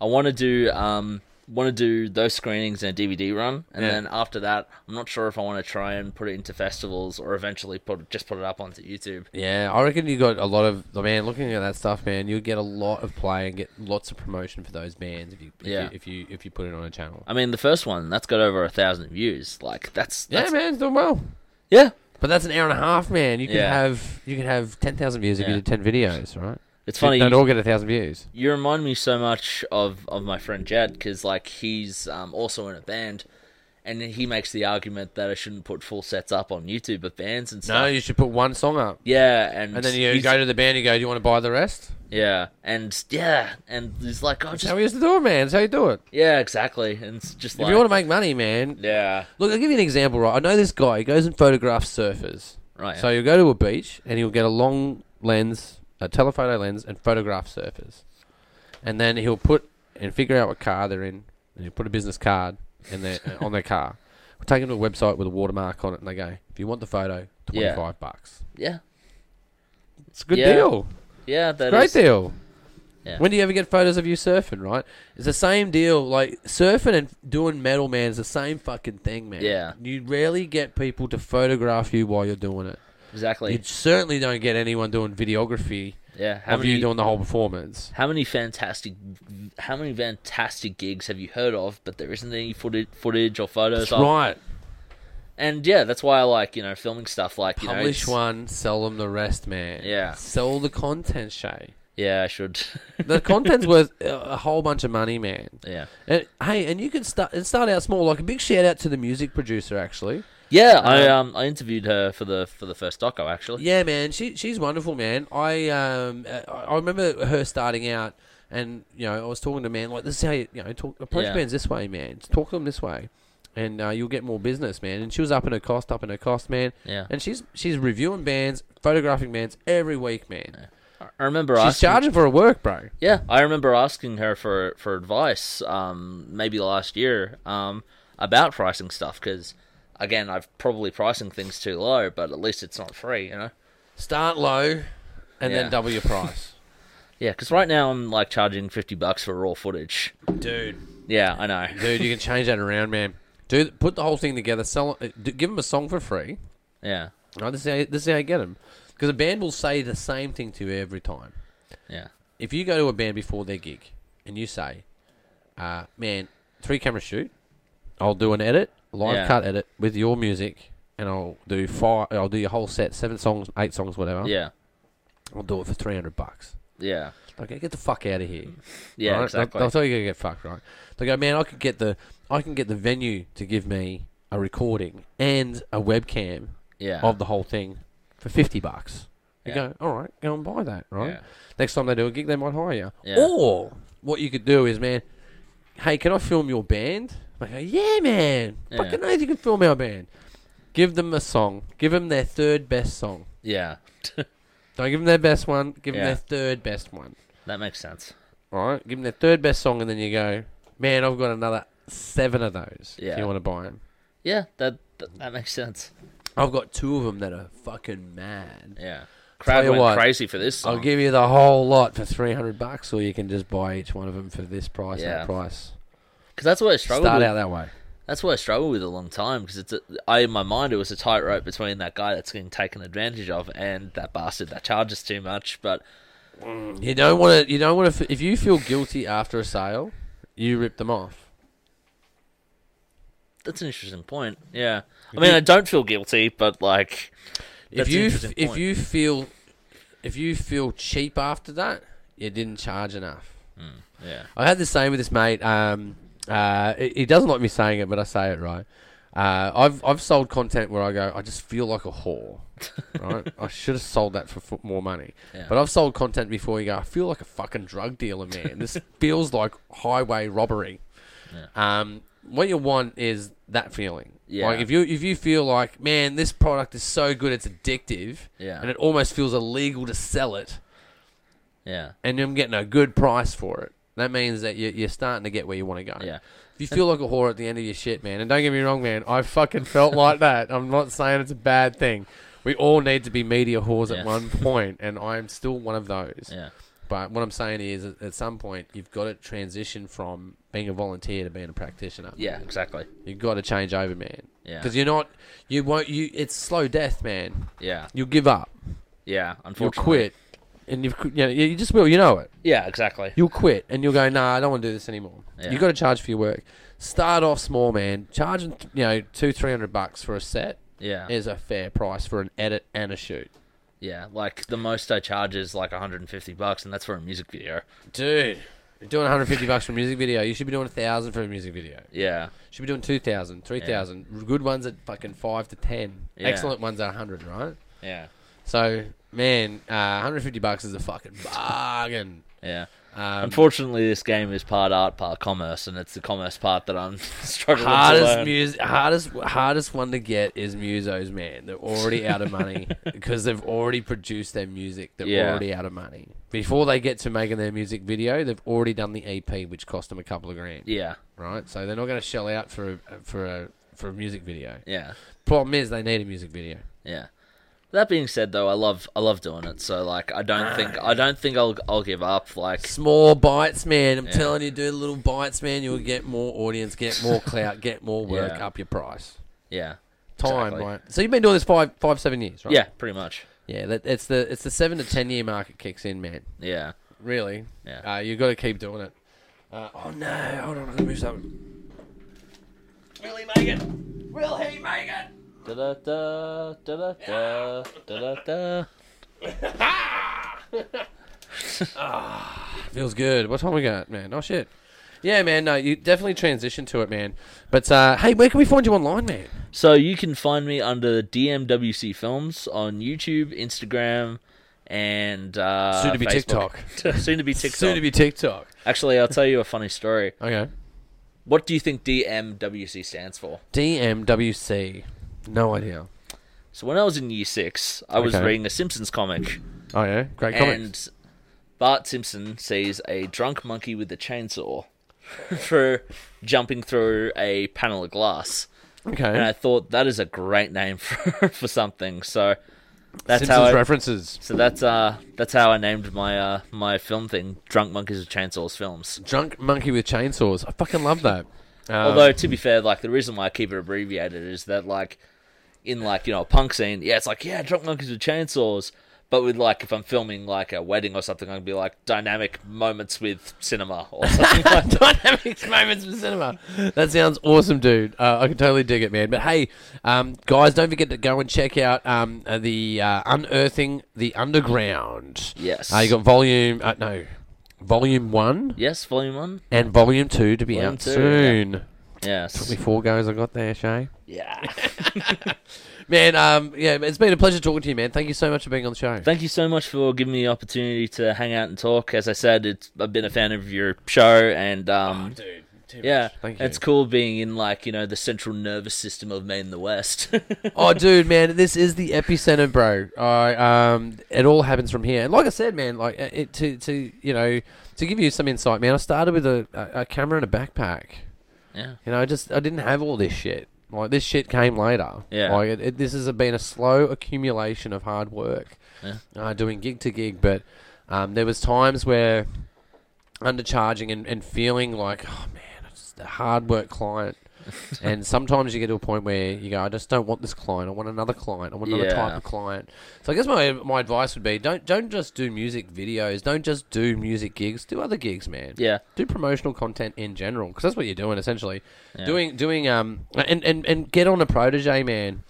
Speaker 2: I want to do um want to do those screenings and a DVD run, and
Speaker 1: Yeah.
Speaker 2: then after that, I'm not sure if I want to try and put it into festivals or eventually put just put it up onto YouTube.
Speaker 1: Yeah, I reckon you got a lot of oh, man. Looking at that stuff, man, you'll get a lot of play and get lots of promotion for those bands if you if,
Speaker 2: Yeah.
Speaker 1: you, if you if you put it on a channel.
Speaker 2: I mean, the first one that's got over a thousand views. Like that's,
Speaker 1: Yeah,
Speaker 2: that's
Speaker 1: man, it's doing well.
Speaker 2: yeah.
Speaker 1: But that's an hour and a half, man. You could
Speaker 2: Yeah.
Speaker 1: have you could have ten thousand views if you
Speaker 2: Yeah.
Speaker 1: did ten videos, right?
Speaker 2: It's funny.
Speaker 1: They'd
Speaker 2: you-
Speaker 1: all get a thousand views.
Speaker 2: you remind me so much of, of my friend Jed because like he's um, also in a band, and he makes the argument that I shouldn't put full sets up on YouTube of bands and
Speaker 1: No,
Speaker 2: stuff.
Speaker 1: you should put one song up,
Speaker 2: yeah, and
Speaker 1: and then you
Speaker 2: he's-
Speaker 1: go to the band. You go, do you want to buy the rest?
Speaker 2: Yeah, and yeah, and he's like, oh,
Speaker 1: That's
Speaker 2: just
Speaker 1: how we used to do it, man. That's how you do it.
Speaker 2: yeah, exactly. And it's just
Speaker 1: If
Speaker 2: like,
Speaker 1: you want to make money, man,
Speaker 2: yeah,
Speaker 1: Look, I'll give you an example, right? I know this guy. He goes and photographs surfers.
Speaker 2: right,
Speaker 1: So he'll go to a beach and he'll get a long lens, a telephoto lens, and photograph surfers. And then he'll put and figure out what car they're in, and he'll put a business card in their on their car. We'll take them to a website with a watermark on it, and they go, "If you want the photo,
Speaker 2: Yeah.
Speaker 1: twenty-five bucks."
Speaker 2: yeah,
Speaker 1: It's a good
Speaker 2: Yeah.
Speaker 1: deal.
Speaker 2: yeah, that
Speaker 1: Great
Speaker 2: is-
Speaker 1: deal.
Speaker 2: Yeah.
Speaker 1: When do you ever get photos of you surfing, right? It's the same deal. Like surfing and doing metal, man, is the same fucking thing, man.
Speaker 2: Yeah.
Speaker 1: You rarely get people to photograph you while you're doing it.
Speaker 2: exactly.
Speaker 1: You certainly don't get anyone doing videography
Speaker 2: yeah, how
Speaker 1: of
Speaker 2: many
Speaker 1: you doing the whole performance.
Speaker 2: how many fantastic how many fantastic gigs have you heard of? But there isn't any footage, footage or photos.
Speaker 1: That's
Speaker 2: of?
Speaker 1: right.
Speaker 2: And yeah, that's why I like you know filming stuff like you know.
Speaker 1: Publish
Speaker 2: it's-
Speaker 1: one, sell them the rest, man.
Speaker 2: Yeah.
Speaker 1: Sell the content, Shay.
Speaker 2: Yeah, I should.
Speaker 1: The content's worth a a whole bunch of money, man.
Speaker 2: yeah.
Speaker 1: And, hey, and you can start and start out small. Like a big shout out to the music producer, actually.
Speaker 2: Yeah, I um I interviewed her for the for the first doco actually.
Speaker 1: Yeah, man, she she's wonderful, man. I um I, I remember her starting out, and you know I was talking to man like this is how you you know talk approach
Speaker 2: Yeah.
Speaker 1: bands this way, man. Talk to them this way, and uh, you'll get more business, man. And she was up in her cost, up in her cost, man.
Speaker 2: Yeah.
Speaker 1: And she's she's reviewing bands, photographing bands every week, man.
Speaker 2: I remember
Speaker 1: She's
Speaker 2: asking
Speaker 1: charging for her work, bro.
Speaker 2: Yeah, I remember asking her for for advice, um, maybe last year, um, about pricing stuff because, again, I've probably pricing things too low, but at least it's not free, you know.
Speaker 1: Start low, and
Speaker 2: Yeah.
Speaker 1: then double your price,
Speaker 2: Yeah, because right now I'm like charging fifty bucks for raw footage.
Speaker 1: dude.
Speaker 2: Yeah, I know.
Speaker 1: Dude, you can change that around, man. Do put the whole thing together. Sell, uh, d- give them a song for free.
Speaker 2: Yeah,
Speaker 1: Right, this is how, this is how you get them. Because a band will say the same thing to you every time.
Speaker 2: yeah,
Speaker 1: If you go to a band before their gig and you say, uh, man, three camera shoot, I'll do an edit, live
Speaker 2: Yeah.
Speaker 1: cut edit with your music, and I'll do five, I'll do your whole set, seven songs, eight songs, whatever.
Speaker 2: yeah,
Speaker 1: I'll do it for 300 bucks.
Speaker 2: yeah,
Speaker 1: Okay, get the fuck out of here.
Speaker 2: yeah.
Speaker 1: right? They'll-
Speaker 2: exactly.
Speaker 1: They'll, tell you you're gonna get fucked, right? They go, man, I could get the, I can get the venue to give me a recording and a webcam
Speaker 2: yeah,
Speaker 1: of the whole thing for 50 bucks. You
Speaker 2: Yeah.
Speaker 1: go, all right, go and buy that, right?
Speaker 2: Yeah.
Speaker 1: Next time they do a gig, they might hire you.
Speaker 2: Yeah.
Speaker 1: Or what you could do is, man, hey, can I film your band? They go, yeah, man.
Speaker 2: Yeah.
Speaker 1: Fucking oath, you can film our band. Give them a song. Give them their third best song.
Speaker 2: yeah.
Speaker 1: Don't give them their best one. Give
Speaker 2: Yeah.
Speaker 1: them their third best one.
Speaker 2: that makes sense.
Speaker 1: Right? Give them their third best song, and then you go, man, I've got another seven of those
Speaker 2: Yeah.
Speaker 1: if you want to buy them.
Speaker 2: Yeah, that that, that makes sense.
Speaker 1: I've got two of them that are fucking mad.
Speaker 2: Yeah, crowd
Speaker 1: you
Speaker 2: went
Speaker 1: what,
Speaker 2: crazy for this song.
Speaker 1: I'll give you the whole lot for three hundred bucks, or you can just buy each one of them for this price.
Speaker 2: Yeah.
Speaker 1: That price.
Speaker 2: Because that's what I struggled
Speaker 1: Start
Speaker 2: with.
Speaker 1: out that way.
Speaker 2: That's what I struggled with a long time because it's a, I in my mind it was a tightrope between that guy that's getting taken advantage of and that bastard that charges too much. But Mm.
Speaker 1: You don't want to. You don't want to. If you feel guilty after a sale, you rip them off.
Speaker 2: that's an interesting point. Yeah, I mean I don't feel guilty, but like That's
Speaker 1: if
Speaker 2: an
Speaker 1: you
Speaker 2: interesting
Speaker 1: if
Speaker 2: point.
Speaker 1: you feel if you feel cheap after that, you didn't charge enough.
Speaker 2: Hmm. yeah,
Speaker 1: I had the same with this mate. Um, uh, he he doesn't like me saying it, but I say it right. Uh, I've I've sold content where I go, I just feel like a whore. Right? I should have sold that for fu- more money.
Speaker 2: Yeah.
Speaker 1: But I've sold content before. You go, I feel like a fucking drug dealer, man. This feels like highway robbery. Um, what you want is that feeling.
Speaker 2: Yeah.
Speaker 1: Like if you if you feel like, man, this product is so good, it's addictive.
Speaker 2: Yeah.
Speaker 1: And it almost feels illegal to sell it
Speaker 2: yeah,
Speaker 1: and I'm getting a good price for it. That means that you- you're starting to get where you want to go.
Speaker 2: yeah,
Speaker 1: If you feel like a whore at the end of your shit, man, and don't get me wrong, man, I fucking felt like that. I'm not saying it's a bad thing. We all need to be media whores
Speaker 2: Yeah.
Speaker 1: at one point, and I'm still one of those.
Speaker 2: yeah,
Speaker 1: But what I'm saying is, at at some point, you've got to transition from being a volunteer to being a practitioner.
Speaker 2: yeah, exactly.
Speaker 1: You've got to change over, man.
Speaker 2: Yeah.
Speaker 1: Because you're not, you won't, you, it's slow death, man.
Speaker 2: Yeah,
Speaker 1: You'll give up.
Speaker 2: yeah.
Speaker 1: You'll
Speaker 2: Unfortunately,
Speaker 1: quit. And you've, you, know, you just will, you know it
Speaker 2: Yeah, exactly.
Speaker 1: you'll quit and you'll go, nah, I don't want to do this anymore.
Speaker 2: Yeah.
Speaker 1: you got to charge for your work. Start off small, man. Charging, you know, two, three hundred bucks for a set
Speaker 2: Yeah,
Speaker 1: is a fair price for an edit and a shoot.
Speaker 2: yeah. Like the most I charge is like 150 bucks, and that's for a music video.
Speaker 1: Dude, you're doing 150 bucks for a music video. You should be doing a thousand for a music video.
Speaker 2: Yeah,
Speaker 1: Should be doing 2,000, 3,000. Good ones at fucking five to ten.
Speaker 2: Yeah.
Speaker 1: Excellent ones at 100, right?
Speaker 2: yeah,
Speaker 1: So man, uh, 150 bucks is a fucking bargain.
Speaker 2: Yeah.
Speaker 1: Um,
Speaker 2: Unfortunately, this game is part art, part commerce, and it's the commerce part that I'm struggling to
Speaker 1: hardest
Speaker 2: learn.
Speaker 1: mus- hardest hardest one to get is Musos, man. They're already out of money because they've already produced their music. They're
Speaker 2: Yeah.
Speaker 1: already out of money. Before they get to making their music video, they've already done the EP, which cost them a couple of grand.
Speaker 2: yeah,
Speaker 1: Right, so they're not going to shell out for a, for a for a music video.
Speaker 2: yeah,
Speaker 1: Problem is, they need a music video.
Speaker 2: yeah. That being said, though, I love I love doing it. So like, I don't think I don't think I'll I'll give up. Like,
Speaker 1: Small bites, man. I'm
Speaker 2: Yeah.
Speaker 1: telling you, do little bites, man. You'll get more audience, get more clout, get more work,
Speaker 2: Yeah.
Speaker 1: up your price.
Speaker 2: yeah,
Speaker 1: Time,
Speaker 2: Exactly.
Speaker 1: right? So you've been doing this five, five, seven years, right?
Speaker 2: yeah, pretty much.
Speaker 1: Yeah, that, it's the it's the seven to ten year market kicks in, man.
Speaker 2: Yeah,
Speaker 1: Really,
Speaker 2: Yeah.
Speaker 1: Uh, you got to keep doing it. Uh, oh no! Hold on, I gotta move something.
Speaker 2: Da da da da da da da.
Speaker 1: Feels good. What time we got, man? Oh shit! Yeah, man. No, you definitely transition to it, man. But uh, hey, where can we find you online, man?
Speaker 2: So you can find me under DMWC Films on YouTube, Instagram, and uh,
Speaker 1: Soon to be
Speaker 2: Facebook. soon to be TikTok.
Speaker 1: Soon to be TikTok.
Speaker 2: Actually, I'll tell you a funny story.
Speaker 1: Okay.
Speaker 2: What do you think DMWC stands for?
Speaker 1: DMWC. No idea.
Speaker 2: So when I was in year six, I was
Speaker 1: Okay.
Speaker 2: reading a Simpsons comic,
Speaker 1: Oh yeah, great comments.
Speaker 2: and Bart Simpson sees a drunk monkey with a chainsaw for jumping through a panel of glass,
Speaker 1: Okay.
Speaker 2: and I thought that is a great name for, for something. So that's
Speaker 1: Simpsons
Speaker 2: how. I,
Speaker 1: references.
Speaker 2: so that's uh that's how I named my uh my film thing, Drunk Monkeys with Chainsaws films.
Speaker 1: Drunk monkey with chainsaws. I fucking love that. Um,
Speaker 2: Although to be fair, like the reason why I keep it abbreviated is that like in like you know a punk scene, yeah, it's like yeah, drunk monkeys with chainsaws. But with like if I'm filming like a wedding or something, I'd be like dynamic moments with cinema or something like that.
Speaker 1: Dynamics moments for cinema. That sounds awesome, dude. Uh, I can totally dig it, man. But hey, um, guys, don't forget to go and check out um, uh, the uh, unearthing the underground.
Speaker 2: Yes.
Speaker 1: Uh, you got volume uh, no, volume one
Speaker 2: Yes, volume one.
Speaker 1: and volume two to be
Speaker 2: Volume
Speaker 1: out
Speaker 2: two,
Speaker 1: soon.
Speaker 2: Yes.
Speaker 1: Only four goes I got there, Shay.
Speaker 2: Yeah.
Speaker 1: Man, um, yeah, it's been a pleasure talking to you, man. Thank you so much for being on the show.
Speaker 2: Thank you so much for giving me the opportunity to hang out and talk. As I said, it's I've been a fan of your show and um
Speaker 1: Oh, dude.
Speaker 2: yeah,
Speaker 1: Thank
Speaker 2: it's
Speaker 1: you.
Speaker 2: cool being in like you know the central nervous system of Maine, the West.
Speaker 1: oh, dude, man, this is the epicenter, bro. I um, it all happens from here. And like I said, man, like uh, it to to you know to give you some insight, man. I started with a, a, a camera and a backpack.
Speaker 2: yeah,
Speaker 1: You know, I just I didn't have all this shit. Like this shit came later.
Speaker 2: Yeah.
Speaker 1: Like it, it, this has been a slow accumulation of hard work.
Speaker 2: Yeah.
Speaker 1: Uh, doing gig to gig, but um, there was times where undercharging and, and feeling like, oh man, it's just a hard work client. and sometimes you get to a point where you go, I just don't want this client. I want another client. I want another type
Speaker 2: Yeah.
Speaker 1: of client. So I guess my my advice would be don't don't just do music videos. Don't just do music gigs. Do other gigs, man
Speaker 2: yeah.
Speaker 1: do promotional content in general because that's what you're doing essentially
Speaker 2: Yeah.
Speaker 1: doing doing um and, and and get on a protege man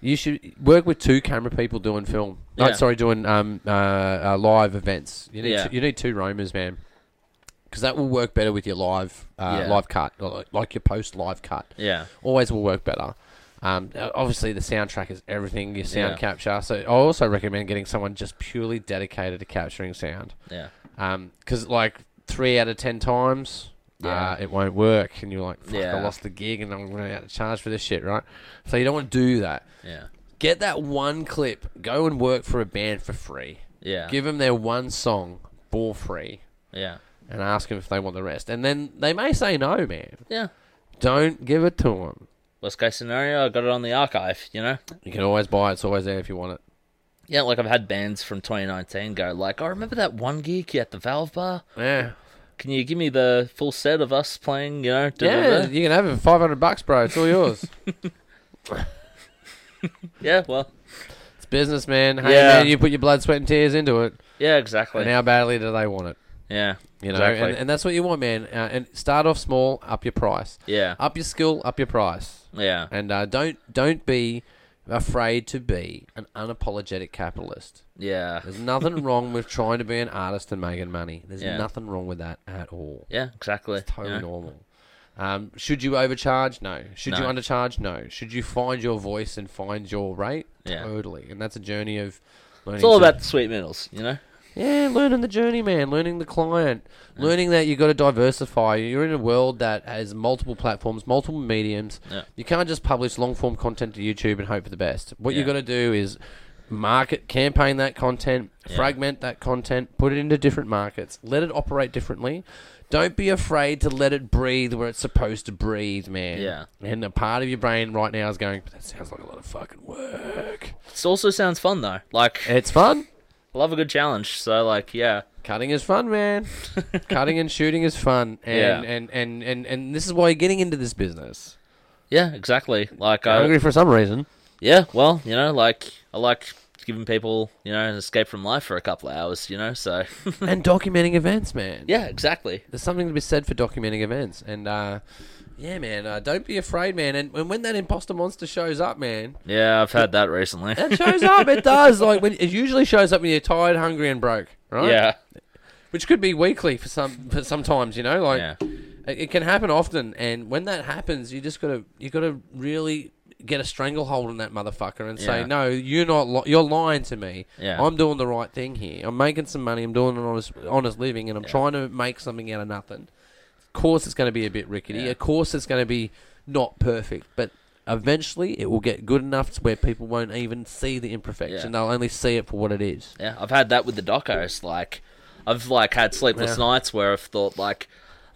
Speaker 1: you should work with two camera people doing film no
Speaker 2: Yeah.
Speaker 1: sorry doing um uh, uh live events you need
Speaker 2: Yeah.
Speaker 1: two, you need two roamers man because that will work better with your live uh,
Speaker 2: Yeah.
Speaker 1: live cut or like- like your post live cut
Speaker 2: Yeah.
Speaker 1: always will work better um, uh, obviously, the soundtrack is everything. Your sound
Speaker 2: Yeah.
Speaker 1: capture. So, I also recommend getting someone just purely dedicated to capturing sound
Speaker 2: Yeah.
Speaker 1: because Um, like three out of ten times,
Speaker 2: Yeah.
Speaker 1: uh, it won't work, and you're like, "Fuck, I
Speaker 2: Yeah.
Speaker 1: lost the gig, and I'm going to have to charge for this shit, right?" So you don't want to do that.
Speaker 2: Yeah.
Speaker 1: Get that one clip. Go and work for a band for free.
Speaker 2: Yeah.
Speaker 1: Give them their one song for free,
Speaker 2: yeah.
Speaker 1: and ask them if they want the rest. And then they may say no, man.
Speaker 2: Yeah.
Speaker 1: Don't give it to them.
Speaker 2: Worst case scenario, I got it on the archive, you know?
Speaker 1: You can always buy it. It's always there if you want it.
Speaker 2: Yeah, like I've had bands from 2019 go, like, I remember that one gig you at the Valve Bar?
Speaker 1: Yeah,
Speaker 2: Can you give me the full set of us playing, you know?
Speaker 1: yeah.
Speaker 2: da-da-da?"
Speaker 1: You can have it for five hundred bucks, bro. It's all yours.
Speaker 2: Yeah, well,
Speaker 1: it's business, man. Hey,
Speaker 2: Yeah.
Speaker 1: man, you put your blood, sweat, and tears into it.
Speaker 2: yeah, exactly.
Speaker 1: And how badly do they want it?
Speaker 2: yeah,
Speaker 1: You know,
Speaker 2: exactly.
Speaker 1: and, and that's what you want, man. Uh, and start off small, up your price,
Speaker 2: yeah,
Speaker 1: up your skill, up your price,
Speaker 2: yeah,
Speaker 1: and uh, don't don't be afraid to be an unapologetic capitalist.
Speaker 2: yeah,
Speaker 1: There's nothing wrong with trying to be an artist and making money. There's
Speaker 2: Yeah.
Speaker 1: nothing wrong with that at all.
Speaker 2: yeah, exactly.
Speaker 1: It's totally
Speaker 2: you know?
Speaker 1: normal. Um, should you overcharge? No. Should you
Speaker 2: No.
Speaker 1: undercharge? No. Should you find your voice and find your rate?
Speaker 2: Yeah.
Speaker 1: Totally. And that's a journey of Learning
Speaker 2: It's all
Speaker 1: to-
Speaker 2: about the sweet middles, you know.
Speaker 1: Yeah, learning the journey, man. Learning the client. Learning that you got to diversify. You're in a world that has multiple platforms, multiple mediums.
Speaker 2: Yeah.
Speaker 1: You can't just publish long form content to YouTube and hope for the best. What you
Speaker 2: Yeah.
Speaker 1: got to do is market, campaign that content, fragment that content, put it into different markets, let it operate differently. Don't be afraid to let it breathe where it's supposed to breathe, man.
Speaker 2: Yeah.
Speaker 1: And a part of your brain right now is going, that sounds like a lot of fucking work.
Speaker 2: It also sounds fun though. Like
Speaker 1: It's fun.
Speaker 2: I love a good challenge. So like yeah,
Speaker 1: Cutting is fun, man. Cutting and shooting is fun, and,
Speaker 2: Yeah.
Speaker 1: and, and, and, and this is why you're getting into this business.
Speaker 2: yeah, exactly. Like
Speaker 1: I'm
Speaker 2: I,
Speaker 1: Hungry for some reason.
Speaker 2: yeah, well, you know, like I like giving people you know an escape from life for a couple of hours, you know. So
Speaker 1: and documenting events, man.
Speaker 2: yeah, exactly.
Speaker 1: There's something to be said for documenting events, and uh, yeah, man. Uh, don't be afraid, man. And, and when that imposter monster shows up, man,
Speaker 2: Yeah, I've had that recently.
Speaker 1: it shows up. It does. Like when it usually shows up when you're tired, hungry, and broke, right?
Speaker 2: yeah,
Speaker 1: Which could be weekly for some. For sometimes, you know, like.
Speaker 2: yeah,
Speaker 1: It, it can happen often, and when that happens, you just gotta you gotta really get a stranglehold on that motherfucker and say,
Speaker 2: Yeah.
Speaker 1: "No, you're not. Li- you're lying to me.
Speaker 2: Yeah.
Speaker 1: I'm doing the right thing here. I'm making some money. I'm doing an honest honest living, and I'm trying to make something out of nothing. Of course, it's going to be a bit rickety.
Speaker 2: Yeah.
Speaker 1: Of course, it's going to be not perfect, but." Eventually, it will get good enough to where people won't even see the imperfection. They'll only see it for what it is.
Speaker 2: yeah. I've had that with the docos. Like I've like had sleepless
Speaker 1: Yeah.
Speaker 2: nights where I've thought like,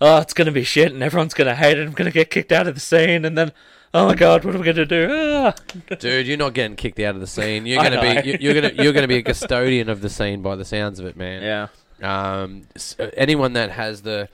Speaker 2: oh, it's gonna be shit and everyone's gonna hate it. I'm gonna get kicked out of the scene, and then oh my god, what am I gonna do? Ah.
Speaker 1: Dude, you're not getting kicked out of the scene. You're
Speaker 2: I
Speaker 1: gonna
Speaker 2: know.
Speaker 1: be you- you're gonna you're gonna be a custodian of the scene by the sounds of it, man.
Speaker 2: Yeah,
Speaker 1: Um, s- uh, anyone that has the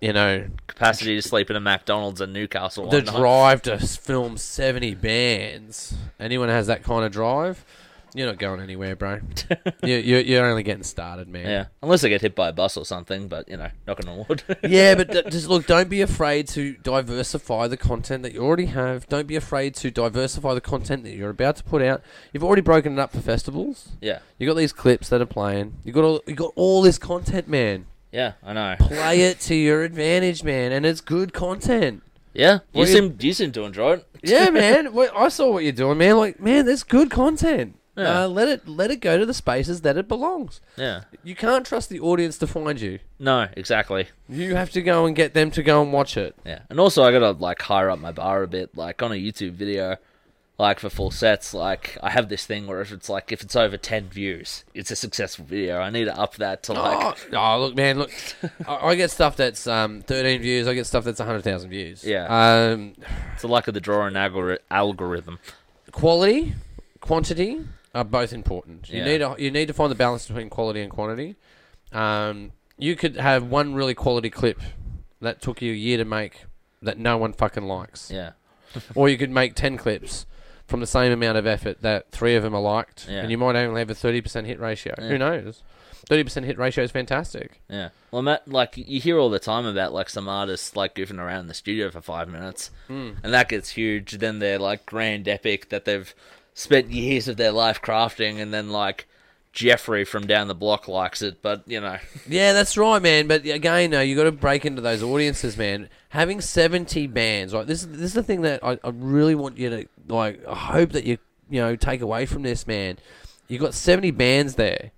Speaker 1: you know
Speaker 2: capacity to sleep in a McDonald's in Newcastle.
Speaker 1: the
Speaker 2: one night.
Speaker 1: drive to s- film seventy bands, anyone that has that kind of drive, you're not going anywhere, bro. you, you're you're only getting started, man.
Speaker 2: Yeah, unless I get hit by a bus or something, but you know, knocking on wood.
Speaker 1: yeah, but th- just look, don't be afraid to diversify the content that you already have. Don't be afraid to diversify the content that you're about to put out. You've already broken it up for festivals.
Speaker 2: yeah,
Speaker 1: You got these clips that are playing. You got all you got all this content, man.
Speaker 2: yeah, I know.
Speaker 1: Play it to your advantage, man, and it's good content.
Speaker 2: Yeah, you
Speaker 1: Well, you-
Speaker 2: seem you seem to enjoy it.
Speaker 1: Yeah, man. Wait, I saw what you're doing, man. Like, man, that's good content.
Speaker 2: Yeah.
Speaker 1: Uh, let it let it go to the spaces that it belongs.
Speaker 2: Yeah,
Speaker 1: You can't trust the audience to find you.
Speaker 2: no, exactly.
Speaker 1: You have to go and get them to go and watch it.
Speaker 2: Yeah, and also I gotta like higher up my bar a bit, like on a YouTube video, like for full sets. Like I have this thing where if it's like if it's over ten views, it's a successful video. I need to up that to like
Speaker 1: Oh, oh, look, man, look. I, I get stuff that's um, 13 views. I get stuff that's 100,000 views.
Speaker 2: Yeah.
Speaker 1: Um,
Speaker 2: it's the luck of the draw and algori- algorithm.
Speaker 1: quality, quantity are both important. You
Speaker 2: Yeah.
Speaker 1: need a, you need to find the balance between quality and quantity. Um, you could have one really quality clip that took you a year to make that no one fucking likes,
Speaker 2: Yeah,
Speaker 1: or you could make ten clips from the same amount of effort that three of them are liked,
Speaker 2: Yeah.
Speaker 1: and you might only have a thirty percent hit ratio.
Speaker 2: Yeah.
Speaker 1: Who knows? Thirty percent hit ratio is fantastic.
Speaker 2: yeah. Well, Matt, like you hear all the time about like some artists like goofing around in the studio for five minutes,
Speaker 1: Hmm.
Speaker 2: and that gets huge. Then they're like grand epic that they've spent years of their life crafting, and then like Jeffrey from down the block likes it, but you know.
Speaker 1: Yeah, that's right, man. But again, though, you got to break into those audiences, man. Having seventy bands, like this, this is the thing that I, I really want you to like. I hope that you you know take away from this, man. You've got seventy bands there.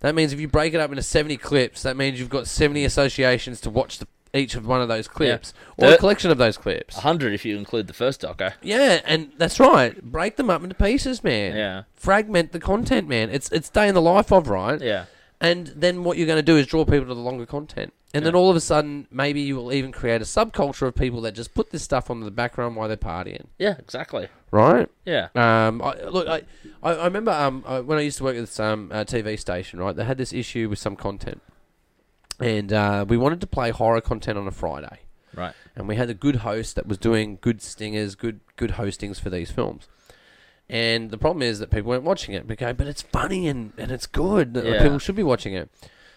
Speaker 1: That means if you break it up into seventy clips, that means you've got seventy associations to watch the, each of one of those clips or a
Speaker 2: That-
Speaker 1: collection of those clips.
Speaker 2: 100 if you include the first doco.
Speaker 1: Yeah, and that's right. Break them up into pieces, man.
Speaker 2: Yeah.
Speaker 1: Fragment the content, man. It's it's day in the life of, right?
Speaker 2: Yeah.
Speaker 1: And then what you're going to do is draw people to the longer content. And then all of a sudden, maybe you will even create a subculture of people that just put this stuff on the background while they're partying,
Speaker 2: Yeah, exactly.
Speaker 1: right?
Speaker 2: Yeah.
Speaker 1: Um, I, look, I, I, I remember um, I, when I used to work at this um, uh, TV station, right? They had this issue with some content, and uh, we wanted to play horror content on a Friday
Speaker 2: Right.
Speaker 1: and we had a good host that was doing good stingers, good good hostings for these films. And the problem is that people weren't watching it. We go, but it's funny and, and it's good. Like,
Speaker 2: Yeah.
Speaker 1: People should be watching it.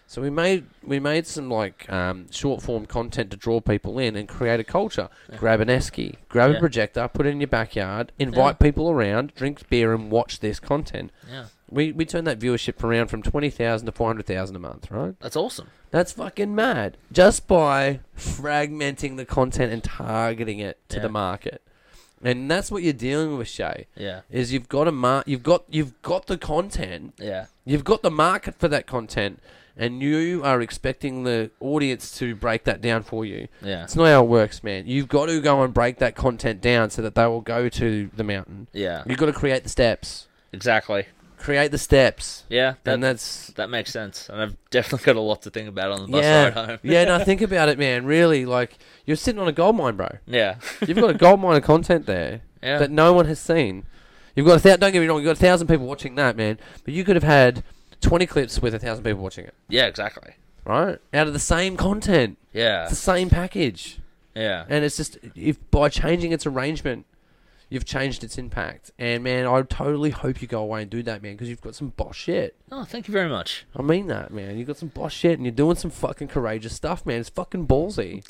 Speaker 1: So we made we made some like um, short form content to draw people in and create a culture. Grab an esky, grab a
Speaker 2: Yeah.
Speaker 1: projector, put it in your backyard, invite people around, drink beer, and watch this content.
Speaker 2: Yeah.
Speaker 1: We we turned that viewership around from twenty thousand to four hundred thousand a month, right?
Speaker 2: That's awesome.
Speaker 1: That's fucking mad. Just by fragmenting the content and targeting it to
Speaker 2: Yeah.
Speaker 1: the market. And that's what you're dealing with, Shay.
Speaker 2: Yeah.
Speaker 1: Is you've got a mar- you've got you've got the content,
Speaker 2: Yeah.
Speaker 1: you've got the market for that content, and you are expecting the audience to break that down for you.
Speaker 2: Yeah.
Speaker 1: It's not how it works, man. You've got to go and break that content down so that they will go to the mountain.
Speaker 2: Yeah.
Speaker 1: You've got to create the steps.
Speaker 2: Exactly.
Speaker 1: Create the steps.
Speaker 2: Yeah. That,
Speaker 1: and that's
Speaker 2: that makes sense. And I've definitely got a lot to think about on the bus ride
Speaker 1: yeah,
Speaker 2: home.
Speaker 1: yeah. Now think about it, man. Really, like you're sitting on a gold mine, bro.
Speaker 2: Yeah.
Speaker 1: You've got a gold mine of content there
Speaker 2: Yeah.
Speaker 1: that no one has seen. You've got a thou- don't get me wrong, you've got a thousand people watching that, man. But you could have had twenty clips with a thousand people watching it,
Speaker 2: yeah, exactly.
Speaker 1: right? Out of the same content,
Speaker 2: Yeah.
Speaker 1: it's the same package,
Speaker 2: Yeah.
Speaker 1: and it's just if by changing its arrangement, you've changed its impact. And man, I totally hope you go away and do that, man, because you've got some boss shit.
Speaker 2: Oh, thank you very much.
Speaker 1: I mean that, man. You got some boss shit, and you're doing some fucking courageous stuff, man. It's fucking ballsy.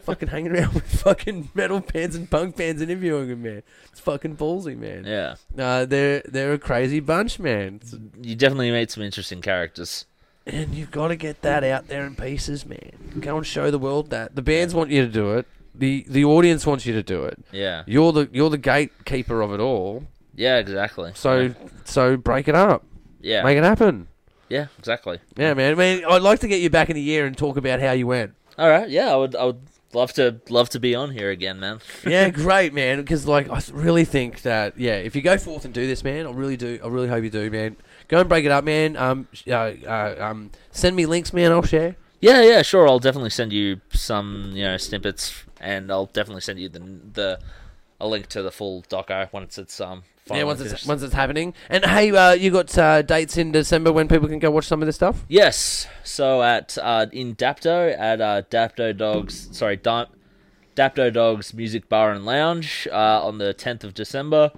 Speaker 1: fucking hanging around with fucking metal bands and punk bands and interviewing them, man. It's fucking ballsy, man.
Speaker 2: Yeah.
Speaker 1: Uh, they're they're a crazy bunch, man. It's-
Speaker 2: You definitely made some interesting characters.
Speaker 1: and you've got to get that out there in pieces, man. Go and show the world that the bands want you to do it. the The audience wants you to do it.
Speaker 2: Yeah.
Speaker 1: You're the you're the gatekeeper of it all.
Speaker 2: Yeah, exactly.
Speaker 1: So so break it up.
Speaker 2: yeah.
Speaker 1: Make it happen.
Speaker 2: yeah, exactly.
Speaker 1: Yeah, man. I mean, I'd like to get you back in a year and talk about how you went.
Speaker 2: All right. Yeah, I would I would love to love to be on here again, man.
Speaker 1: yeah, great, man. Because like, I th- really think that yeah, if you go forth and do this, man, I really do. I really hope you do, man. Go and break it up, man. Um, sh- uh, uh, um, send me links, man. I'll share.
Speaker 2: Yeah, yeah, sure. I'll definitely send you some, you know, snippets, and I'll definitely send you the the a link to the full doco once it's um.
Speaker 1: yeah,
Speaker 2: finally
Speaker 1: once it's
Speaker 2: finished.
Speaker 1: once it's happening. And hey, uh, you got uh, dates in December when people can go watch some of this stuff?
Speaker 2: Yes. So at uh, in Dapto at uh, Dapto Dogs, sorry, Di- Dapto Dogs Music Bar and Lounge uh, on the 10th of December.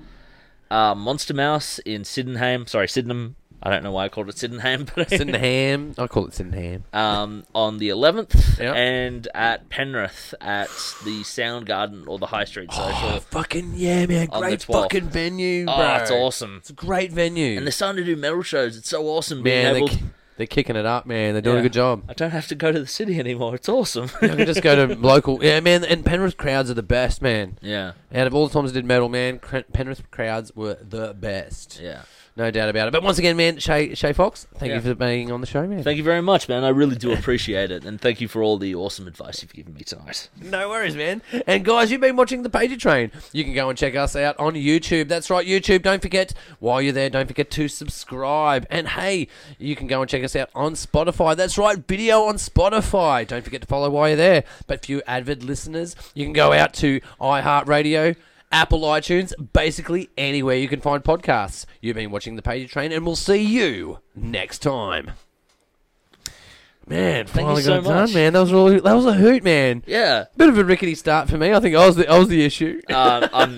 Speaker 2: Uh, Monster Mouse in Sydenham, sorry, Sydenham. I don't know why I called it Sydenham, but
Speaker 1: Sydenham. I call it Sydenham.
Speaker 2: um, on the 11th,
Speaker 1: Yeah.
Speaker 2: and at Penrith at the Sound Garden or the High Street
Speaker 1: Oh,
Speaker 2: Social.
Speaker 1: fucking yeah, man!
Speaker 2: On the
Speaker 1: Great
Speaker 2: 12th.
Speaker 1: fucking venue, bro.
Speaker 2: Oh, it's awesome.
Speaker 1: It's a great venue.
Speaker 2: And they're starting to do metal shows. It's so awesome being
Speaker 1: man, they're,
Speaker 2: able.
Speaker 1: ki- they're kicking it up, man. They're doing
Speaker 2: Yeah.
Speaker 1: a good job.
Speaker 2: I don't have to go to the city anymore. It's awesome.
Speaker 1: I can just go to local. Yeah, man. And Penrith crowds are the best, man.
Speaker 2: yeah,
Speaker 1: Out of all the times I did metal, man, Cr- Penrith crowds were the best.
Speaker 2: yeah.
Speaker 1: No doubt about it. But once again, man, Shay, Shay Fox, thank
Speaker 2: Yeah.
Speaker 1: you for being on the show, man.
Speaker 2: Thank you very much, man. I really do appreciate it, and thank you for all the awesome advice you've given me tonight.
Speaker 1: no worries, man. And guys, you've been watching The Pager Train. You can go and check us out on YouTube. That's right, YouTube. Don't forget, while you're there, don't forget to subscribe. And hey, you can go and check us out on Spotify. That's right, video on Spotify. Don't forget to follow while you're there. But for you avid listeners, you can go out to iHeartRadio. Apple iTunes, basically anywhere you can find podcasts. You've been watching The Pager Train, and we'll see you next time. Man,
Speaker 2: Thank you
Speaker 1: finally
Speaker 2: so
Speaker 1: got it done,
Speaker 2: much.
Speaker 1: man. That was really, that was a hoot, man.
Speaker 2: Yeah,
Speaker 1: Bit of a rickety start for me. I think I was the, I was the issue.
Speaker 2: um, I'm